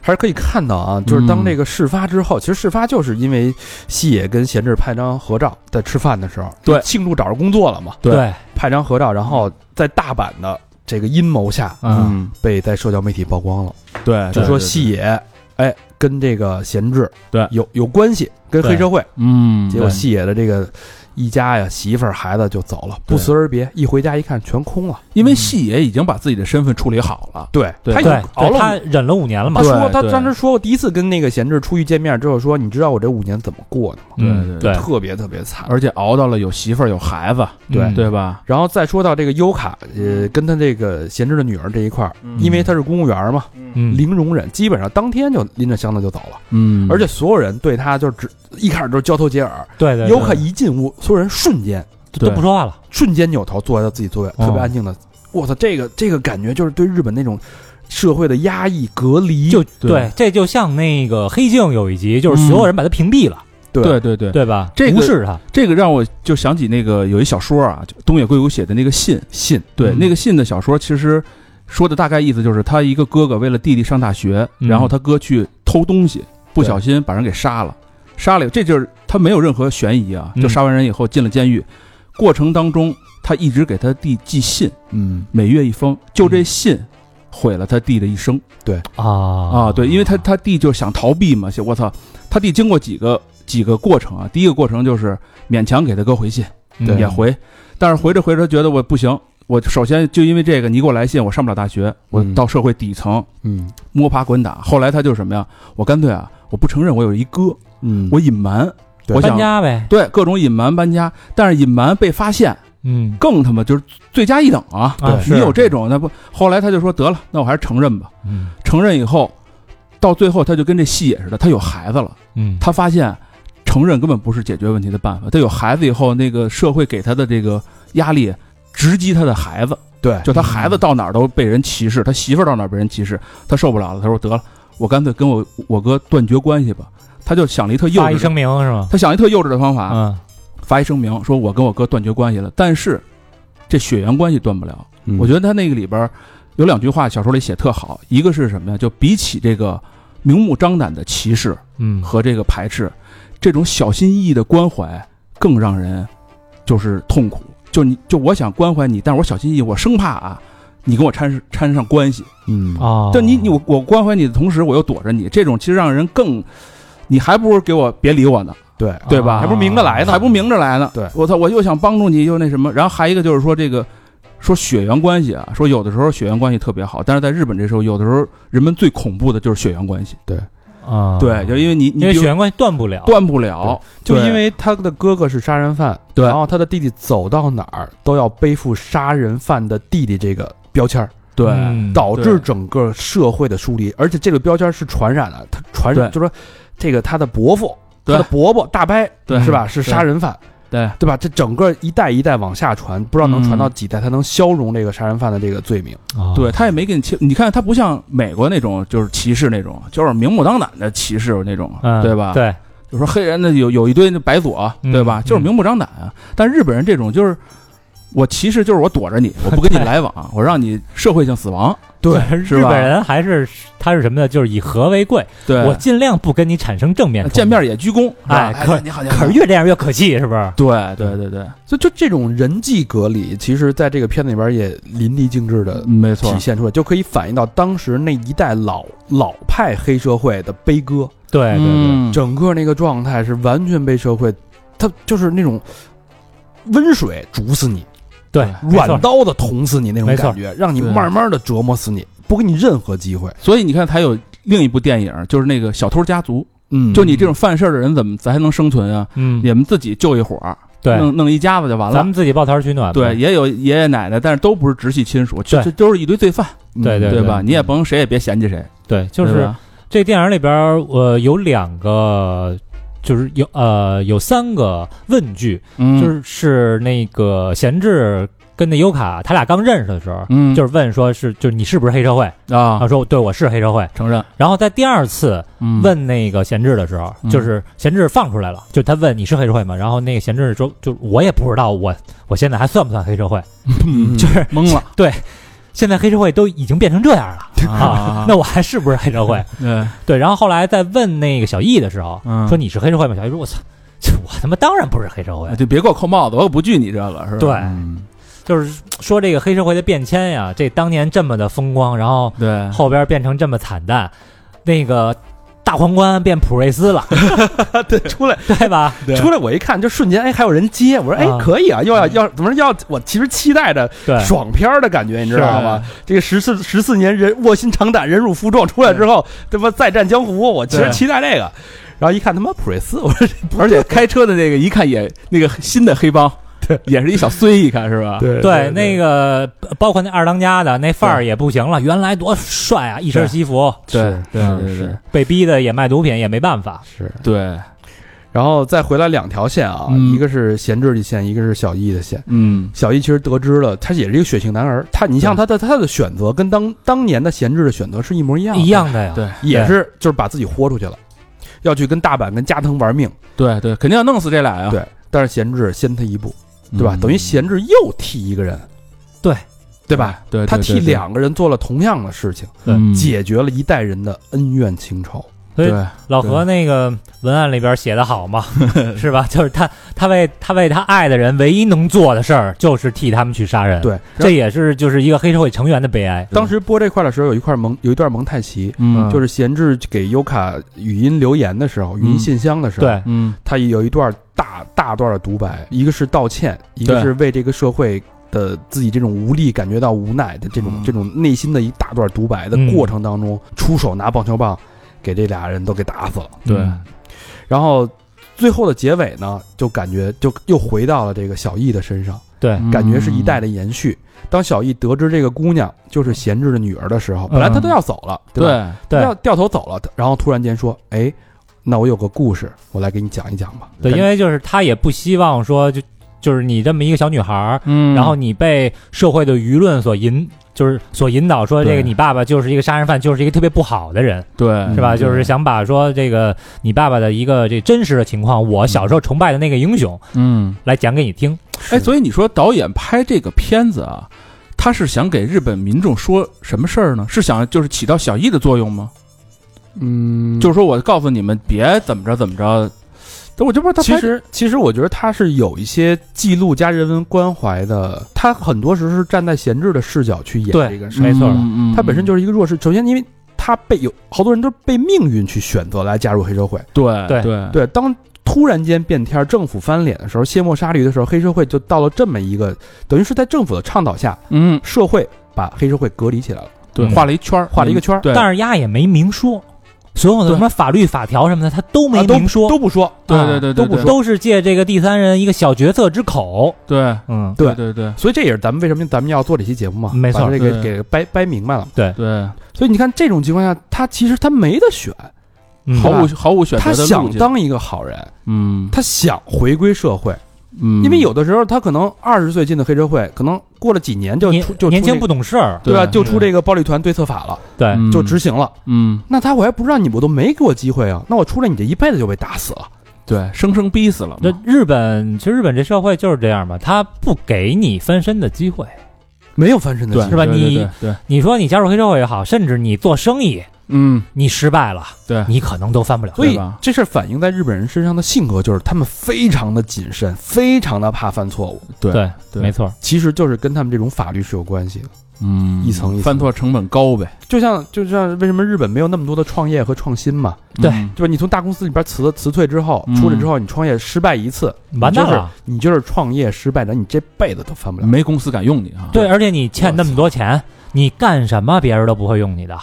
Speaker 1: 还是可以看到啊，就是
Speaker 2: 嗯
Speaker 1: 当这个事发之后，其实事发就是因为细野跟贤治拍张合照，在吃饭的时候，
Speaker 3: 对
Speaker 1: 庆祝找着工作了嘛，
Speaker 3: 对
Speaker 2: 对，
Speaker 1: 拍张合照，然后在大阪的这个阴谋下，
Speaker 2: 嗯，
Speaker 1: 被在社交媒体曝光了，
Speaker 3: 对，
Speaker 1: 就
Speaker 3: 对
Speaker 1: 说
Speaker 3: 对
Speaker 1: 细野，哎，跟这个贤治
Speaker 3: 对
Speaker 1: 有有关系，跟黑社会，
Speaker 3: 嗯，
Speaker 1: 结果
Speaker 3: 对
Speaker 1: 细野的这个一家呀，媳妇儿孩子就走了，不
Speaker 3: 对
Speaker 1: 辞而别，一回家一看全空了，
Speaker 3: 因为
Speaker 2: 嗯
Speaker 3: 细野已经把自己的身份处理好了，
Speaker 1: 对，
Speaker 3: 对
Speaker 1: 他已经
Speaker 2: 对，
Speaker 1: 熬
Speaker 2: 对
Speaker 1: 了
Speaker 2: 他忍哎了五年了嘛
Speaker 1: 他，
Speaker 3: 对
Speaker 1: 说他
Speaker 3: 对
Speaker 1: 当时说过，第一次跟那个贤治出去见面之后说，你知道我这五年怎么过的吗？
Speaker 2: 嗯，
Speaker 3: 对
Speaker 2: 对，
Speaker 1: 特别特别惨。
Speaker 3: 而且熬到了有媳妇儿有孩子，
Speaker 2: 对
Speaker 3: 对吧？
Speaker 1: 然后再说到这个优卡，
Speaker 3: 嗯
Speaker 1: 呃，跟他这个贤治的女儿这一块儿，因为他是公务员嘛，
Speaker 2: 嗯，
Speaker 1: 零容忍，基本上当天就拎着箱子就走了，
Speaker 3: 嗯
Speaker 1: 而且所有人对他就只一开始就是交头接耳。
Speaker 2: 对对，
Speaker 1: 优卡一进屋，所有人瞬间
Speaker 2: 对都不说话了，
Speaker 1: 瞬间扭头坐在自己座位，
Speaker 2: 哦
Speaker 1: 特别安静的。我操，这个这个感觉就是对日本那种社会的压抑、隔离，
Speaker 2: 就对，这就像那个黑镜有一集，就是所有人把他屏蔽了，
Speaker 3: 对对嗯对，
Speaker 2: 对吧？
Speaker 3: 这个
Speaker 2: 无视他，
Speaker 3: 这个让我就想起那个有一小说啊，就东野圭吾写的那个信，
Speaker 1: 信
Speaker 3: 对，
Speaker 2: 嗯
Speaker 3: 那个信的小说其实说的大概意思就是，他一个哥哥为了弟弟上大学，
Speaker 2: 嗯
Speaker 3: 然后他哥去偷东西，不小心把人给杀了，杀了以后，这就是他没有任何悬疑啊，
Speaker 2: 嗯
Speaker 3: 就杀完人以后进了监狱，过程当中他一直给他弟寄信，
Speaker 1: 嗯，
Speaker 3: 每月一封，就这信。毁了他弟的一生
Speaker 2: 啊
Speaker 3: 啊！对，因为
Speaker 2: 哦
Speaker 3: 他他弟就想逃避嘛，想我操，他弟经过几个几个过程啊，第一个过程就是勉强给他哥回信，
Speaker 2: 嗯
Speaker 3: 也回，但是回着回着觉得我不行，我首先就因为这个你给我来信，我上不了大学，我
Speaker 1: 嗯
Speaker 3: 到社会底层
Speaker 1: 嗯
Speaker 3: 摸爬滚打。后来他就什么呀？我干脆啊，我不承认我有一哥，
Speaker 1: 嗯，
Speaker 3: 我隐瞒，
Speaker 1: 对
Speaker 3: 我
Speaker 2: 搬
Speaker 3: 想
Speaker 2: 家呗，
Speaker 3: 对各种隐瞒搬家，但是隐瞒被发现
Speaker 2: 嗯
Speaker 3: 更他妈就是罪加一等啊！
Speaker 2: 啊
Speaker 3: 你
Speaker 2: 是
Speaker 3: 有这种那不？后来他就说得了，那我还是承认吧。
Speaker 2: 嗯
Speaker 3: 承认以后，到最后他就跟这戏也似的，他有孩子了。
Speaker 2: 嗯，
Speaker 3: 他发现承认根本不是解决问题的办法。他有孩子以后，那个社会给他的这个压力直击他的孩
Speaker 2: 嗯
Speaker 3: 子，
Speaker 1: 对
Speaker 3: 就他孩子到哪儿都被人歧视，他媳妇儿到哪儿被人歧视，他受不了了。他说得了，我干脆跟我我哥断绝关系吧。他啊就想了一特幼
Speaker 2: 发一
Speaker 3: 稚的，
Speaker 2: 声明是吗？
Speaker 3: 他想一特幼稚的方法，
Speaker 2: 嗯，
Speaker 3: 发一声明说我跟我哥断绝关系了，但是这血缘关系断不了。
Speaker 1: 嗯
Speaker 3: 我觉得他那个里边儿有两句话，小说里写特好，一个是什么呀？就比起这个明目张胆的歧视，
Speaker 2: 嗯
Speaker 3: 和这个排斥，这种小心翼翼的关怀更让人就是痛苦。就你就我想关怀你，但是我小心翼翼，我生怕啊，你跟我掺掺上关系。
Speaker 1: 嗯
Speaker 2: 哦，
Speaker 3: 就你你我我关怀你的同时，我又躲着你，这种其实让人更，你还不如给我别理我呢，
Speaker 1: 对
Speaker 3: 对吧？
Speaker 2: 还不明着来呢
Speaker 3: 还不明着来呢。
Speaker 1: 对
Speaker 3: 我操，我又想帮助你，又那什么。然后还一个就是说这个。说血缘关系啊，说有的时候血缘关系特别好，但是在日本这时候，有的时候人们最恐怖的就是血缘关系。
Speaker 2: 啊，
Speaker 3: 对，就因为你你
Speaker 2: 因为
Speaker 3: 比如
Speaker 2: 血缘关系断不了，
Speaker 3: 断不了，
Speaker 1: 就
Speaker 3: 对
Speaker 1: 因为他的哥哥是杀人犯，
Speaker 3: 对
Speaker 1: 然后他的弟弟走到哪儿都要背负杀人犯的弟弟这个标签儿，
Speaker 3: 对，
Speaker 2: 嗯
Speaker 1: 导致
Speaker 3: 对
Speaker 1: 整个社会的疏离，而且这个标签儿是传染的，他传染
Speaker 3: 对
Speaker 1: 就说这个他的伯父、他
Speaker 3: 对
Speaker 1: 的伯伯、大伯，
Speaker 3: 对
Speaker 1: 是吧？是杀人犯，
Speaker 3: 对嗯
Speaker 1: 对吧？这整个一代一代往下传，不知道能传到几代才能消融这个杀人犯的这个罪名。
Speaker 2: 啊
Speaker 3: 对，他也没给你切，你看他不像美国那种就是歧视那种，就是明目张胆的歧视那种，
Speaker 2: 嗯
Speaker 3: 对吧？，
Speaker 2: 对，
Speaker 3: 就说黑人的有有一堆那白左，
Speaker 2: 嗯
Speaker 3: 对吧？就是明目张胆啊。但日本人 这种就是我歧视，就是我躲着你，我不跟你来往，我让你社会性死亡，
Speaker 1: 对，
Speaker 2: 日本人还是他是什么呢？就是以和为贵，
Speaker 3: 对呃
Speaker 2: 我尽量不跟你产生正面冲突
Speaker 3: 见。面也鞠躬，
Speaker 2: 哎
Speaker 3: 是吧
Speaker 2: 可
Speaker 3: 你好，你好
Speaker 2: 可是越这样越可气，是不是？
Speaker 3: 对对对对，
Speaker 1: 所以就这种人际隔离，其实在这个片子里边也淋漓尽致的
Speaker 3: 没错
Speaker 1: 体，现出来，就可以反映到当时那一代老老派黑社会的悲歌，
Speaker 2: 哎对对对，
Speaker 3: 嗯
Speaker 1: 整个那个状态是完全被社会，他就是那种温水煮死你，
Speaker 2: 嗯对，没错
Speaker 1: 软刀子捅死你那种
Speaker 2: 没错
Speaker 1: 感觉，让你
Speaker 3: 对
Speaker 1: 慢慢的折磨死你，不给你任何机会。
Speaker 3: 所以你看，才有另一部电影，就是那个《小偷家族》，
Speaker 1: 嗯
Speaker 3: 就你这种犯事儿的人，怎么咱还能生存啊？
Speaker 2: 嗯，
Speaker 3: 你们自己救一伙儿，
Speaker 2: 对，
Speaker 3: 弄弄一家子就完
Speaker 2: 咱
Speaker 3: 了。
Speaker 2: 们自己抱团取暖。
Speaker 3: 对，，也有爷爷奶奶，但是都不是直系亲属，这
Speaker 2: 对
Speaker 3: 这都是一堆罪犯，嗯
Speaker 2: 对对
Speaker 3: 对吧？
Speaker 2: 对
Speaker 3: 你也甭谁也别嫌弃谁，
Speaker 2: 对，就是
Speaker 3: 对吧
Speaker 2: 这电影里边儿，呃，有两个，就是有呃有三个问句，
Speaker 3: 嗯，
Speaker 2: 就是是那个贤治跟那优卡他俩刚认识的时候，
Speaker 3: 嗯，
Speaker 2: 就是问说是就是你是不是黑社会？
Speaker 3: 啊
Speaker 2: 他，说对，我是黑社会。
Speaker 3: 承认，
Speaker 2: 然后在第二次
Speaker 3: 嗯，
Speaker 2: 问那个贤治的时候，
Speaker 3: 嗯
Speaker 2: 就是贤治放出来了，就他问你是黑社会吗？然后那个贤治说，就我也不知道我我现在还算不算黑社会，就是
Speaker 3: 嗯懵了
Speaker 2: 现在黑社会都已经变成这样了 啊，那我还是不是黑社 会？
Speaker 3: 对，
Speaker 2: 对，然后后来在问那个小易的时候，
Speaker 3: 嗯
Speaker 2: 说你是黑社会吗？小易说，我操，这我他妈当然不是黑社会。啊
Speaker 3: 就别给我扣帽子，我又不惧你这个，是吧？
Speaker 2: 对，
Speaker 3: 嗯
Speaker 2: 就是说这个黑社会的变迁呀，这当年这么的风光，然后
Speaker 3: 对，
Speaker 2: 后边变成这么惨淡，那个大皇冠变普锐斯 了，
Speaker 1: 对出来
Speaker 2: 对吧？
Speaker 1: 出来，我一看就瞬间，哎，还有人接，我说哎
Speaker 2: 啊
Speaker 1: 可以啊，又要要怎么说要我其实期待着
Speaker 3: 哎
Speaker 2: 对，
Speaker 1: 爽片儿的感觉，你知道吗？这个十四十四年人卧薪尝胆，忍辱负重出来之后，他妈再战江湖，我其实
Speaker 3: 对
Speaker 1: 期待这个。然后一看他妈普锐斯，我说
Speaker 3: 而且开车的那个一看也那个新的黑帮，对，也是一小孙，一看是吧？
Speaker 1: 对
Speaker 2: 对，那个呃包括那二当家的那范儿也不行了，原来多帅啊，一身西服，嗯
Speaker 3: 对对对对
Speaker 1: 是
Speaker 2: 被逼的也卖毒品也没办法，
Speaker 1: 是，
Speaker 3: 对，
Speaker 1: 然后再回来两条线啊，
Speaker 3: 嗯
Speaker 1: 一个是贤治的线，一个是小 E 易的线。
Speaker 3: 嗯，
Speaker 1: 小 E 易其实得知了，他也是一个血性男儿。他，你像他的他的选择跟当当年的贤治的选择是一模一样的，
Speaker 2: 一样的呀，
Speaker 3: 对
Speaker 1: 也是就是把自己豁出去了，要去跟大阪跟加藤玩命。
Speaker 3: 对对，肯定要弄死这俩呀，
Speaker 1: 对但是贤治先他一步，对吧？
Speaker 3: 嗯
Speaker 1: 等于贤治又替一个人，
Speaker 2: 对
Speaker 1: 对吧？？
Speaker 3: 对，对
Speaker 1: 他替
Speaker 3: 对对
Speaker 1: 两个人做了同样的事情，
Speaker 2: 对
Speaker 3: 嗯
Speaker 1: 解决了一代人的恩怨情仇。
Speaker 2: 所以
Speaker 3: 对
Speaker 2: 老何那个文案里边写的好嘛， 是吧？就是他，他为他为他爱的人唯一能做的事儿，就是替他们去杀
Speaker 3: 哎
Speaker 2: 人。，
Speaker 1: 对，
Speaker 2: 这也是就是一个黑社会成员的悲哀。
Speaker 1: 当时播这块的时候，有一块蒙有一段蒙太奇，
Speaker 3: 嗯
Speaker 1: 就是贤治给优卡语音留言的时候，语音信箱的时候，
Speaker 2: 对，
Speaker 3: 嗯
Speaker 1: 他有一段大大段的独白，一个是道歉，一个
Speaker 3: 对
Speaker 1: 是为这个社会。的自己这种无力感觉到无奈的这种、
Speaker 3: 嗯
Speaker 1: 这种内心的一大段独白的
Speaker 2: 嗯
Speaker 1: 过程当中，出手拿棒球棒给这俩人都给打死了。
Speaker 3: 对
Speaker 2: 嗯
Speaker 1: 然后最后的结尾呢，就感觉就又回到了这个小易的身上，
Speaker 2: 对，
Speaker 3: 嗯
Speaker 1: 感觉是一代的延续。当小易得知这个姑娘就是贤治的女儿的时候，本来他都要走了，
Speaker 3: 对
Speaker 1: 吧？
Speaker 2: 对
Speaker 1: 要掉头走了，然后突然间说：“哎，那我有个故事，我来给你讲一讲吧。”
Speaker 2: 对，因为就是他也不希望说就就是你这么一个小女孩儿，
Speaker 3: 嗯
Speaker 2: 然后你被社会的舆论所引，就是所引导说这
Speaker 3: 对
Speaker 2: 个你爸爸就是一个杀人犯，就是一个特别不好的人，
Speaker 3: 对
Speaker 2: 是
Speaker 3: 嗯
Speaker 2: 吧？就是想把说这个你爸爸的一个这真实的情况，我小时候崇拜的那个英雄
Speaker 3: 嗯，
Speaker 2: 来讲给你听。
Speaker 3: 哎，所以你说导演拍这个片子啊，他是想给日本民众说什么事儿呢？是想就是起到小易的作用吗？
Speaker 1: 嗯
Speaker 3: 就是说我告诉你们别怎么着怎么着，但我就不知道他
Speaker 1: 其
Speaker 3: 拍
Speaker 1: 实其实我觉得他是有一些记录加人文关怀的，他很多时候是站在贤治的视角去演
Speaker 2: 对
Speaker 1: 这个事儿。
Speaker 2: 没错儿
Speaker 3: 嗯嗯
Speaker 1: 他本身就是一个弱势。首先，因为他被有好多人都是被命运去选择来加入黑社会。
Speaker 3: 对
Speaker 2: 对
Speaker 3: 对
Speaker 1: 对，当突然间变天儿，政府翻脸的时候，卸磨杀驴的时候，黑社会就到了这么一个，等于是在政府的倡导下，
Speaker 3: 嗯
Speaker 1: 社会把黑社会隔离起来了，
Speaker 3: 对，
Speaker 2: 嗯
Speaker 3: 画了一圈儿，
Speaker 1: 画了一个圈儿。
Speaker 3: 对，
Speaker 2: 但是丫也没明说，所有的
Speaker 3: 对
Speaker 2: 什么法律法条什么的，他都没
Speaker 1: 啊都
Speaker 2: 明说，
Speaker 1: 都不说，
Speaker 3: 对
Speaker 2: 啊
Speaker 3: 对对对
Speaker 1: 都不
Speaker 3: 对
Speaker 2: 都是借这个第三人一个小角色之口，
Speaker 3: 对
Speaker 2: 嗯，
Speaker 1: 对
Speaker 3: 对对
Speaker 1: 所以这也是咱们为什么咱们要做这期节目嘛，
Speaker 2: 没错
Speaker 1: 把这个
Speaker 3: 对
Speaker 1: 给掰掰明白了。
Speaker 3: 对，
Speaker 1: 所以你看这种情况下，他其实他没得选，
Speaker 2: 嗯
Speaker 3: 毫无毫无选择
Speaker 1: 他
Speaker 3: 的路
Speaker 1: 想
Speaker 3: 径
Speaker 1: 当一个好人，
Speaker 3: 嗯
Speaker 1: 他想回归社会，
Speaker 3: 嗯，
Speaker 1: 因为有的时候他可能二十岁进的黑社会，可能过了几年就
Speaker 2: 年
Speaker 1: 出就出
Speaker 2: 年轻
Speaker 1: 那
Speaker 2: 不懂事儿，
Speaker 1: 对吧？
Speaker 3: 对
Speaker 1: 就出这个暴力团对策法了，
Speaker 2: 对，
Speaker 3: 嗯
Speaker 1: 就执行了。
Speaker 3: 嗯
Speaker 1: 那他我还不让你，我都没给我机会啊！那我出来，你这一辈子就被打死了。
Speaker 3: 对生生逼死了
Speaker 2: 这
Speaker 3: 嘛，
Speaker 2: 日本其实日本这社会就是这样嘛，他不给你翻身的机会，
Speaker 1: 没有翻身的
Speaker 3: 对，
Speaker 1: 机
Speaker 2: 是
Speaker 1: 会。
Speaker 2: 吧
Speaker 3: 对
Speaker 2: 你
Speaker 3: 对对对，
Speaker 2: 你说你加入黑社会也好，甚至你做生意，
Speaker 3: 嗯，
Speaker 2: 你失败了，
Speaker 3: 对
Speaker 2: 你可能都翻不了。
Speaker 1: 所
Speaker 3: 对
Speaker 1: 以
Speaker 3: 吧
Speaker 1: 这事儿反映在日本人身上的性格，就是他们非常的谨慎，非常的怕犯错误，
Speaker 3: 对
Speaker 2: 对，
Speaker 3: 对
Speaker 2: 没错，
Speaker 1: 其实就是跟他们这种法律是有关系的。
Speaker 3: 嗯，
Speaker 1: 一层一层
Speaker 3: 犯错成本高呗，
Speaker 1: 就像就像为什么日本没有那么多的创业和创新嘛，
Speaker 2: 对
Speaker 3: 嗯
Speaker 1: 对吧？你从大公司里边辞辞退之后，
Speaker 3: 嗯
Speaker 1: 出来之后，你创业失败一次，
Speaker 2: 完蛋
Speaker 1: 你就是
Speaker 2: 了。
Speaker 1: 你就是创业失败者，你这辈子都翻不了。
Speaker 3: 没公司敢用你啊，
Speaker 2: 对，而且你欠那么多钱，你干什么别人都不会用你的。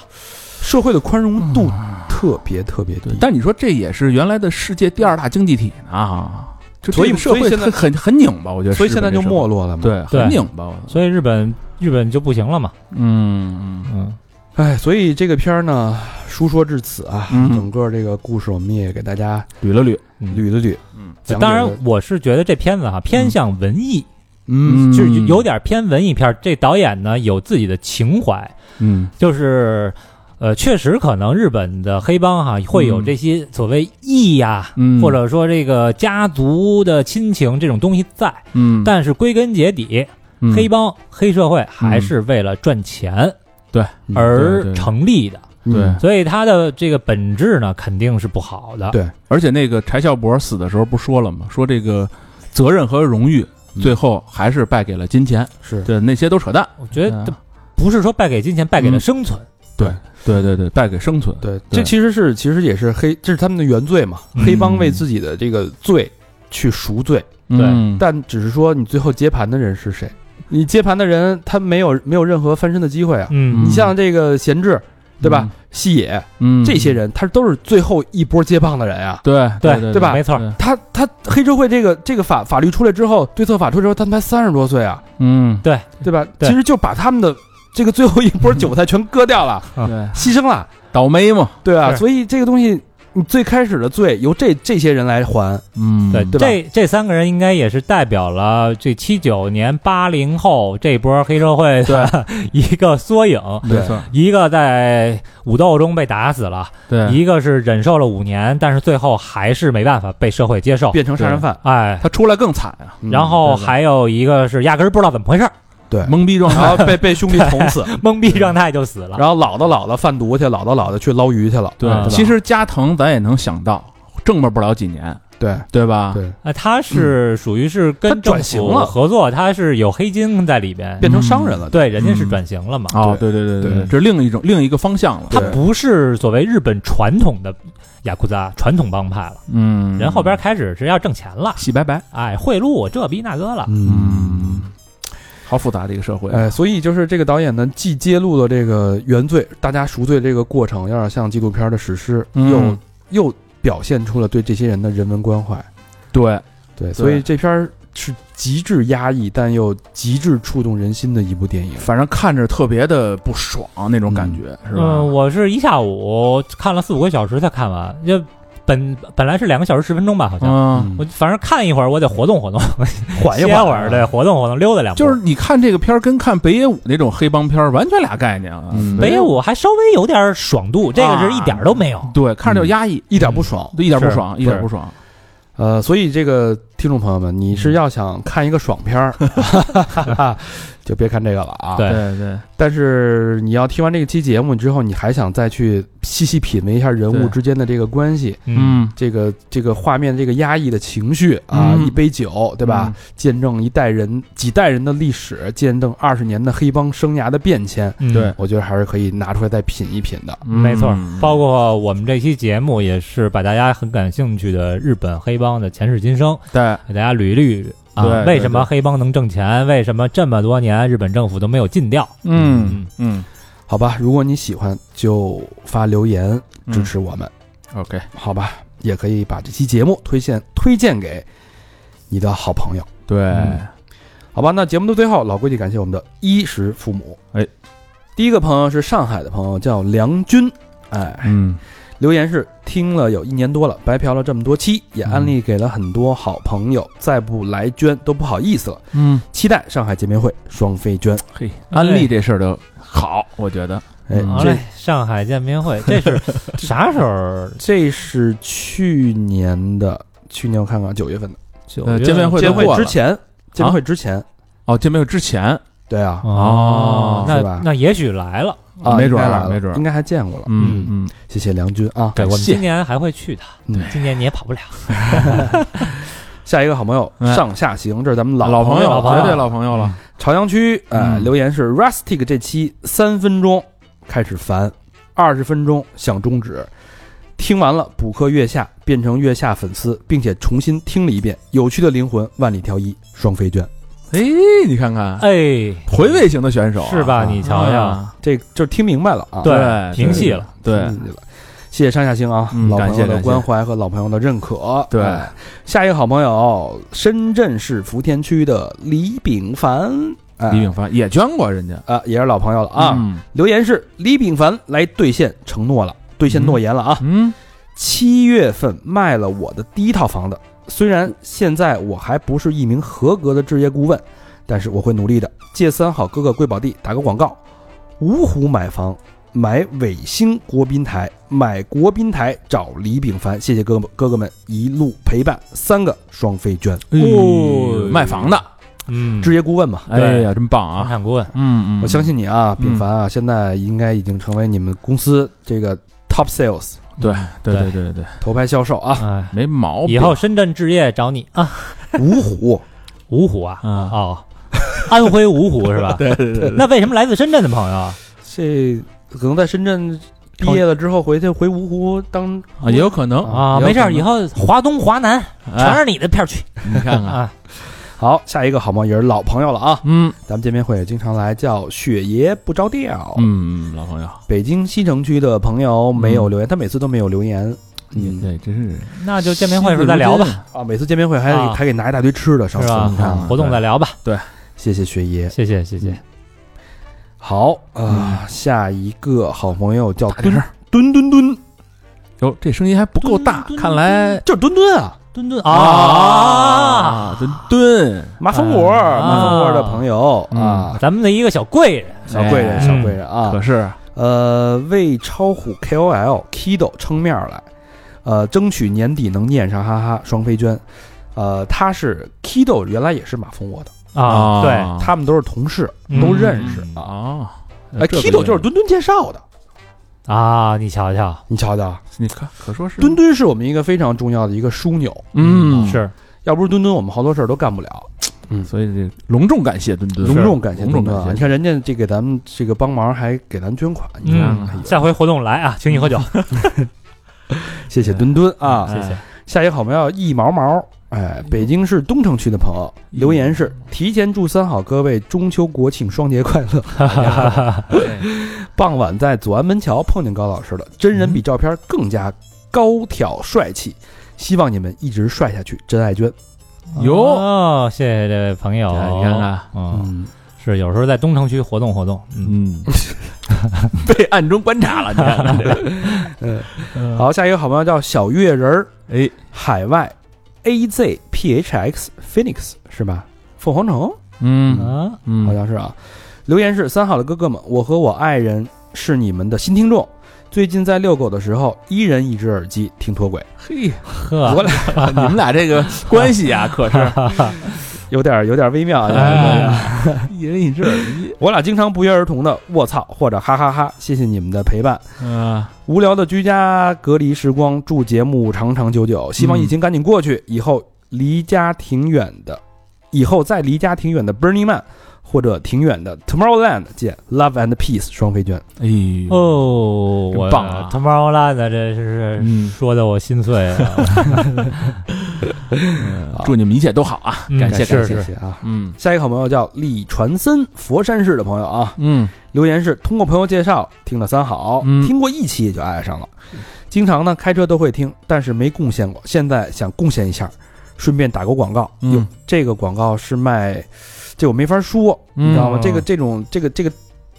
Speaker 1: 社会的宽容度特别特别低
Speaker 3: 嗯对，，但你说这也是原来的世界第二大经济体呢啊，就这
Speaker 1: 所以
Speaker 3: 个社会
Speaker 1: 所以现在
Speaker 3: 很很很拧巴，我觉得，
Speaker 1: 所以现在就没
Speaker 3: 落，
Speaker 1: 落了嘛。，
Speaker 3: 对，
Speaker 2: 对
Speaker 3: 很拧巴，我
Speaker 2: 所以日本日本就不行了嘛。
Speaker 3: 嗯
Speaker 2: 嗯，
Speaker 1: 哎，所以这个片儿呢，书说至此啊，
Speaker 3: 嗯
Speaker 1: 整个这个故事我们也给大家
Speaker 3: 捋了捋，
Speaker 2: 嗯
Speaker 1: 捋了捋。
Speaker 3: 嗯
Speaker 1: 讲解了
Speaker 2: 当然，我是觉得这片子哈偏向文艺，
Speaker 1: 嗯，
Speaker 2: 就是有点偏文艺片儿。这导演呢有自己的情怀，
Speaker 3: 嗯
Speaker 2: 就是呃，确实可能日本的黑帮哈会有这些所谓义呀、
Speaker 3: 嗯，
Speaker 2: 或者说这个家族的亲情这种东西在，
Speaker 3: 嗯，
Speaker 2: 但是归根结底，
Speaker 3: 嗯
Speaker 2: 黑帮黑社会还是为了赚钱
Speaker 1: 嗯
Speaker 3: 对
Speaker 2: 而
Speaker 3: 对
Speaker 2: 成立的，
Speaker 3: 对，
Speaker 2: 所以它的这个本质呢肯定是不好的。
Speaker 1: 对
Speaker 3: 而且那个柴孝伯死的时候不说了吗？说这个责任和荣誉最后还是败给了金钱，
Speaker 1: 嗯是哎
Speaker 3: 对，那些都扯淡，啊
Speaker 2: 我觉
Speaker 3: 嗯
Speaker 2: 得不是说败给金钱，败给了生存。
Speaker 3: 对对对，败给生存，
Speaker 1: 对，
Speaker 3: 对
Speaker 1: 这其实是其实也是黑，这是他们的原罪嘛，
Speaker 2: 嗯
Speaker 1: 黑帮为自己的这个罪去赎罪，
Speaker 3: 嗯
Speaker 1: 但只是说你最后接盘的人是谁，你接盘的人他没有没有任何翻身的机会啊。
Speaker 2: 嗯
Speaker 1: 你像这个贤治，对吧？细野
Speaker 3: 嗯，
Speaker 1: 这些人，他都是最后一波接棒的人啊。
Speaker 3: 对
Speaker 2: 对
Speaker 3: 对
Speaker 1: 对吧
Speaker 2: 没错
Speaker 3: 对
Speaker 1: 他他黑社会这个这个法法律出来之后，对策法出来之后，他们才三十多岁啊，
Speaker 3: 嗯，
Speaker 1: 对吧？
Speaker 2: 对
Speaker 1: 其实就把他们的这个最后一波韭菜全割掉了，
Speaker 3: 对，
Speaker 1: 牺牲了，
Speaker 3: 啊倒霉嘛，
Speaker 1: 对吧？
Speaker 2: 是
Speaker 1: 所以这个东西，你最开始的罪由这这些人来还，
Speaker 3: 嗯，
Speaker 2: 对，
Speaker 1: 对吧
Speaker 2: 这这三个人应该也是代表了这七九年八零后这波黑社会的 一个缩影。
Speaker 3: 没错，
Speaker 2: 一个在武斗中被打死了，
Speaker 3: 对，
Speaker 2: 一个是忍受了五年，但是最后还是没办法被社会接受。
Speaker 1: 变成杀人犯，
Speaker 2: 哎，
Speaker 3: 他出来更惨啊，
Speaker 1: 嗯
Speaker 2: 然后
Speaker 3: 对对
Speaker 2: 还有一个是压根儿不知道怎么回事儿，
Speaker 3: 懵逼状态，
Speaker 1: 然后被被兄弟捅死，
Speaker 2: 懵逼状态就死了。
Speaker 1: 然后老的老的贩毒去，老的老的去捞鱼去了，
Speaker 3: 对
Speaker 2: 啊，
Speaker 3: 其实加藤咱也能想到，挣吧不了几年，
Speaker 1: 对
Speaker 3: 对吧？
Speaker 1: 对，
Speaker 2: 啊，他是属于是跟
Speaker 1: 嗯
Speaker 2: 政
Speaker 1: 他转型
Speaker 2: 府
Speaker 1: 了
Speaker 2: 合作，他是有黑金在里边。
Speaker 1: 变成商人了，
Speaker 2: 对，人家是
Speaker 3: 嗯
Speaker 2: 转型了嘛。
Speaker 3: 哦，对对对
Speaker 1: 对
Speaker 3: 对，这是另一种另一个方向了。
Speaker 2: 他
Speaker 1: 对
Speaker 2: 不是所谓日本传统的雅库扎传统帮派了，
Speaker 3: 嗯，
Speaker 2: 人后边开始是要挣钱了，
Speaker 3: 洗白白，
Speaker 2: 哎，贿赂我这逼那个了，
Speaker 3: 嗯，好复杂的一个社会，
Speaker 1: 哎，所以就是这个导演呢，既揭露了这个原罪，大家赎罪这个过程，有点像纪录片的史诗，
Speaker 3: 嗯
Speaker 1: 又又表现出了对这些人的人文关怀。
Speaker 3: 对，
Speaker 1: 对，所以这片儿是极致压抑，但又极致触动人心的一部电影。
Speaker 3: 反正看着特别的不爽那种感觉，是
Speaker 2: 嗯，
Speaker 3: 吧？
Speaker 2: 我是一下午看了四五个小时才看完，就本本来是两个小时十分钟吧，好像。
Speaker 1: 啊
Speaker 3: 嗯，
Speaker 2: 我反正看一会儿，我得活动活动，
Speaker 1: 缓啊
Speaker 2: 歇会儿，对，活动活动，溜达两步。
Speaker 3: 就是你看这个片儿跟看北野武那种黑帮片儿完全俩概念啊。
Speaker 1: 嗯
Speaker 2: 北野武还稍微有啊点爽度，这个是一点儿都没有。
Speaker 3: 对，看着就压抑，
Speaker 1: 一点不爽。
Speaker 3: 一点不爽，
Speaker 1: 是
Speaker 3: 一点不爽。
Speaker 1: 嗯呃，所以这个听众朋友们，你是要想看一个爽片 儿，就别看这个了啊。
Speaker 2: 对
Speaker 3: 对，
Speaker 1: 但是你要听完这个期节目之后，你还想再去细细品味一下人物
Speaker 3: 对
Speaker 1: 之间的这个关系，
Speaker 2: 嗯，
Speaker 3: 嗯，
Speaker 1: 这个这个画面这个压抑的情绪啊，
Speaker 3: 嗯
Speaker 1: 一杯酒，对吧？见证一代人几代人的历史，见证二十年的黑帮生涯的变迁，
Speaker 2: 嗯
Speaker 3: 对，
Speaker 1: 我觉得还是可以拿出来再品一品的。
Speaker 3: 嗯
Speaker 2: 没错。包括我们这期节目也是把大家很感兴趣的日本黑帮的前世今生，
Speaker 3: 对，
Speaker 2: 给大家捋一捋
Speaker 3: 对对
Speaker 2: 啊，为什么黑帮能挣钱？为什么这么多年日本政府都没有禁掉？
Speaker 3: 嗯嗯
Speaker 1: 好吧，如果你喜欢就发留言
Speaker 3: 嗯
Speaker 1: 支持我们，
Speaker 3: ，OK，
Speaker 1: 好吧？也可以把这期节目推荐推荐给你的好朋友，
Speaker 3: 对，
Speaker 1: 好吧？那节目的最后，老规矩，感谢我们的衣食父母。
Speaker 3: 哎，
Speaker 1: 第一个朋友是上海的朋友，叫梁军，哎，
Speaker 3: 嗯，
Speaker 1: 留言是听了有一年多了，白嫖了这么多期，也安利给了很多好朋友，再不来捐都不好意思了。
Speaker 3: 嗯，
Speaker 1: 期待上海见面会双飞捐。
Speaker 3: 嘿，安利这事儿就好，我觉得，
Speaker 1: 哎，
Speaker 3: 嗯
Speaker 2: 好
Speaker 1: 这
Speaker 2: 嘞，上海见面会，这是啥时候？
Speaker 1: 这是去年的，去年我看看九月份的
Speaker 2: 九
Speaker 3: 呃
Speaker 2: 月
Speaker 3: 见面会啊都
Speaker 2: 份
Speaker 1: 见
Speaker 3: 过
Speaker 1: 会
Speaker 3: 了
Speaker 1: 之前，见面会之前，
Speaker 3: 哦，见面会之前，
Speaker 1: 对啊，
Speaker 2: 哦，那
Speaker 1: 是吧
Speaker 2: 那也许来了，
Speaker 1: 啊，
Speaker 3: 没准儿
Speaker 1: 应
Speaker 3: 啊
Speaker 1: 该来了
Speaker 3: 没准儿
Speaker 1: 应该还见过了。
Speaker 3: 嗯
Speaker 1: 嗯，
Speaker 3: 嗯，
Speaker 1: 谢谢梁军啊。
Speaker 2: 对我们
Speaker 3: 谢
Speaker 2: 今年还会去的
Speaker 1: 嗯，
Speaker 2: 今年你也跑不了。
Speaker 1: 下一个好朋友
Speaker 3: 哎
Speaker 1: 上下行，这是咱们
Speaker 3: 老
Speaker 1: 朋
Speaker 3: 朋
Speaker 2: 老
Speaker 3: 友，
Speaker 2: 朋友
Speaker 3: 绝对老朋友了。
Speaker 1: 朝阳区呃、
Speaker 3: 嗯
Speaker 1: 留言是 Rustic 这期三分钟开始烦，二十分钟想终止，听完了补课月下变成月下粉丝，并且重新听了一遍，有趣的灵魂万里挑一双飞卷，
Speaker 3: 哎，你看看，
Speaker 2: 哎，
Speaker 3: 回味型的选手啊
Speaker 2: 是吧？你瞧瞧，
Speaker 3: 啊
Speaker 1: 这就是听明白了啊，
Speaker 2: 对
Speaker 3: 对
Speaker 2: 平息了，
Speaker 3: 对
Speaker 1: 听进去了。谢谢上下行啊，
Speaker 3: 嗯
Speaker 1: 老朋
Speaker 3: 感谢
Speaker 1: 友的
Speaker 3: 感谢
Speaker 1: 关怀和老朋友的认可。
Speaker 3: 对
Speaker 1: 哎下一个好朋友，深圳市福田区的李炳凡，哎
Speaker 3: 李炳凡也捐过人家
Speaker 1: 啊、也是老朋友了啊。
Speaker 3: 嗯
Speaker 1: 留言是李炳凡来兑现承诺了，兑现诺言了啊！
Speaker 3: 嗯，
Speaker 1: 七月份卖了我的第一套房子，虽然现在我还不是一名合格的置业顾问，但是我会努力的。借三好哥哥贵宝地打个广告，芜湖买房。买伟星国宾台，买国宾台找李炳凡，谢谢哥哥哥哥们一路陪伴，三个双飞娟，
Speaker 2: 哦
Speaker 3: 哎卖房的，
Speaker 2: 嗯，
Speaker 1: 置业顾问嘛，
Speaker 3: 哎呀，真棒
Speaker 2: 房
Speaker 3: 啊！
Speaker 2: 产顾问，
Speaker 3: 嗯嗯，
Speaker 1: 我相信你啊，
Speaker 3: 嗯
Speaker 1: 炳凡啊，现在应该已经成为你们公司这个 top sales
Speaker 3: 对对对对对，
Speaker 1: 头牌销售啊，
Speaker 2: 哎，
Speaker 3: 没毛病。
Speaker 2: 以后深圳置业找你啊，
Speaker 1: 芜湖，
Speaker 2: 芜湖啊，
Speaker 3: 嗯
Speaker 2: 哦， 安徽芜湖是 吧？
Speaker 3: 对对对对，
Speaker 2: 那为什么来自深圳的朋友啊？
Speaker 1: 这可能在深圳毕业了之后回去回芜湖当
Speaker 3: 啊也有可能，
Speaker 2: 啊，没事儿，以后华东、华南全
Speaker 3: 哎
Speaker 2: 是你的片儿区
Speaker 3: 你看看，
Speaker 2: 啊。
Speaker 1: 好，下一个好吗？也是老朋友了啊，
Speaker 3: 嗯
Speaker 1: 咱们见面会也经常来，叫雪爷不着调。
Speaker 3: 嗯，老朋友，
Speaker 1: 北京西城区的朋友没有留言，他每次都没有留言。
Speaker 3: 你
Speaker 1: 嗯
Speaker 3: 这真是
Speaker 2: 那就见面会时候再聊吧，
Speaker 1: 啊，每次见面会还
Speaker 2: 啊
Speaker 1: 还给拿一大堆吃的，上
Speaker 2: 是
Speaker 1: 次
Speaker 2: 吧啊
Speaker 1: 你看看，
Speaker 2: 活动再聊吧。
Speaker 1: 谢谢雪爷。
Speaker 2: 谢谢谢谢，
Speaker 1: 好啊，下一个好朋友叫墩墩墩墩，
Speaker 3: 哟，这声音还不够大，看来
Speaker 1: 就是墩墩啊，
Speaker 2: 墩墩啊，
Speaker 3: 啊，墩墩，
Speaker 1: 麻蜂窝儿，麻蜂窝儿的朋友
Speaker 3: 嗯
Speaker 1: 啊，
Speaker 2: 咱们的一个小贵人，
Speaker 1: 小贵人，
Speaker 3: 哎
Speaker 1: 小贵人啊，
Speaker 3: 可是
Speaker 1: 呃，为超虎 KOL Kido 撑面儿来，呃，争取年底能念上，哈哈，双飞娟。呃，他是 Kido，原来也是马蜂窝的，
Speaker 2: 啊，对，
Speaker 1: 他们都是同事，
Speaker 2: 嗯
Speaker 1: 都认识啊。
Speaker 3: 啊，
Speaker 1: 哎，Kido 就是墩墩介绍的，
Speaker 2: 啊，你瞧瞧，
Speaker 1: 你瞧瞧，
Speaker 3: 你看，可说是
Speaker 1: 墩，墩是我们一个非常重要的一个枢纽，
Speaker 3: 嗯，
Speaker 2: 是
Speaker 1: 要不是墩墩，我们好多事儿都干不了。
Speaker 3: 所以这隆重感谢墩墩，
Speaker 1: 隆重感谢
Speaker 3: 隆
Speaker 1: 墩
Speaker 3: 重
Speaker 1: 墩啊！
Speaker 3: 感谢，
Speaker 1: 你看人家这给咱们这个帮忙，还给咱捐款，你看，
Speaker 2: 嗯
Speaker 1: 哎呦
Speaker 2: 下回活动来啊，请你 喝酒，
Speaker 1: 谢谢墩墩啊！
Speaker 2: 嗯谢谢。
Speaker 1: 下一个好朋友一毛毛，哎，北京市东城区的朋友留言是：提前祝三好各位中秋国庆双节快乐。
Speaker 3: 啊哎
Speaker 1: 傍晚在左安门桥碰见高老师了，真人比照片更加高挑帅气，希望你们一直帅下去，真爱娟。
Speaker 3: 哟，
Speaker 2: 哦，谢谢这位朋友，
Speaker 3: 你看看，
Speaker 2: 嗯，
Speaker 1: 嗯，
Speaker 2: 是有时候在东城区活动活动，嗯，
Speaker 3: 嗯， 被暗中观察了，你看看这个，
Speaker 2: 啊嗯
Speaker 1: 好，下一个好朋友叫小月人儿，
Speaker 3: 哎，
Speaker 1: 海外 A Z P H X Phoenix 是吧？凤凰城。
Speaker 3: 嗯
Speaker 2: 啊，
Speaker 1: 好
Speaker 3: 嗯，
Speaker 1: 像是啊。留言是三好的哥哥们，我和我爱人是你们的新听众。最近在遛狗的时候，一人一只耳机听脱轨，
Speaker 3: 嘿，
Speaker 2: 呵，
Speaker 1: 我俩
Speaker 3: 你们俩这个关系啊， 可是
Speaker 1: 有点有点微妙啊。
Speaker 2: 哎，
Speaker 3: 一人一只耳机，
Speaker 1: 我俩经常不约而同的“卧槽”或者“哈哈哈谢谢你们的陪伴。
Speaker 3: 啊，
Speaker 1: 无聊的居家隔离时光，祝节目长长久久。希望疫情赶紧过去，以后离家挺远的，以后再离家挺远的 Burning Man 或者挺远的 Tomorrowland 见。Love and Peace，双飞娟。
Speaker 3: 哎
Speaker 5: 嗯
Speaker 3: 呦，
Speaker 2: 哦，我
Speaker 3: 真棒啊
Speaker 2: 他妈拉的这是
Speaker 3: 嗯
Speaker 2: 说的我心碎 啊，
Speaker 3: 嗯祝你们一切都好啊，
Speaker 2: 嗯
Speaker 3: 感谢
Speaker 2: 是
Speaker 3: 感谢，
Speaker 1: 谢谢啊！
Speaker 3: 嗯
Speaker 1: 下一个好朋友叫李传森，佛山市的朋友啊，
Speaker 3: 嗯，
Speaker 1: 留言是通过朋友介绍听了三好，
Speaker 3: 嗯
Speaker 1: 听过一期也就爱上了，经常呢开车都会听，但是没贡献过，现在想贡献一下，顺便打个广告，
Speaker 3: 嗯
Speaker 1: 哟这个广告是卖，这我没法说，
Speaker 3: 嗯
Speaker 1: 你知道吗？这个这种这个这个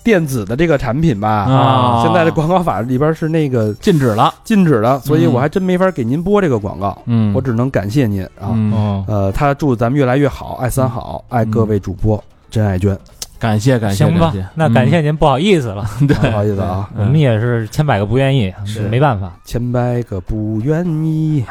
Speaker 1: 电子的这个产品吧，
Speaker 3: 啊
Speaker 1: 现在的广告法里边是那个
Speaker 3: 禁止了，
Speaker 1: 禁止的，所以
Speaker 3: 嗯
Speaker 1: 我还真没法给您播这个广告，
Speaker 3: 嗯
Speaker 1: 我只能感谢您啊。
Speaker 3: 嗯，
Speaker 2: 嗯，
Speaker 1: 呃，他祝咱们越来越好，爱三好，爱各位主播，真爱娟，
Speaker 3: 感谢感谢，
Speaker 2: 行吧
Speaker 3: 感谢，
Speaker 5: 嗯
Speaker 2: 那感谢您，不好意思了，
Speaker 1: 不好意思啊，
Speaker 2: 我们也是千百个不愿意，没办法，
Speaker 1: 千百个不愿意。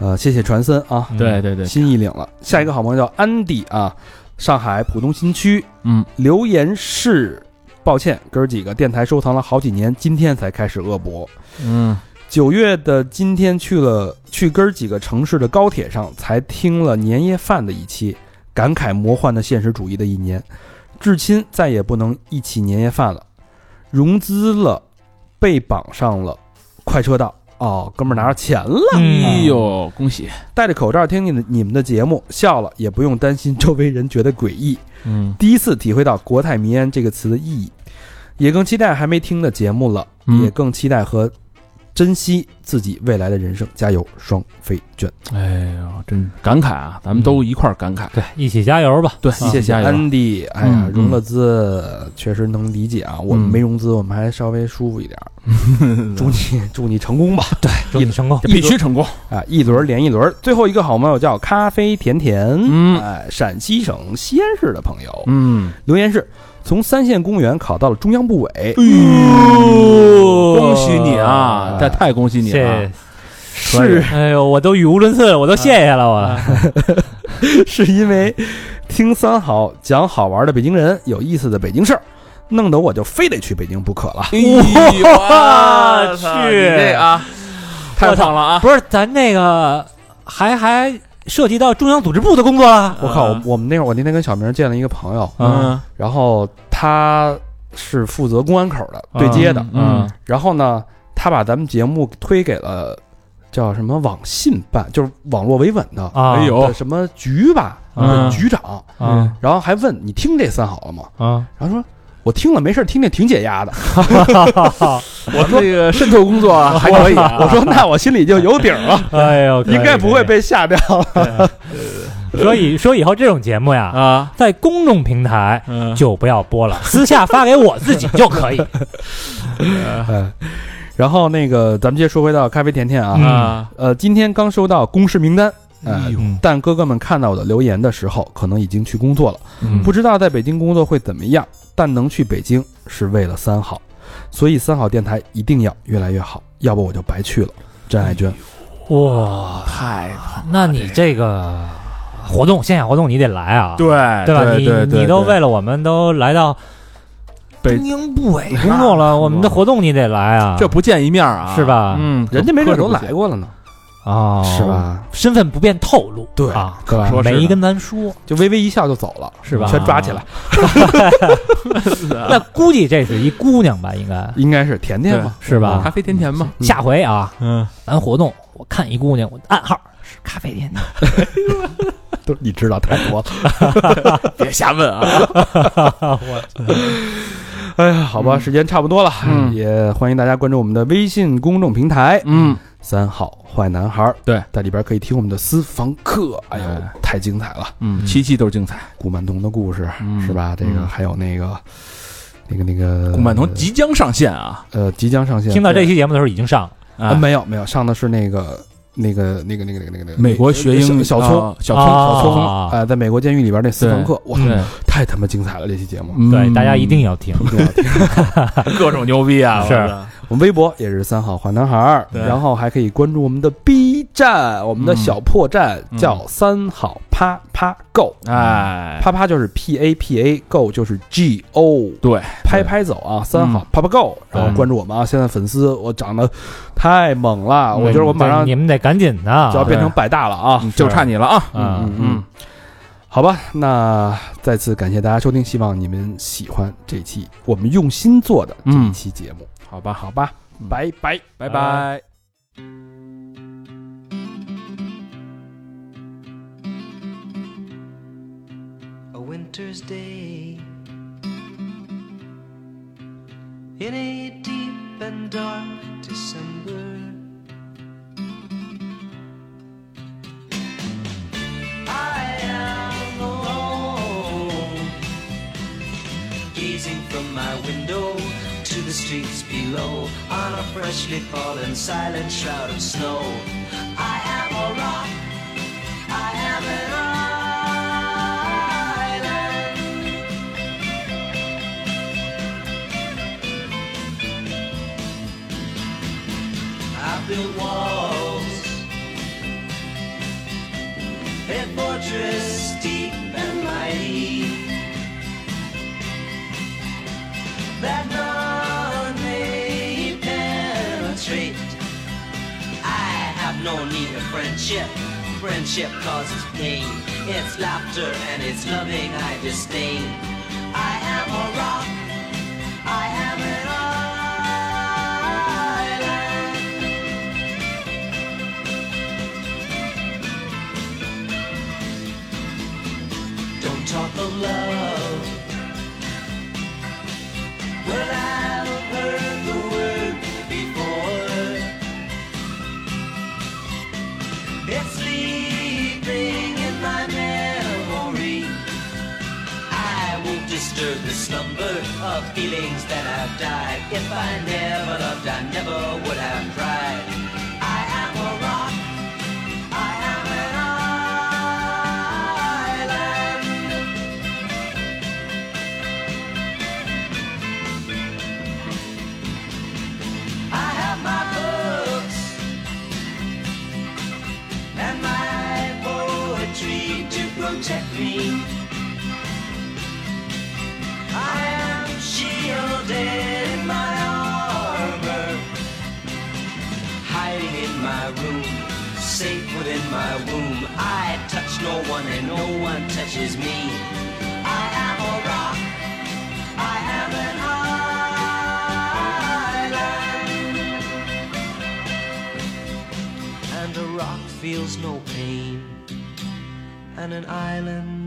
Speaker 1: 呃，谢谢传森啊，
Speaker 2: 嗯
Speaker 3: 对对对，
Speaker 1: 心意领了。下一个好朋友叫安迪啊，上海浦东新区，
Speaker 4: 嗯，
Speaker 1: 留言是，抱歉，哥儿几个电台收藏了好几年，今天才开始恶补。
Speaker 4: 嗯，
Speaker 1: 九月的今天去了去哥儿几个城市的高铁上，才听了年夜饭的一期，感慨魔幻的现实主义的一年，至亲再也不能一起年夜饭了，融资了，被绑上了，快车道哦，哥们儿拿着钱了。
Speaker 2: 嗯
Speaker 5: 哎呦，恭喜！
Speaker 1: 戴着口罩听你的你们的节目，笑了也不用担心周围人觉得诡异。
Speaker 2: 嗯，
Speaker 1: 第一次体会到“国泰民安”这个词的意义，也更期待还没听的节目了，
Speaker 4: 嗯
Speaker 1: 也更期待和珍惜自己未来的人生。加油，双飞卷！
Speaker 5: 哎呦，真感慨啊！咱们都一块儿感慨。
Speaker 2: 对，一起加油吧。
Speaker 5: 对，
Speaker 1: 谢谢
Speaker 5: 加油！
Speaker 1: Andy，哎呀
Speaker 4: 啊嗯，
Speaker 1: 融了资确实能理解啊，我们
Speaker 4: 嗯
Speaker 1: 没融资，我们还稍微舒服一点儿。 祝你祝你成功吧！
Speaker 5: 哎
Speaker 2: 祝你成功。
Speaker 5: 必须成功。
Speaker 1: 啊，一轮连一轮，最后一个好朋友叫咖啡甜甜，
Speaker 4: 嗯
Speaker 1: 哎，陕西省西安市的朋友，
Speaker 4: 嗯，
Speaker 1: 留言是从三线公务员考到了中央部委，
Speaker 4: 哎
Speaker 5: 哦恭喜你啊！这太恭喜你
Speaker 2: 哦谢
Speaker 5: 了
Speaker 2: 谢。。哎呦，我都语无伦次了，我都谢谢了，
Speaker 5: 啊
Speaker 2: 我。
Speaker 1: 是因为听三好讲好玩的北京人、有意思的北京事儿，弄得我就非得去北京不可了。
Speaker 2: 嗯
Speaker 5: 哎呦操
Speaker 2: 哇去
Speaker 5: 你这啊，太棒了啊！
Speaker 2: 不是，咱那个还还涉及到中央组织部的工作了。
Speaker 1: 我靠，我我们那会儿我那天跟小明见了一个朋友，
Speaker 5: 啊嗯，
Speaker 1: 然后他是负责公安口的对接的，
Speaker 4: 嗯
Speaker 1: 然后呢，他把咱们节目推给了叫什么网信办，就是网络维稳的
Speaker 2: 啊，
Speaker 5: 哎呦
Speaker 1: 的，什么局吧，
Speaker 2: 嗯
Speaker 1: 局长，
Speaker 2: 啊
Speaker 1: 然后还问你听这三好了吗？
Speaker 2: 啊，
Speaker 1: 然后说。我听了没事儿，听听挺解压的。
Speaker 5: 我这个渗透工作啊还可以啊。
Speaker 1: 我说那我心里就有底儿 了，
Speaker 2: 哎呦，可以
Speaker 1: 应该不会。被吓掉。
Speaker 2: 可以所以说以后这种节目呀，
Speaker 5: 啊，
Speaker 2: 在公众平台
Speaker 5: 嗯，
Speaker 2: 就不要播了，私下发给我自己就可以。
Speaker 1: 哎，然后那个，咱们接着说回到咖啡甜甜啊，
Speaker 2: 嗯
Speaker 5: 啊，
Speaker 1: 呃，今天刚收到公示名单，
Speaker 5: 哎
Speaker 1: 哎
Speaker 5: 呦，
Speaker 1: 但哥哥们看到我的留言的时候，可能已经去工作了，
Speaker 5: 嗯
Speaker 1: 不知道在北京工作会怎么样，但能去北京是为了三好，所以三好电台一定要越来越好，要不我就白去了。真爱
Speaker 5: 哎
Speaker 1: 娟，
Speaker 2: 哇，
Speaker 5: 太
Speaker 2: 那你这个活动线下活动你得来啊，
Speaker 5: 对
Speaker 2: 对吧？
Speaker 5: 对对
Speaker 2: 你
Speaker 5: 对
Speaker 2: 你都
Speaker 5: 对
Speaker 2: 为了我们都来到
Speaker 5: 北
Speaker 2: 中央部委工作了，我们的活动你得来啊，
Speaker 5: 这不见一面啊，
Speaker 2: 是？吧？
Speaker 5: 嗯，
Speaker 1: 人家没准
Speaker 5: 准
Speaker 1: 都来，过了呢，
Speaker 2: 啊，
Speaker 1: 是？
Speaker 5: 哦
Speaker 1: 吧？
Speaker 2: 身份不便透露，
Speaker 1: 对
Speaker 2: 啊，
Speaker 1: 对吧
Speaker 5: 说是
Speaker 2: 没
Speaker 5: 呢
Speaker 2: 跟咱说，
Speaker 1: 就微微一笑就走了，
Speaker 2: 是吧
Speaker 1: 全抓起
Speaker 5: 啊
Speaker 1: 来，
Speaker 2: 那估计这是一姑娘吧，应该
Speaker 1: 应该是甜甜吧？
Speaker 2: 是吧
Speaker 5: 咖？啡甜甜嘛，
Speaker 1: 嗯
Speaker 2: 下回啊，
Speaker 5: 嗯，
Speaker 2: 咱活动，我看一姑娘，我暗号是咖啡店的。
Speaker 1: 都你知道太多 了。
Speaker 5: 别瞎问啊，
Speaker 1: 哎呀，好吧，时间差不多了，
Speaker 5: 嗯
Speaker 1: 也欢迎大家关注我们的微信公众平台，
Speaker 5: 嗯，
Speaker 1: 三好坏男孩儿，
Speaker 5: 对，
Speaker 1: 在里边可以听我们的私房课，哎呦
Speaker 5: 哎，
Speaker 1: 太精彩了！
Speaker 5: 嗯，七期都是精彩，
Speaker 1: 顾曼童的故事
Speaker 5: 嗯
Speaker 1: 是吧？这个
Speaker 5: 嗯
Speaker 1: 还有那个，那个那个
Speaker 5: 顾曼童即将上线啊，
Speaker 1: 呃即将上线，
Speaker 2: 听到这期节目的时候已经上了，
Speaker 5: 啊
Speaker 1: 呃没有没有上的是那个那个那个那个那个那个那个
Speaker 5: 美国学英
Speaker 1: 小小聪
Speaker 5: 啊小聪，
Speaker 2: 啊
Speaker 5: 小聪，
Speaker 1: 啊，哎在美国监狱里边那私房课，哇，
Speaker 5: 对
Speaker 1: 太他妈精彩了！这期节目，
Speaker 2: 对，大家一定要 听。
Speaker 1: 一定要听
Speaker 5: 嗯 各种牛逼啊，
Speaker 2: 是
Speaker 5: 我的
Speaker 1: 啊我们微博也是三好坏男孩儿，
Speaker 5: 对
Speaker 1: 然后还可以关注我们的 B 站，我们的小破站
Speaker 5: 嗯
Speaker 1: 叫三好啪啪 Go，
Speaker 5: 哎，
Speaker 1: 啪啪就是 P A P A Go 就是 G O，
Speaker 5: 对，嗯
Speaker 1: 拍拍走啊，三好啪啪 Go，然后关注我们啊！现在粉丝我涨得太猛了，啊我觉得我马上
Speaker 2: 对
Speaker 1: 就
Speaker 2: 你们得赶紧的，
Speaker 1: 要变成百大了啊！
Speaker 5: 嗯就差你了啊，
Speaker 2: 啊，
Speaker 1: 嗯嗯，好吧，那再次感谢大家收听，希望你们喜欢这期我们用心做的这一期节目，
Speaker 5: 好吧，好，
Speaker 1: 嗯好吧，嗯拜拜。
Speaker 5: 拜拜。
Speaker 6: a winter's day. In a deep and dark December, I am alone, gazing from my window to the streets below on a freshly fallen silent shroud of snow. I am a rock. I am an island. I built walls, a fortress deep and mighty. no need of friendship. Friendship causes pain. It's laughter and it's loving I disdain. I am a rock. I am an island. Don't talk of love. Well, I've heard the word before. It's sleeping in my memory. I won't disturb the slumber of feelings that have died. If I never loved, I never would have cried. I am a rock. I am an island. I have my books and my poetry to protect me. I am shielded in my armor, hiding in my room, safe within my womb. I touch no one and no one touches me. I am a rock. I am an island. And a rock feels no pain. And an island